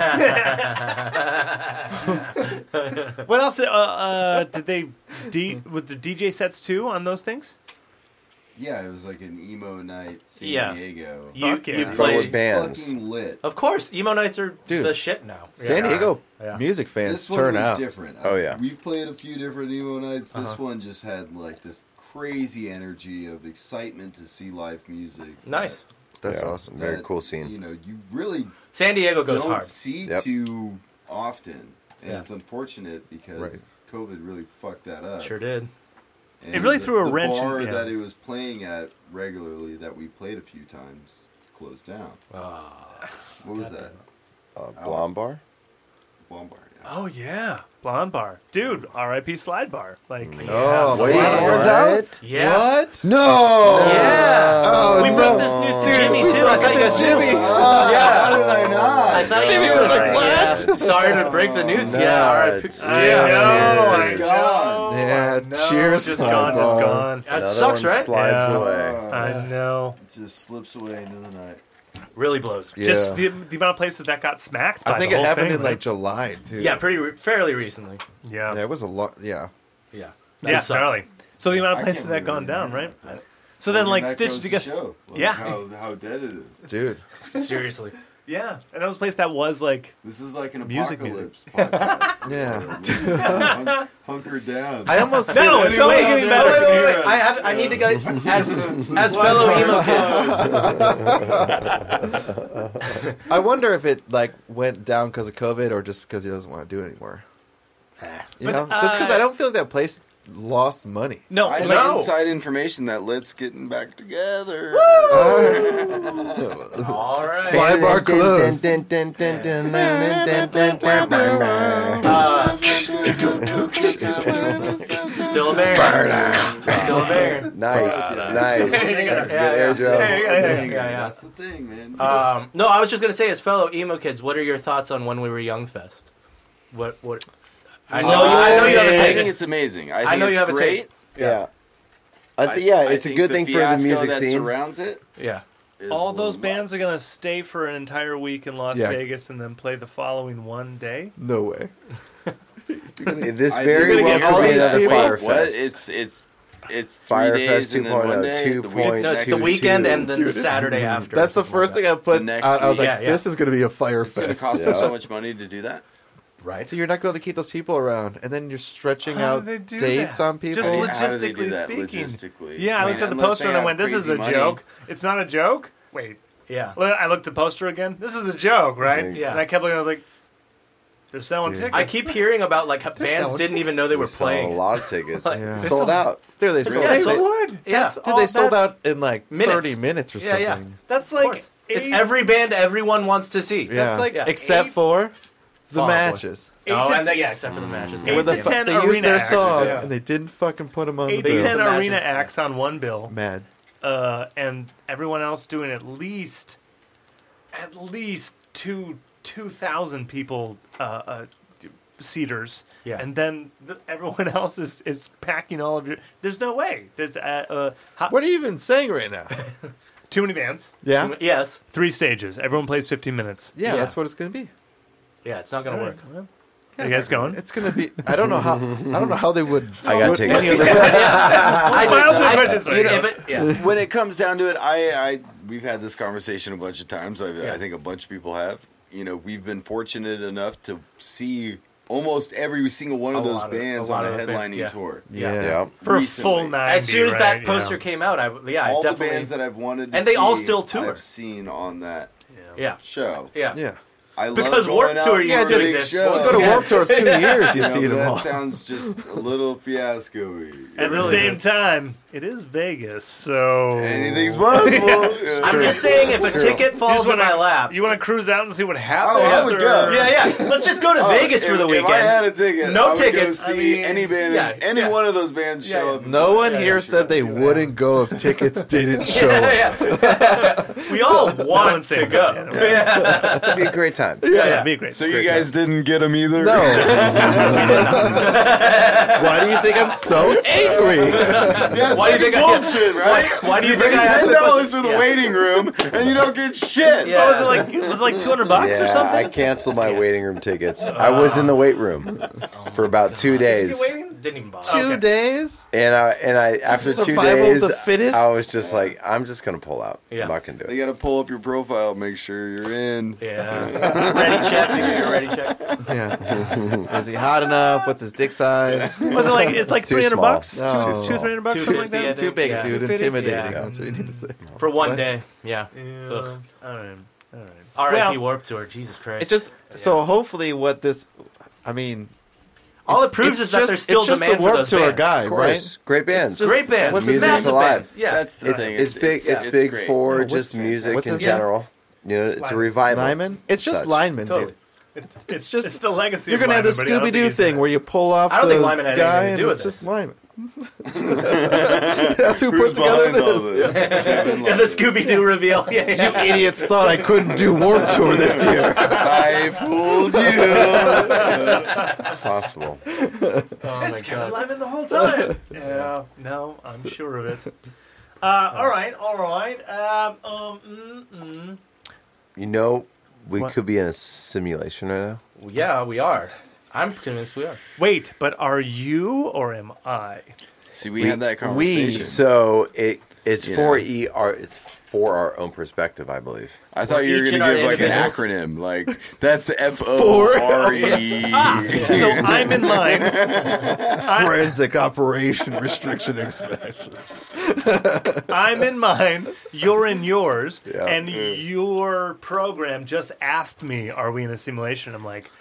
D: What else uh, uh, did they? D- with the DJ sets too on those things?
E: Yeah, it was like an emo night, San
A: Yeah.
E: Diego.
A: you,
D: Fuck yeah.
A: you
E: It
B: But
A: play.
B: with bands.
E: fucking lit.
A: Of course, emo nights are
C: Dude.
A: the shit now.
C: San
A: Yeah.
C: Diego
A: Yeah.
C: music fans
E: This one
C: turn
E: was
C: out.
E: different.
B: Oh, yeah.
E: we've played a few different emo nights. This one just had like this crazy energy of excitement to see live music. that-
A: Nice.
C: That's
B: Yeah.
C: awesome.
B: Very
E: that,
B: cool scene.
E: You know, you really
A: San Diego goes
E: don't
A: hard.
E: see
B: Yep.
E: too often, and
A: Yeah.
E: it's unfortunate because
C: Right.
E: COVID really fucked that up.
A: Sure did.
E: And
D: It really
E: the-
D: threw a
E: the
D: wrench in-
E: bar
D: yeah.
E: that it was playing at regularly that we played a few times closed down. what was that?
B: Uh, Blonde Bar?
E: Lombard. Yeah.
D: Oh yeah, Blonde Bar, dude. R.I.P. Slide Bar. Like,
C: Oh,
D: yeah.
C: wait,
B: Bars out?
A: Yeah.
C: What?
B: No!
A: Yeah.
C: Oh,
A: we
C: no.
A: broke this news to Jimmy too. I thought you guys knew.
B: Oh,
C: Jimmy.
A: yeah.
E: How did I not?
A: I thought Jimmy
D: was like,
A: "What?" Sorry to break the news.
B: No,
A: yeah, all right.
B: it's-
D: I
B: Yeah,
D: know, I
E: It's gone.
D: know,
C: Yeah,
D: I know.
C: cheers,
D: Just
C: Slide
D: gone, just
C: Bar.
D: gone.
A: That
B: Another
A: sucks,
B: one
A: right?
B: Slides
D: Yeah.
B: away.
D: I know.
E: It just slips away into the night.
A: Really blows.
C: Yeah.
D: Just the, the amount of places that got smacked. By
C: I think
D: the
C: it
D: whole
C: happened
D: thing,
C: in
D: man.
C: like July too.
A: Yeah, pretty re- fairly recently.
D: yeah,
C: Yeah, it was a lot. Yeah,
A: Yeah. That
D: yeah,
A: sucked.
D: gnarly. So the amount of
E: I
D: places
E: can't
D: that
E: believe I
D: gone
E: didn't
D: down,
E: know
D: right?
E: about that.
D: So then,
E: I mean,
D: like,
E: that
D: stitched
E: goes to
D: together.
E: show, like,
D: Yeah.
E: How, how dead it is.
C: dude.
A: Seriously.
D: Yeah, and that was a place that was like,
E: This is like an
D: Music
E: apocalypse podcast.
C: Yeah.
E: Hunk- hunker down.
C: I almost feel
D: no,
C: like-
D: it's only
A: Wait, wait,
D: getting better.
A: wait, wait. I, have, I need to go as as fellow emo kids.
C: I wonder if it like went down because of COVID or just because he doesn't want to do it anymore. You know, just because
D: uh,
C: I don't feel like that place lost money.
D: No,
E: I have
D: like,
E: inside information that Lit's getting back together.
A: All right.
C: Slide bar closed.
B: Dun-dun-dun-dun-dun-dun-dun-dun-dun-dun-dun-dun.
H: Still a bear. Still a bear.
B: Nice, nice.
H: Yeah,
B: Good
H: yeah,
B: air drum.
D: yeah, yeah, yeah,
A: yeah, yeah.
J: That's the thing, man.
A: Um, no, I was just gonna say, as fellow emo kids, what are your thoughts on when we were young fest? What what? I know you. I know you have a
E: I
A: take.
E: think it's amazing. I think
A: know
E: it's
A: you have a
E: great.
A: take.
B: Yeah. I th- yeah,
E: I- I
B: it's a
E: think
B: good
E: the
B: thing for the
E: fiasco
B: music
E: that
B: scene.
E: surrounds it.
A: Yeah.
E: is
D: All those
E: lo-
D: bands are gonna stay for an entire week in Las
C: Yeah.
D: Vegas and then play the following one day.
C: No way.
B: this
E: I-
B: very
E: you're
B: well
E: gonna get
B: could be
E: everybody
B: another
E: to wait, what?
B: Firefest.
E: It's it's it's three
B: Firefest
E: days and then one
B: 2.0,
E: day. the week-
B: 2.0.
A: No, it's the
B: Two,
A: weekend
B: two.
A: and then the Saturday after.
C: That's the first thing I put
E: The next
C: out. I was like,
E: week.
A: Yeah, yeah.
C: this is going to be a fire
E: It's gonna
C: fest.
E: cost
B: Yeah.
E: them so much money to do that.
A: right.
C: So you're not going to keep those people around, and then you're stretching
D: How
C: out
D: do they do
C: dates
D: that?
C: on people.
D: Just
E: I mean,
D: look-
E: how do they do
D: Logistically
E: that
D: speaking.
E: logistically?
D: Yeah, I
E: mean,
D: looked at the
E: unless
D: poster
E: they
D: and I
E: have
D: went, "This is
E: crazy
D: a
E: money."
D: joke. It's not a joke." Wait,
A: Yeah.
D: Well, I looked at the poster again. This is a joke, right?
A: Yeah.
D: And I kept looking. I was like, "They're selling tickets."
A: I keep hearing about like bands
D: so
A: didn't even know they were
B: We sold A
A: playing.
B: lot of tickets
C: Yeah.
B: sold out.
C: there they sold
A: Yeah,
C: out.
A: it's
C: They-
A: a wood. Yeah.
C: Dude, they sold
D: that's-
C: out in like
A: Minutes.
C: 30 minutes or
A: Yeah, yeah.
C: something.
D: That's like
A: course. It's
D: eight-
A: every band everyone wants to see.
C: Yeah.
D: That's like
C: Except
D: eight-
C: for the
A: Fall Out Boy.
C: matches.
D: eight
A: oh,
D: to
A: and then- yeah, except for the matches.
D: Eight
C: Where
A: God
C: the
A: damn
D: to
C: fu-
A: it.
D: ten
C: they used their
D: arena acts.
C: song,
D: Yeah.
C: and they didn't fucking put them on
D: eight to
C: the bill.
D: ten
A: Imagine-
D: arena acts on one bill,
C: Mad.
D: uh, and everyone else doing at least, at least two two thousand people uh, uh, d- seaters.
A: Yeah.
D: and then the, everyone else is, is packing all of your. There's no way. There's uh, uh, how,
C: What are you even saying right now?
D: too many bands,
C: Yeah?
A: Um, Yes.
D: three stages. Everyone plays 15 minutes.
C: Yeah,
A: Yeah.
C: that's what it's going to be.
A: Yeah, it's not gonna work.
D: Well,
C: Yeah,
D: you guys going?
C: It's going to be. I don't know how. I don't know how they would.
B: I got tickets.
A: I,
D: My
A: I,
D: other question is,
A: you know, if it, yeah.
J: when it comes down to it, I, I we've had this conversation a bunch of times. I, I think a bunch of people have. You know, we've been fortunate enough to see almost every single one
A: A
J: of those
A: lot of- a
J: bands
A: lot
J: on a
A: of those bands,
J: headlining
A: yeah.
J: tour.
C: Yeah.
B: Yeah.
D: for a
J: Recently.
D: full 90.
A: As soon as
D: right,
A: that poster
D: yeah.
A: came out, I yeah, I
J: All the
A: definitely
J: bands that I've wanted to
A: And they all
J: see,
A: still tour.
J: I've seen on that
A: yeah,
J: show.
A: yeah,
C: Yeah.
J: I love
A: Because
J: going
A: Warped
J: out
A: Tour
J: for
A: used to
J: big
A: exist.
J: shows.
C: Well, go to Warped Tour two years, you
J: You know,
C: see them
J: that
C: all.
J: sounds just a little fiasco.
D: At the
A: really
D: same
A: is.
D: time, it is Vegas, so
J: Anything's possible. Yeah.
A: I'm just saying, if a ticket
D: You
A: falls
D: just
A: in
D: wanna-
A: my lap,
D: You want to cruise out and see what happens?
J: Oh, I would
D: or-
J: go.
A: yeah, yeah, let's just go to Vegas
J: if,
A: for the
J: if
A: weekend.
J: I had a ticket, I
A: No
J: would go
A: tickets. I
J: see
A: mean,
J: any band,
A: yeah,
J: any
A: yeah.
J: one of those bands
A: Yeah,
J: show
A: yeah.
J: up.
C: No one here said they wouldn't go if tickets didn't show up.
A: yeah, yeah, yeah. we all want to
D: said
A: go.
D: that.
A: Yeah.
B: It'd be a great time.
D: Yeah, it'd be great.
J: So you guys didn't get them either.
C: No. Why do you think I'm so angry?
J: yeah,
A: Why
J: why
A: do
J: do
A: you think I get-
J: bullshit, right?
A: Why do you
J: You
A: think
J: pay
A: I asked
J: ten
A: the
J: dollars
A: question?
J: for the
A: Yeah.
J: waiting room, and you don't get shit.
A: Yeah.
D: What was it like? Was it like 200 bucks or
B: Yeah,
D: something?
B: I canceled my waiting room tickets. I was in the wait room for about two days,
A: Didn't even bother.
C: Two
A: Okay.
C: days?
B: and I and I after two
C: survival of
B: days,
C: the fittest?
B: I was just like, I'm just gonna pull out.
A: Yeah.
B: I'm not gonna do
J: They
B: it.
J: got to pull up your profile, make sure you're in.
A: Yeah. ready check. They give you a ready check.
C: Yeah. Is he hot enough? What's his dick size?
D: Was it like it's like
B: Too
D: 300
B: small.
D: bucks?
C: No.
D: Two, two, 300 bucks,
A: Two
D: something like
A: fifty, I
D: that.
A: think.
C: Too big,
A: Yeah.
C: dude.
D: Fitted,
C: Intimidating.
A: yeah.
C: That's what you need to say.
A: For one
C: What?
A: day. Yeah. Ugh.
D: All right. All right.
A: R.I.P.
D: Well-
A: Warp Tour. Jesus Christ.
C: It's just so. Hopefully, what this, I mean,
A: all it
C: it's-
A: proves
C: it's
A: is that
C: just-
A: there's still
C: it's just
A: demand
C: the warp
A: for those
C: tour
A: bands.
C: guy,
B: Of
C: right?
B: course, great bands.
A: Great bands.
C: What's
A: massive
C: his name?
A: bands.
B: Alive.
A: Yeah.
J: That's the
B: It's,
J: thing.
B: it's big. It's, big
J: great.
B: for
C: Yeah,
B: just
C: what's-
B: music
C: what's
B: in
C: his name?
B: general. You know, it's a revival.
C: Lyman. It's just
B: Such.
C: lineman,
A: Totally.
C: dude.
D: It's
C: just-
D: just it's the legacy.
C: You're
D: of
C: gonna have the
D: Lyman, but I don't
C: Scooby
D: think
C: Doo
D: he's
C: thing
D: that.
C: where you pull off.
A: I don't think
C: the
A: Lyman had
C: guy
A: anything to do
C: and
A: with
C: it's
A: this.
C: Just Lyman. That's who put
J: Who's
C: together
J: behind all
C: this.
J: this?
A: Yeah, the Scooby Doo reveal. Yeah, yeah.
C: You idiots thought I couldn't do Warp Tour this year.
J: I fooled you.
B: Possible.
A: Oh my God.
D: Lemon the whole time. yeah, no, I'm sure of it. Uh, all right, all right. Um, um, mm, mm.
B: You know, we
D: What?
B: could be in a simulation right now.
A: Well, Yeah, we are. I'm convinced we are.
D: Wait, but are you or am I?
J: See, we, had that
C: we-
J: conversation.
B: So it it's
J: You
B: for
J: know.
B: e our it's for our own perspective, I believe.
J: I thought you were
A: each
J: going
A: in
J: to
A: our
J: give like an acronym. Like, that's F O R E.
D: So I'm in line.
C: Forensic operation restriction expansion.
D: I'm in mine. You're in yours.
B: Yeah.
D: And your program just asked me, "Are we in a simulation?" I'm like,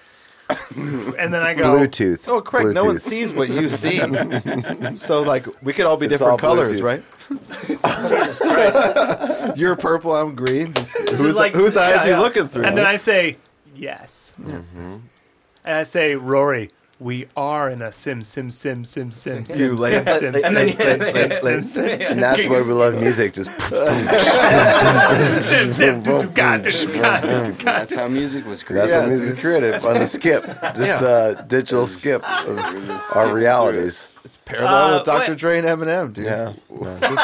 D: and then I go,
B: Bluetooth.
C: Oh, Craig,
B: Bluetooth.
C: no one sees what you see. so, like, we could all be
B: It's
C: different
B: all
C: colors,
B: Bluetooth.
C: right? You're purple, I'm green. Just, whose
A: is like-
C: whose eyes
A: yeah,
C: are
A: yeah.
C: you looking through?
D: and then I say, "Yes," and I say, "Rory, we are in a sim sim sim sim sim sim
C: You
D: sim
C: lame-
D: sim sim
C: lame- lame-
D: sim
C: lame-
D: sim,
C: lame-
D: sim
C: lame-
D: sim
B: And that's where we love music. Just
D: sim sim do- do- God, do- do- God, do- do- God.
E: That's how music was created.
B: that's
C: Yeah,
B: what music creative on the skip, just
C: Yeah.
B: the digital skip of our realities.
C: It's parallel
A: Uh,
C: with Dr.
A: wait.
C: Dre and Eminem, dude.
B: Yeah.
C: They're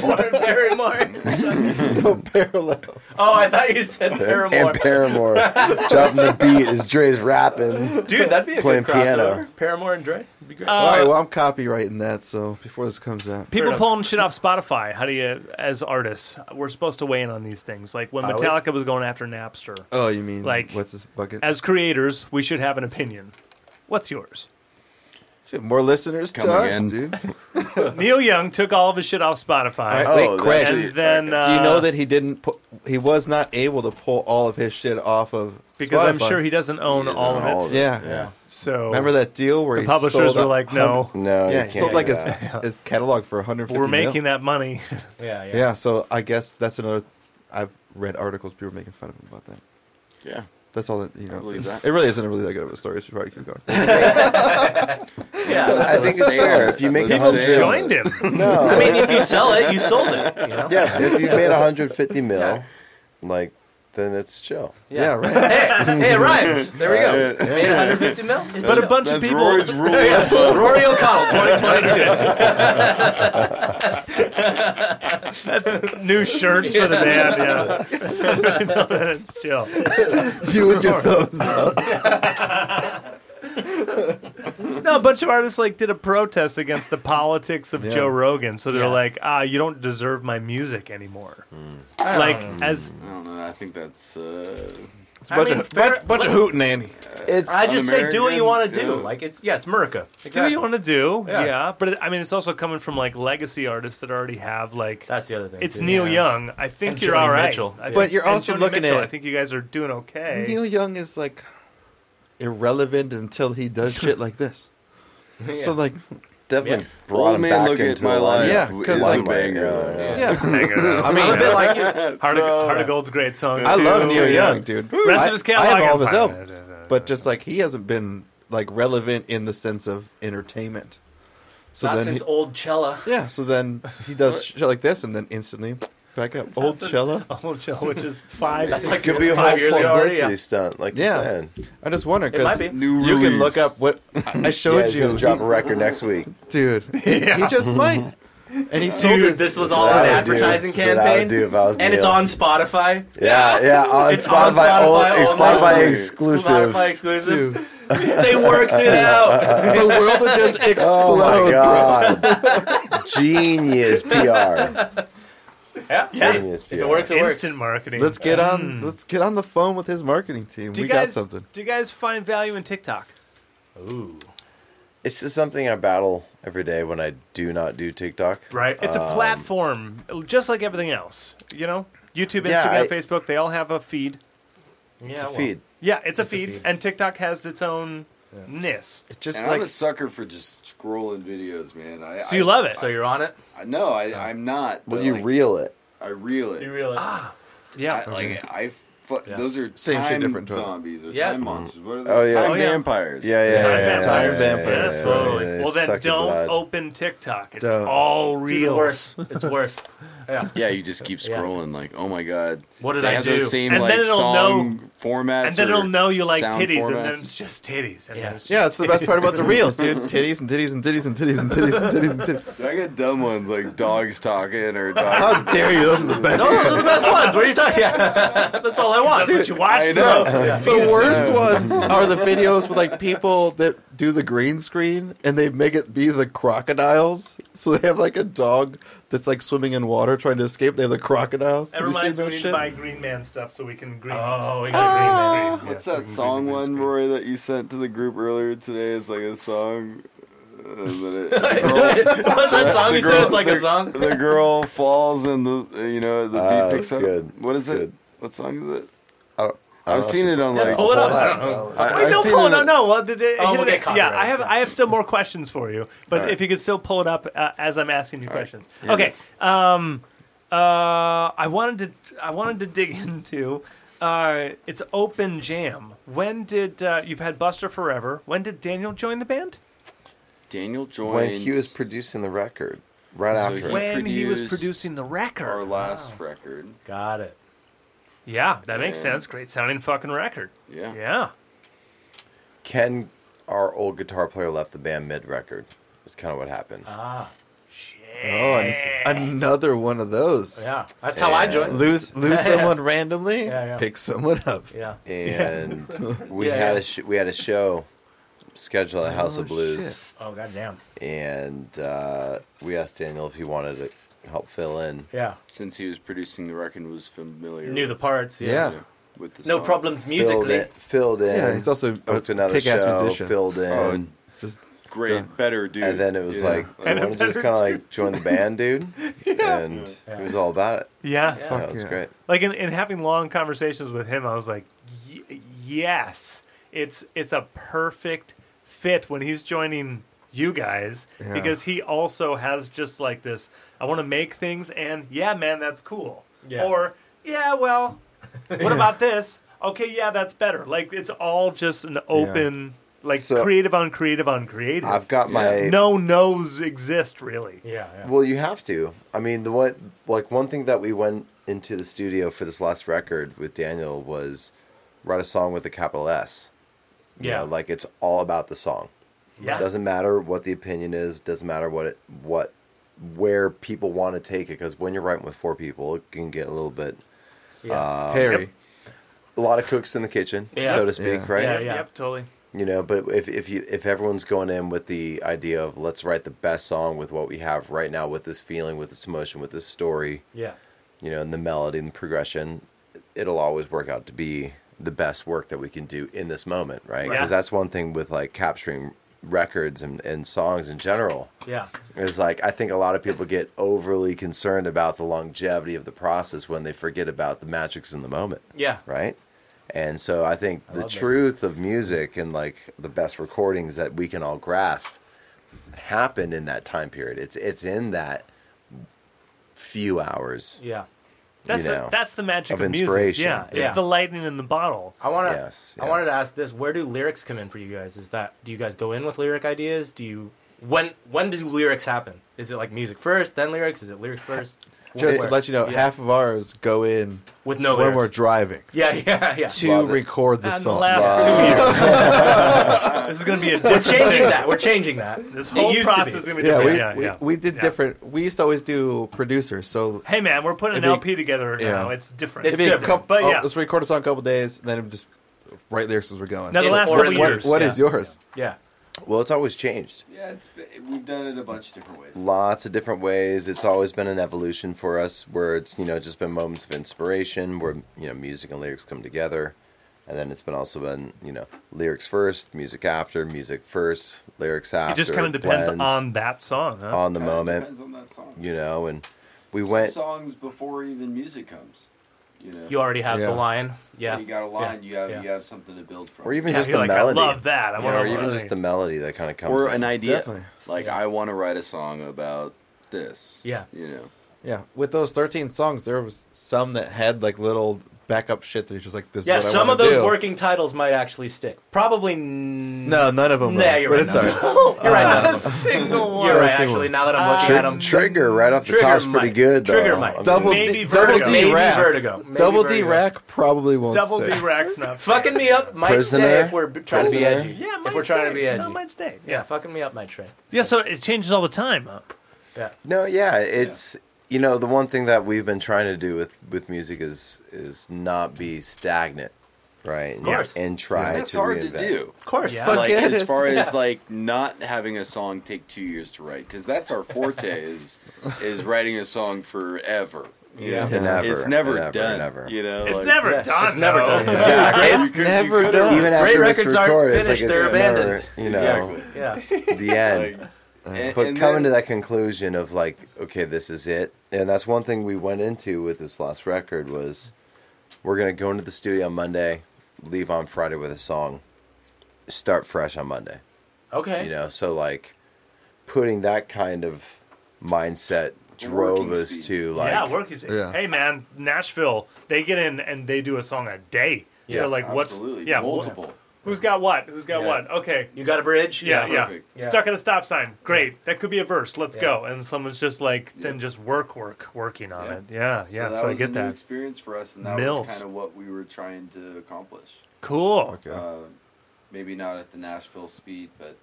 A: Barrymore.
C: no parallel.
A: Oh, I thought you said Paramore.
B: And Paramore dropping the beat as Dre's rapping.
A: Dude, that'd be a
B: Playing
A: good crossover.
B: piano.
A: Paramore and Dre. It'd be great.
C: All right,
D: Uh,
C: well, I'm copywriting that, so before this comes out.
D: People
A: enough.
D: pulling shit off Spotify. How do you, as artists, we're supposed to weigh in on these things? Like when
A: Are we?
D: Metallica was going after Napster.
C: Oh, you mean
D: Like- uh,
C: what's this bucket?
D: As creators, we should have an opinion. What's yours?
C: Dude, more listeners to
J: Come
C: us,
J: again.
C: dude.
D: Neil Young took all of his shit off Spotify,
C: All right, wait, Craig,
J: Oh, that's
D: and
J: it.
D: then uh,
C: do you know that he didn't? Pu- he was not able to pull all of his shit off of
D: because I'm
C: Spotify.
D: sure he doesn't own all of it.
B: all of it.
D: uh,
C: Yeah.
B: Yeah.
D: So
C: Remember that deal where
D: the
C: he
D: publishers
C: sold
D: were
C: a
D: like,
C: hundred-
D: "No,
B: No,
C: Yeah,
B: you
C: he
B: can't
C: sold like
B: do
C: his,
B: that.
C: his catalog for 150
D: we're
C: mil.
D: making that money."
A: yeah, yeah.
C: Yeah, so I guess that's another. I've read articles people making fun of him about that.
E: Yeah.
C: That's all that you know.
E: believe that.
C: It really isn't really that good of a story. So probably keep going.
A: Yeah.
B: I think it's
E: Let's
B: fair
E: stay
B: if you make a
E: Let's
B: hundred.
E: stay on
D: Joined him.
B: No,
A: I mean, if you sell it, you sold it. You know?
B: yeah, if you made 150 mil, like then it's chill.
C: yeah. right.
A: Hey, hey, it rhymes. There we go. Made 150 mil.
D: But a bunch of
J: That's
D: people.
J: Roy's rule of thumb.
A: Rory O'Connell, 2022.
D: That's new shirts for the band. Yeah, it's chill.
C: you with your thumbs up.
D: No, a bunch of artists like did a protest against the politics of
C: Yeah.
D: Joe Rogan, so they're
A: Yeah.
D: like, ah, you don't deserve my music anymore.
C: Hmm.
D: Like as
E: I don't know. I think that's. Uh,
C: It's a
A: I
C: bunch,
A: mean,
C: of,
A: fair-
C: bunch, bunch of hootin' Annie.
B: It's
A: I just say do what you want to do.
E: Yeah.
A: Like it's yeah, it's Murica.
D: do what you want to do, yeah.
A: Yeah.
D: But it- I mean, it's also coming from like legacy arsts that already have like.
A: That's the other thing.
D: it's
A: too.
D: Neil
A: Yeah.
D: Young. I think
A: And
D: you're
A: Joni
D: all right.
A: Mitchell.
D: I-
C: But you're
D: and
C: also
D: Joni
C: looking
D: Mitchell,
C: at-
D: I think you guys are doing okay.
C: Neil Young is like irrelevant until he does shit like this. So like,
B: definitely
A: Yeah.
B: brought
E: Old
B: him
E: man
B: back
E: look at
B: into
E: my
B: the
E: life
C: Yeah,
B: limelight.
C: 'cause
B: Limelight,
E: it's a banger,
B: uh,
E: though,
B: yeah.
C: yeah,
D: I mean, a bit like Heart of, Heart of Gold's a great song.
C: I love Neil Young, dude.
D: Rest
C: I,
D: of his catalog,
C: I have all
D: I'm
C: of his
D: fine.
C: albums, but just like he hasn't been like relevant in the sense of entertainment. So
A: Not
C: then,
A: since
C: he-
A: old Cella.
C: yeah. So then he does shit like this, and then instantly back up. Old cello.
D: Old Joe, which is five.
A: That's like
D: six-
B: Could be a
A: five
B: whole
A: years ago already.
B: publicity
A: Yeah.
B: stunt, like
C: Yeah.
B: you're saying.
C: I just wonder
A: It might
C: because
A: be.
C: you
E: new release.
C: can look up what I
B: Yeah,
C: showed
B: he's
C: you,
B: gonna drop a record next week.
C: dude. He just might, and he sold
A: Dude,
C: his-
A: this was all
B: That's
A: an
B: what I would do.
A: advertising
B: That's what I would
A: campaign,
B: do if I was
A: and it's
B: Neil.
A: on Spotify.
B: Yeah, yeah, on
A: It's on
B: Spotify, old-
A: Spotify
B: it's
A: only.
B: Spotify exclusive.
A: Spotify exclusive.
C: Dude,
A: They worked it out.
C: the world would just
B: Oh
C: explode.
B: my god, genius PR,
A: Yeah, yeah.
B: genius PR.
A: If it works, it works.
D: Instant marketing.
C: Let's get on. Let's get on the phone with his marketing team.
D: Do
C: we
D: you guys,
C: got something.
D: Do you guys find value in TikTok?
A: Ooh,
B: It's just something I battle every day when I do not do TikTok.
A: right.
D: It's a platform, just like everything else. You know, YouTube, Instagram,
B: Yeah, I-
D: Facebook, they all have a feed.
B: It's a feed.
D: Yeah, it's, a, feed,
A: feed.
D: and TikTok has its own ness.
C: It's just
E: And
C: like
E: I'm a sucker for just scrolling videos, man. I,
D: So you love it.
A: So you're on it.
E: I, no, I, I'm not.
B: Well,
E: but,
B: you
E: like,
B: reel it.
E: I reel it.
A: You realize?
D: yeah.
E: I, like I, fu-
A: Yeah.
E: those are
C: Same shit,
E: time
C: different toilet.
E: zombies or
A: Yeah.
E: time monsters. What are they?
B: Oh, yeah.
E: Time
D: Oh, yeah.
E: vampires.
B: Yeah, yeah, yeah,
D: Time
B: yeah, yeah, yeah,
D: vampire.
B: yeah,
C: Time vampire.
B: yeah,
D: Yes,
B: yeah,
D: totally.
B: yeah,
D: well, then
B: suck your
D: don't
B: blood.
D: open TikTok. It's
C: Don't.
D: all
A: It's even
D: real.
A: worse. It's worse. Yeah.
E: Yeah, you just keep
A: Yeah.
E: scrolling. Like, oh my god,
A: What did
E: they
A: I
E: have
A: do?
E: Those same
D: And
E: like
D: then it'll
E: song
D: know-
E: formats,
D: And then
E: or
D: it'll know you like
E: sound
D: titties, and
E: formats.
D: then it's just titties. And
A: Yeah.
D: then it's just
C: Yeah, it's the best part about the reels, dude. Titties and titties and titties and titties and titties and titties and titties.
E: I get dumb ones like dogs talking or
C: How
E: dogs.
C: dare you? Those are the best.
A: No, those are the best ones. What are you talking? Yeah. That's all I want.
D: That's what you watch.
E: I know.
C: The worst ones are the videos with like people that do the green screen and they make it be the crocodiles. So they have like a dog that's like swimming in water trying to escape. They have the crocodiles.
D: It
C: Have you seen
D: reminds me
C: that
D: we need to
C: shit?
D: buy Green Man stuff so we can green.
A: Oh, we got
D: green screen.
E: What's
D: Yeah, so
E: that
D: we can
E: song
D: green
E: one,
D: screen.
E: Roy, that you sent to the group earlier today? It's like a song. And then it, the, girl,
A: What's that song you said? It's like a song.
E: the girl falls and the you know the
B: Ah,
E: beat
B: that's
E: picks up.
B: good.
E: What is
B: That's
E: it?
B: good.
E: What song is it?
B: I
E: I've
B: don't
E: seen
B: see-
E: it on
A: Yeah,
E: like
A: pull it up. I don't know.
B: I,
D: Wait,
B: I've
D: don't
B: seen
D: pull it
B: in
D: up.
B: a-
D: No, well, did it,
A: Oh,
D: hit
A: we'll
D: it-
A: get
D: yeah,
A: copyrighted.
D: I have I have still more questions for you, but
E: Alright.
D: if you could still pull it up uh, as I'm asking you questions.
E: Yeah,
D: okay,
E: yes.
D: um, uh, I wanted to I wanted to dig into uh, it's open jam. When did uh, you've had Buster forever? When did Daniel join the band?
E: Daniel joined
B: when he was producing the record right
E: So
B: after.
E: he-
D: When he was
E: produced
D: producing the record.
B: Ah.
E: our last record.
A: Got it.
D: Yeah, that makes
E: And-
D: sense. Great sounding fucking record.
E: Yeah.
D: Yeah.
B: Ken, our old guitar player, left the band mid record. That's kind of what happened.
A: Ah,
C: Oh, an- another one of those.
A: yeah. That's how I
B: Yeah.
A: joined.
C: Lose lose someone randomly.
A: Yeah, yeah.
C: Pick someone up.
A: Yeah.
B: and we
A: Yeah,
B: had
A: yeah.
B: a sh- we had a show scheduled at House
C: Oh,
B: of Blues,
A: Oh goddamn.
B: and uh, we asked Daniel if he wanted to help fill in.
A: Yeah.
E: Since he was producing the record, was familiar.
A: Knew the parts. Yeah.
C: Yeah.
E: with- with the
A: No
E: song.
A: problems
B: Filled
A: musically.
B: in, filled in.
C: Yeah, he's also a
B: booked another
C: kick-ass
B: show,
C: musician.
B: Filled in,
C: Oh, Just
E: Great, better dude.
B: and then it was
E: Yeah.
B: like, I
D: And a
B: want to just
D: better
B: kind of like join the band, dude. And
A: Yeah.
B: he was all about it.
D: Yeah.
B: That
C: Fuck
B: was
C: yeah.
B: great.
D: Like in, in having long conversations with him, I was like, y- yes, it's it's a perfect fit when he's joining you guys
C: Yeah.
D: because he also has just like this. I want to make things, and yeah, man, that's cool.
A: Yeah.
D: Or yeah, well, what about this? Okay, yeah, that's better. Like it's all just an open, like
B: So-
D: creative on creative on creative.
B: I've got my
D: no no's exist really.
A: Yeah. yeah.
B: Well, you have to. I mean, the one like one thing that we went into the studio for this last record with Daniel was write a song with a capital S. You
A: Yeah.
B: know, like it's all about the song.
D: Yeah.
B: Doesn't matter what the opinion is. Doesn't matter what it what where people want to take it. Because when you're writing with four people, it can get a little bit
A: yeah.
B: uh,
C: Harry.
B: a lot of cooks in the kitchen,
A: Yeah.
B: so to speak,
C: Yeah.
B: right?
A: Yeah, yeah.
D: Yep, totally.
B: You know, but if if you if everyone's going in with the idea of let's write the best song with what we have right now, with this feeling, with this emotion, with this story,
A: yeah.
B: you know, and the melody and the progression, it'll always work out to be the best work that we can do in this moment, right?
D: Right.
B: Because that's one thing with like capturing records and, and songs in general.
A: Yeah.
B: Is like I think a lot of people get overly concerned about the longevity of the process when they forget about the magics in the moment.
A: Yeah.
B: Right? And so I think the
A: love this.
B: truth of music and like the best recordings that we can all grasp happen in that time period. It's it's in that few hours.
A: Yeah.
D: That's
B: you
D: the,
B: know,
D: that's the magic
B: of
D: of, music.
B: inspiration.
D: Yeah, it's
A: Yeah.
D: the lightning in the bottle.
A: I want to.
B: Yes,
A: I
B: yeah.
A: wanted to ask this: Where do lyrics come in for you guys? Is that do you guys go in with lyric ideas? Do you when when do lyrics happen? Is it like music first, then lyrics? Is it lyrics first?
C: Just
A: Where-
C: to let you know,
A: yeah. Oh,
C: half of ours go in
A: with no
C: when
A: lyrics.
C: we're driving
A: yeah, yeah, yeah.
C: to
B: Love it.
C: record the
D: And the
C: song.
D: last two years. this is going to be a
A: We're
D: different.
A: changing that. We're changing that.
D: This
A: It
D: whole
A: used to
D: process is
A: be.
D: going to be
C: yeah,
D: different.
C: we,
D: yeah,
C: we,
D: yeah.
C: we did
D: yeah.
C: different. We used to always do producers, so
D: Hey man, we're putting an
C: It'd be-
D: LP together now.
C: yeah.
D: It's different.
A: It'd
C: it'd
A: be
C: be a
A: different,
C: couple.
D: but
C: oh,
D: yeah.
C: let's record a song a couple days, and then just write lyrics as we're going.
D: now the
A: in
D: last
A: foreign
D: couple
A: language.
D: years.
C: What is yours?
A: Yeah,
B: Well, it's always changed.
J: Yeah, it's been- we've done it a bunch of different ways.
B: Lots of different ways. It's always been an evolution for us where it's, you know, just been moments of inspiration where, you know, music and lyrics come together. And then it's been also been, you know, lyrics first, music after, music first, lyrics after.
D: It just kind of depends
B: blends
D: on that song, huh?
B: on the
J: Kinda
B: moment,
J: Depends on that song.
B: you know, and we
J: Some
B: went
J: songs before even music comes. You know,
A: you already have
C: Yeah.
A: the line. Yeah,
J: you got a line.
A: Yeah.
J: You have
A: Yeah.
J: you have something to build from.
B: or even
D: yeah,
B: just
D: you're
B: the
D: like,
B: melody.
D: I love that. I
B: you know,
D: want
B: or
D: to
B: even just the melody that kind of comes
E: or
B: in.
E: an idea.
C: Definitely.
E: Like I want to write a song about this.
A: Yeah.
E: You know.
C: Yeah, with those thirteen songs, there was some that had like little backup shit that you're just like this.
A: yeah.
C: Is what I
A: Some
C: wanna
A: of those
C: do.
A: working titles might actually stick. Probably n-
C: No, none of them.
A: Nah,
C: were,
A: you're
C: but
A: right.
C: it's
A: no.
C: alright.
A: You're right.
D: a
A: no.
D: single one.
A: You're right. Actually,
C: Everything will- Uh,
A: now that I'm looking at them,
B: Trigger right off the
A: Trigger
B: top's pretty
A: might-
B: good though.
A: Trigger might.
C: Double
D: Maybe
C: D, double
D: Vertigo.
C: D
A: maybe
C: rack.
A: Vertigo. Maybe
C: Double D
A: Vertigo.
C: rack probably won't.
D: Double D
C: stay.
D: racks not
A: Fucking me up, might
B: Prisoner?
A: stay if we're b- trying to be
B: Prisoner?
A: edgy.
D: Yeah, it
A: if
D: might
A: we're trying to
D: stay.
A: be edgy.
D: No, it might stay.
A: Yeah, fucking me up, my train.
D: Yeah, so it changes all the time. Huh?
A: Yeah.
B: No, yeah, it's you know the one thing that we've been trying to do with with music is is not be stagnant, right? Of
A: course.
B: and, try
E: That's
B: to
E: hard
B: reinvent.
E: to do.
A: Of course. Yeah.
C: Fuck
E: like
C: yeah, it
E: as
C: is.
E: far
A: Yeah.
E: as like not having a song take two years to write because that's our forte is is writing a song forever you
A: Yeah.
E: know?
B: And ever,
E: it's never
B: and ever,
E: done
B: and ever.
E: you know
D: It's
E: like-
D: never
A: yeah,
D: done.
A: it's never
D: though.
A: done.
B: Exactly.
E: You could-
C: never
E: you could've-
C: done.
B: Even
A: Great
B: after it's
A: records aren't
B: recorded, it's like
A: finished,
B: it's
A: they're
B: never, you know,
A: Yeah.
E: Exactly.
B: the end.
E: Like, and-
B: but
E: and
B: coming
E: then-
B: to that conclusion of like, okay, this is it, and that's one thing we went into with this last record was we're gonna go into the studio on Monday, leave on Friday with a song, start fresh on Monday.
A: Okay.
B: You know, so like putting that kind of mindset drove
E: Working
B: us
E: speed.
B: to like
D: yeah, work. is-
C: Yeah.
D: Hey, man, Nashville, they get in and they do a song a day.
A: Yeah,
D: They're like,
E: Absolutely.
D: what's yeah, wh-
E: Multiple.
D: who's got what? Who's got
E: Yeah.
D: what? Okay.
A: You got a bridge?
D: Yeah, yeah,
E: perfect.
A: Yeah.
D: Stuck at a stop sign. Great. That could be a verse. Let's
A: Yeah.
D: go. And someone's just like, then just work, work, working on
E: Yeah.
D: it. Yeah,
E: So
D: yeah.
E: that
D: So I
E: was a
D: get
E: new
D: that.
E: experience for us, and that
D: Mills.
E: was kind of what we were trying to accomplish.
D: Cool.
C: Okay.
E: Uh, maybe not at the Nashville speed, but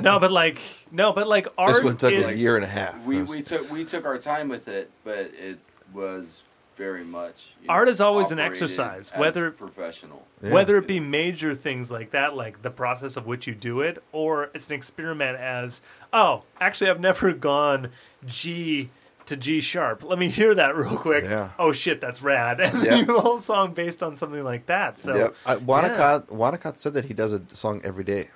D: No, but like, no, but like art
C: this one took
D: is
C: a year and a half.
E: we, we took we took our time with it, but it was very much you
D: Art is always an
E: operated
D: exercise,
E: as
D: whether-
E: professional.
C: Yeah.
D: whether it be major things like that, like the process of which you do it, or it's an experiment as, oh, actually, I've never gone G to G sharp. Let me hear that real quick.
C: Yeah.
D: Oh shit, that's rad. And
B: Yeah.
D: you whole song based on something like that. So
B: Yep.
C: I, Wanakot, Wanakot said that he does a song every day.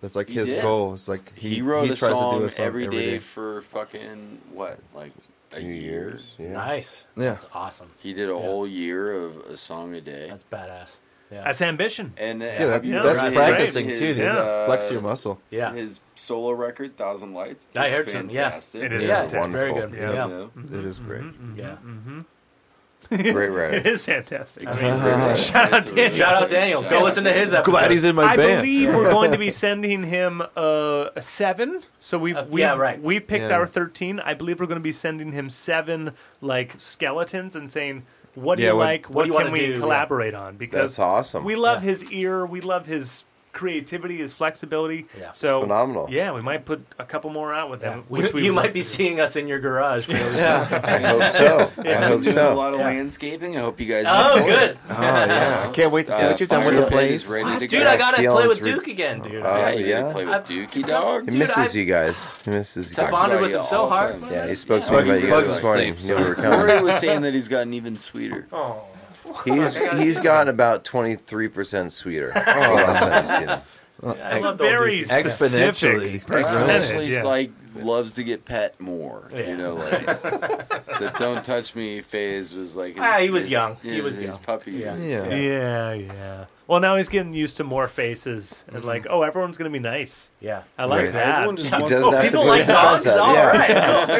C: That's like
E: He
C: his
E: did.
C: goal. It's like
E: He, wrote a,
C: tries
E: song
C: to do a song
E: every day, for fucking what, like a
B: two
E: year?
B: years. Yeah.
A: Nice.
C: Yeah.
A: That's awesome.
E: He did a whole year of a song a day.
A: That's badass. Yeah.
D: that's ambition.
E: And uh,
C: Yeah, that,
E: have you
C: that's
D: Yeah,
E: heard
C: practicing
E: his,
C: too. dude.
D: Yeah.
E: uh,
C: Flex your muscle.
A: yeah.
E: His solo record, Thousand Lights.
A: I
E: it's
A: heard some, yeah.
E: fantastic.
D: It is
A: yeah,
D: Yeah,
A: it's
B: wonderful.
A: very good. Yeah.
D: Yeah.
A: Yeah.
E: You know?
C: It is great.
E: Mm-hmm.
D: Mm-hmm.
B: Great
D: It
B: writer.
D: is fantastic.
E: Shout
D: out Daniel.
A: Shout out Daniel. Go listen to his episode.
C: Glad he's in my
D: I
C: band.
D: believe we're going to be sending him uh, a seven. So we've,
A: Uh,
D: we've,
A: yeah, right.
D: we've picked
C: Yeah.
D: our 13. I believe we're going to be sending him seven, like, skeletons and saying, what do
C: Yeah,
D: you
C: what-
D: like?
A: what
D: What,
A: do you
D: can
A: wanna
D: we
A: do?
D: collaborate on? Because
B: That's awesome.
D: we love his ear. We love his creativity, his flexibility.
A: Yeah. It's
D: So
B: phenomenal.
D: Yeah, we might put a couple more out with him.
A: You-
D: Which we
A: you
D: would-
A: might be seeing us in your garage. For those
B: I hope so. I hope
E: doing a
B: so.
E: lot of landscaping. I hope you guys.
A: Oh,
E: enjoy
A: good.
E: It.
C: Oh yeah, I can't wait to see what you've done with the
E: Fire pit is
C: place.
E: ready to
A: Ah, Dude,
E: go.
A: I gotta
B: Keelan's
A: play with
B: re-
A: Duke again, dude.
E: Yeah,
B: Oh,
E: you
B: yeah.
E: gotta play
A: I've-
E: with Dookie Dog.
B: He
A: Dude,
B: misses
A: I-
B: you guys. He misses you
A: I
B: guys.
A: bonded
E: about
A: with
E: you
A: him so
E: all the
A: hard.
E: time.
B: Yeah, he spoke to
C: Yeah.
B: me about you
C: Fucking
B: guys this
C: bug
B: morning.
C: safe,
B: Knew we were coming.
E: Corey was saying that he's gotten even sweeter.
D: Oh.
B: He's he's gotten about twenty three percent sweeter. the last time I've seen him.
A: I
D: That's a
A: love the old
D: very
A: Duke.
D: specific
C: Exponentially.
D: percentage,
E: Especially
D: yeah.
E: like loves to get pet more.
A: Yeah.
E: You know, like the "Don't touch me" phase was like. His,
A: Ah, he was
E: his-
A: young. He
E: his-
A: was
E: his
A: young.
E: puppy.
A: Yeah.
E: years.
C: Yeah.
D: Yeah, yeah. Well, now he's getting used to more faces and like, oh, everyone's gonna be nice.
A: Yeah.
D: I like
B: Right.
D: that.
E: Everyone
B: He
E: just wants
C: Oh,
B: doesn't
E: to
B: have to
A: People
B: put
A: like
B: his defense
A: dogs.
B: up.
A: All
B: Yeah.
A: right.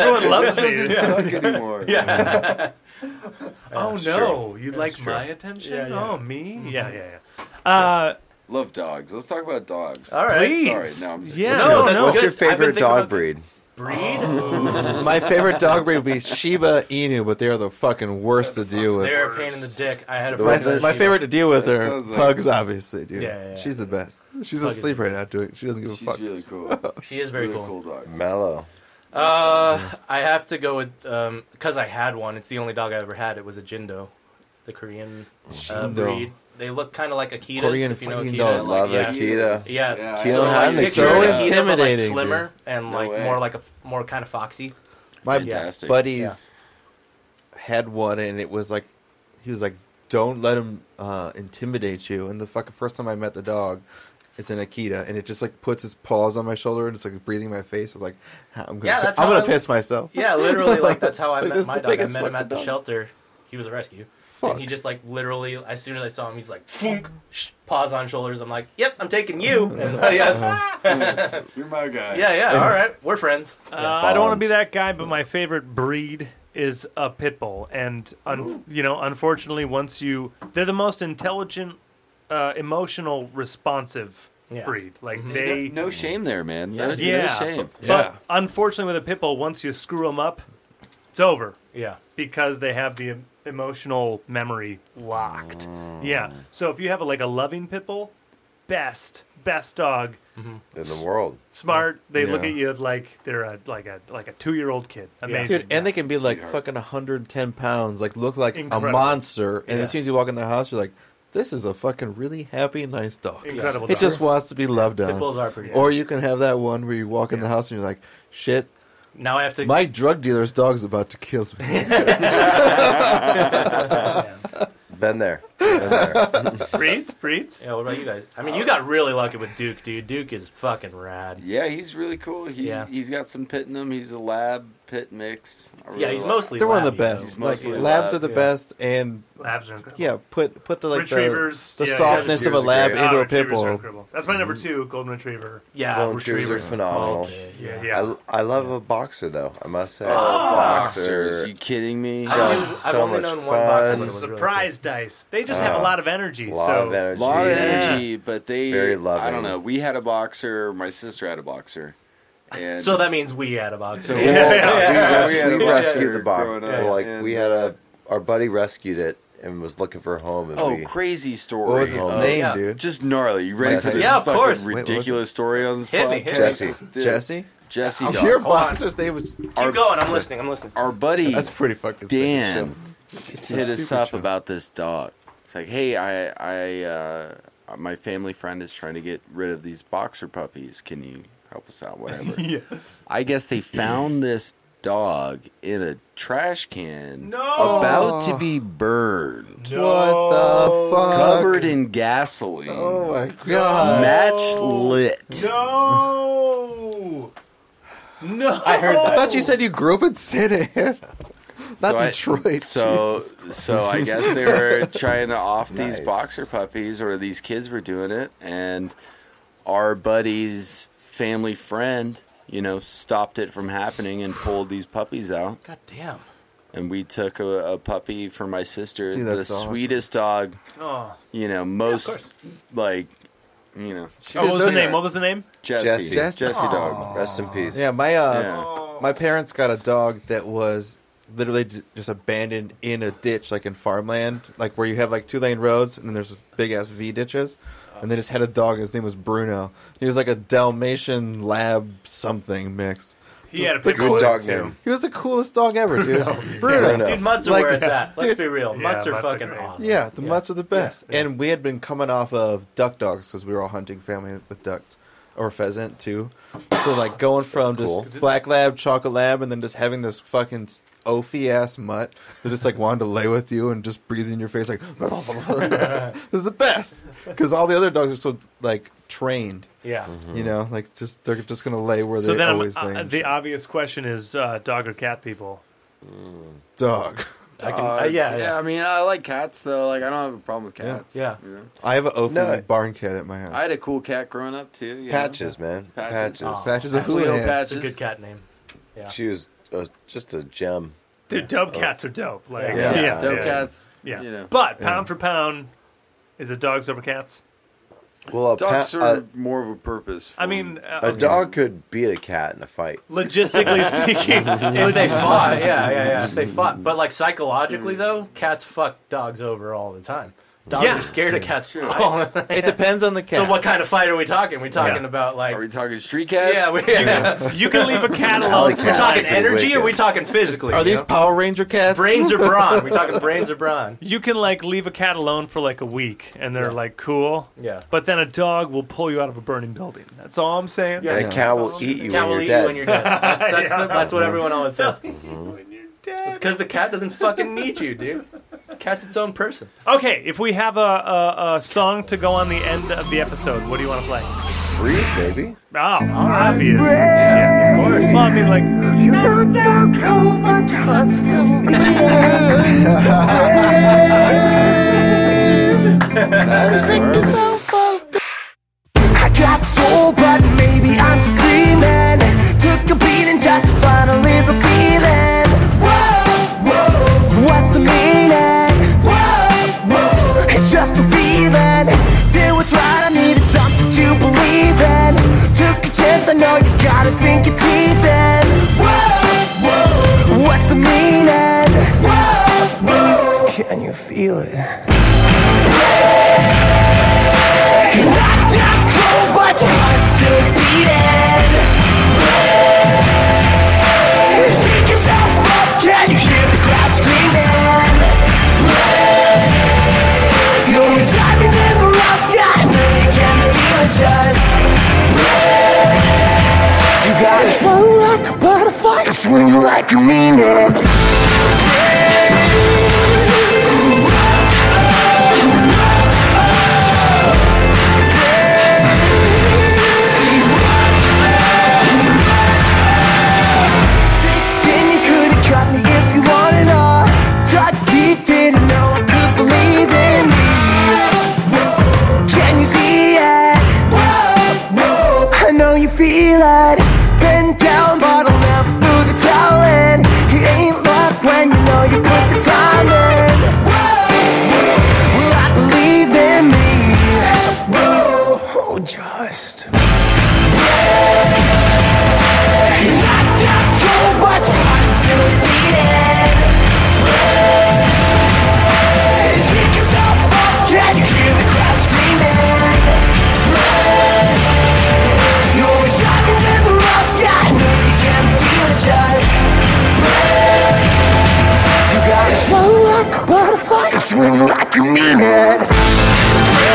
D: Everyone loves
E: doesn't
D: me.
E: suck anymore.
D: Oh no, you like
A: true.
D: my attention?
A: Yeah, yeah.
D: Oh me? Yeah, yeah, yeah. Uh,
E: Love dogs. Let's talk about dogs.
A: All right.
D: please.
E: sorry, no, I'm just
D: yeah.
E: kidding.
D: No,
A: No, that's
D: no.
B: What's your
A: good. I've been
B: favorite
A: thinking
B: dog
A: about-
B: breed?
A: Breed?
C: My favorite dog breed would be Shiba Inu, but they are the fucking worst to deal with.
A: They're a pain in the dick. I had a
C: my,
A: friend that
C: my
A: she-
C: favorite to deal with
E: That
C: are
E: sounds like-
C: pugs, obviously, dude.
A: Yeah, yeah, yeah.
C: She's the best. She's
A: Pug is-
C: asleep right now. Doing, she doesn't give a
E: She's
C: fuck.
E: really cool.
A: She is very
E: really
A: cool.
E: cool dog.
B: Mellow.
A: Uh, I have to go with um 'cause because I had one. It's the only dog I ever had. It was a Jindo, the Korean uh,
C: Jindo.
A: breed. They look kind of like Akitas.
C: Korean
A: if you know
C: fucking
A: Akitas.
C: dog.
A: like,
B: Love
A: yeah.
B: Akita.
A: Yeah,
E: Yeah,
A: so,
B: I
A: like,
B: know.
A: picture
B: So
A: an Akita, but like
C: intimidating, dude.
A: slimmer and
E: No
A: like
E: way.
A: more like a f- more kind of foxy.
C: My
E: Fantastic.
C: buddies had one, and it was like, he was like, "Don't let him uh, intimidate you." And the fucking first time I met the dog, it's an Akita, and it just like puts its paws on my shoulder and it's like breathing in my face. I was like, "I'm gonna,
A: Yeah,
C: pi-
A: that's
C: I'm
A: how
C: gonna
A: I-
C: piss myself."
A: Yeah, literally, like that's how I
C: Like,
A: met
C: that's
A: my
C: the
A: dog. I
C: biggest
A: met him
C: fucking
A: at the
C: dog.
A: shelter. He was a rescue.
C: Fuck.
A: And he just like literally, as soon as I saw him, he's like, "Thunk," sh- paws on shoulders. I'm like, yep, I'm taking you. And, uh, yeah, it's-
E: You're my guy.
A: yeah,
C: Uh-huh.
A: yeah, all right, we're friends.
D: Uh, I don't want to be that guy, but my favorite breed is a pit bull, and un- you know, unfortunately, once you, they're the most intelligent, uh, emotional, responsive
A: Yeah.
D: breed. Like
E: No-
D: they.
E: No, shame there, man. No,
D: Yeah.
E: no shame.
C: Yeah.
D: But unfortunately, with a pit bull, once you screw them up, it's over.
A: Yeah,
D: because they have the em- emotional memory locked.
C: Oh.
D: Yeah. So if you have a, like a loving pit bull, best best dog,
B: in the world.
D: smart. They look
C: Yeah.
D: at you like they're a like a like a two year old kid. Amazing.
C: Dude, and they can be like
E: Sweetheart.
C: fucking 110 pounds, like look like
D: Incredible.
C: a monster. And
A: Yeah.
C: as soon as you walk in their house, you're like, this is a fucking really happy, nice dog.
D: Incredible.
C: It just
D: dogs.
C: wants to be loved
A: pit bulls
C: on.
A: are pretty.
C: Uh, Or you can have that one where you walk in the house and you're like, shit,
A: now I have to.
C: my drug dealer's dog's about to kill me.
B: Been there. Been there.
D: breeds breeds.
A: yeah, what about you guys? I mean, you got really lucky with Duke, dude. Duke is fucking rad.
E: Yeah, he's really cool. He
A: Yeah.
E: he's got some pit in him. He's a lab Pit mix. I
A: Yeah, he's mostly
C: They're one of
A: lab,
C: the
A: you know.
C: best.
E: He's
C: Like,
E: mostly
C: labs
E: lab,
C: are the
A: yeah.
C: best, and
D: Labs are incredible.
C: yeah, put put the like
D: Retrievers,
C: the, the
D: yeah, yeah,
C: softness of a
B: retrievers are
C: lab
B: great.
D: Ah,
C: into a pit
D: retrievers are
C: bull. Mm.
D: incredible. That's my number two, golden retriever.
A: Yeah,
B: Golden retrievers are phenomenal.
A: Okay,
D: Yeah,
A: yeah.
D: yeah.
B: I, I love a boxer though. I must say,
E: Boxers, you kidding me?
A: I've only-
B: so
A: I've only
B: much
A: known one
B: fun.
A: boxer.
D: It's
A: when it
D: a
A: was really
D: surprise dice. They just
C: Uh,
D: have a lot of energy.
B: a lot
D: so
B: of energy.
E: lot of
B: Yeah.
E: energy, but they
B: Very loving.
E: I don't know. We had a boxer. My sister had a boxer, and
A: cool. So that means we had a box. So
E: So, well,
B: Yeah,
E: we had a
B: we rescued the
E: growing
B: box.
E: up,
B: like
E: and, uh,
B: we had a our buddy rescued it and was looking for a home. And
E: oh
B: we,
E: crazy story.
C: What was his
B: Oh,
C: name,
A: yeah.
C: dude?
E: Just gnarly. You ready
B: Yeah,
E: for this
A: of
E: fucking
A: course.
C: Wait, what was
E: ridiculous story on this
A: Hit me,
E: podcast?
A: hit me.
B: Jesse.
E: Dude,
C: Jesse.
E: Jesse. Dog.
C: Your
A: Hold on.
C: boxer's name was.
E: our,
A: keep going. I'm listening. I'm listening.
E: Our buddy
C: That's pretty fucking. sick.
E: Dan hit us
C: Super
E: up
C: chill.
E: about this dog. It's like, hey, I, I, uh, my family friend is trying to get rid of these boxer puppies. Can you help us out? Whatever. I guess they found this dog in a trash can, about to be burned,
D: No.
C: What the fuck?
E: covered in gasoline,
C: Oh my god.
E: match lit.
D: No. No.
A: I heard
C: I
A: that.
C: thought you said you grew up in City. Not
E: So I-
C: Detroit.
E: So,
C: Jesus.
E: so I guess they were trying to off
B: Nice.
E: these boxer puppies, or these kids were doing it, and our buddy's family friend, you know, stopped it from happening and pulled these puppies out.
A: God damn.
E: And we took a, a puppy for my sister,
C: Dude,
E: the
C: that's awesome.
E: sweetest dog,
D: Oh.
E: you know,
A: course.
E: most like, you know,
D: Oh, what was the
C: those-
D: name? What was the name?
E: Jesse,
B: Jesse.
E: Jesse,
C: Jesse.
E: dog.
B: Rest in peace.
C: Yeah, my uh,
E: Yeah.
C: my parents got a dog that was literally j- just abandoned in a ditch, like in farmland, like where you have like two lane roads and then there's big ass V ditches. And they just had a dog. His name was Bruno. He was like a Dalmatian lab something mix.
D: He
C: Just
D: had a
C: the
D: pit
C: good
D: bull
B: dog
D: too.
B: name.
C: He was the coolest dog ever, dude. Bruno.
B: Bruno.
A: Dude, mutts are
C: Like-
A: where it's at. Let's
C: Dude.
A: be real.
D: Yeah,
A: Mutts are
D: mutts are
A: fucking
D: great.
A: awesome.
C: Yeah, the mutts are the best. And we had been coming off of duck dogs because we were a hunting family with ducks or pheasant too. So like going from just black lab, chocolate lab, and then just having this fucking s- oafy ass mutt that just like wanted to lay with you and just breathe in your face like this is the best because all the other dogs are so like trained.
A: Yeah.
C: You know, like just they're just gonna lay where
D: So
C: they
D: then, I'm,
C: always lay.
D: uh,
C: and
D: the
C: shit.
D: obvious question is uh, dog or cat people?
C: dog.
A: I can, uh, yeah,
E: Yeah,
A: yeah.
E: I mean, I like cats though. Like, I don't have a problem with
C: Yeah.
E: cats.
A: Yeah.
E: you know?
C: I have an oafy
B: No.
C: barn cat at my house.
E: I had a cool cat growing up too. you know?
B: Patches, man. Patches.
E: Patches.
C: Patches of
E: Cleo
C: Houlihan.
A: It's a
E: patches.
A: good cat name. Yeah.
B: She was uh, just a gem.
D: Dude, dope cats are dope. Like, yeah,
C: Yeah.
D: yeah,
E: Dope
D: Uh, yeah.
E: cats.
D: Yeah.
E: You know.
D: But pound for pound, is it dogs over cats?
B: Well, a,
E: Dogs
B: pa- a,
E: serve more of a purpose. for
D: I mean,
B: a
D: uh,
B: dog could beat a cat in a fight.
D: logistically speaking,
A: If they fought, yeah, yeah, yeah. If they fought, but like psychologically though, cats fuck dogs over all the time. Dogs
D: Yeah.
A: are scared of cats. All the time.
C: It depends on the cat.
A: so what kind of fight are we talking? we talking
D: Yeah.
A: about like
E: are we talking street cats?
A: yeah, we, yeah.
D: you can leave a cat
B: Alley
D: alone.
A: we're
B: cats
A: talking
B: are pretty
A: energy. Or
B: wicked.
A: we talking physically?
C: Are
A: you
C: these
A: know?
C: Power Ranger cats?
A: brains or brawn? We're talking brains or brawn.
D: You can like leave a cat alone for like a week, and they're like cool.
A: Yeah.
D: But then a dog will pull you out of a burning building. That's all I'm saying.
A: Yeah.
B: And a cat will eat you
A: cat
B: when
A: will
B: you're
A: eat
B: dead.
A: you when you're dead. That's, that's, the, that's what everyone always says.
D: When you're dead.
A: It's because the cat doesn't fucking need you, dude. Cat's its own person.
D: Okay, if we have a, a, a song to go on the end of the episode, what do you want to play?
B: Free, baby.
D: Oh, obvious. Yeah, of course. Well, I mean, like,
N: I got soul, but maybe I'm just dreaming. Took a beating just to find a little feeling. Whoa, whoa, what's the meaning? Whoa, whoa, it's just a feeling. Did what's right, I needed something to believe in. Took a chance, I know you've gotta sink your teeth in. Whoa, whoa, what's the meaning? Whoa, whoa, can you feel it? Not that cool, but your heart's still beating. Pick yourself up, can you hear the crowd screaming? You're a diamond in the rough, yeah, I know you can feel it just. You gotta flow like a butterfly, just swing like you mean it. Thick skin daylight. Been down, but I'll never throw the towel in. It ain't luck when you know you put the time in. Will I believe in me? Oh, just. Not Dr. Joe, but I'm still beating. Think yourself up, can you hear the crowd screaming? You're a diamond in the rough, yeah, I know you can feel it, just breathe. You got it flow like a butterfly, you swing like you mean it.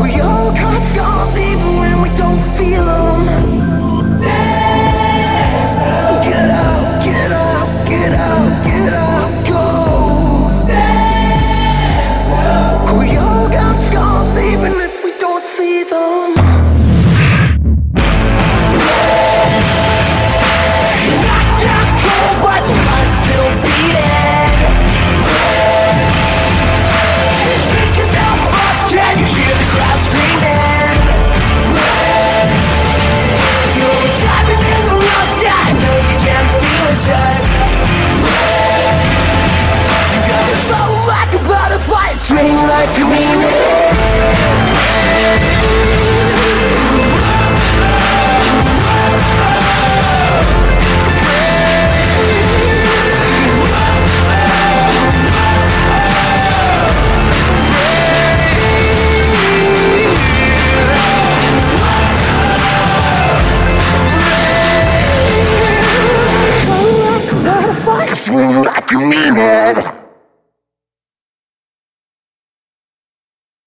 N: We all got scars even when we don't feel them. Get out, get out, get out, get out, go. We all got scars even if we don't see them. Knocked out cold, but your heart's still beating. Think yourself up, can you hear the crowd screaming? You're a diamond in the rough, yeah, I know you can feel it, just You got a soul like a butterfly, a swing like a mean it. Come like a butterfly, a swing like a mean it.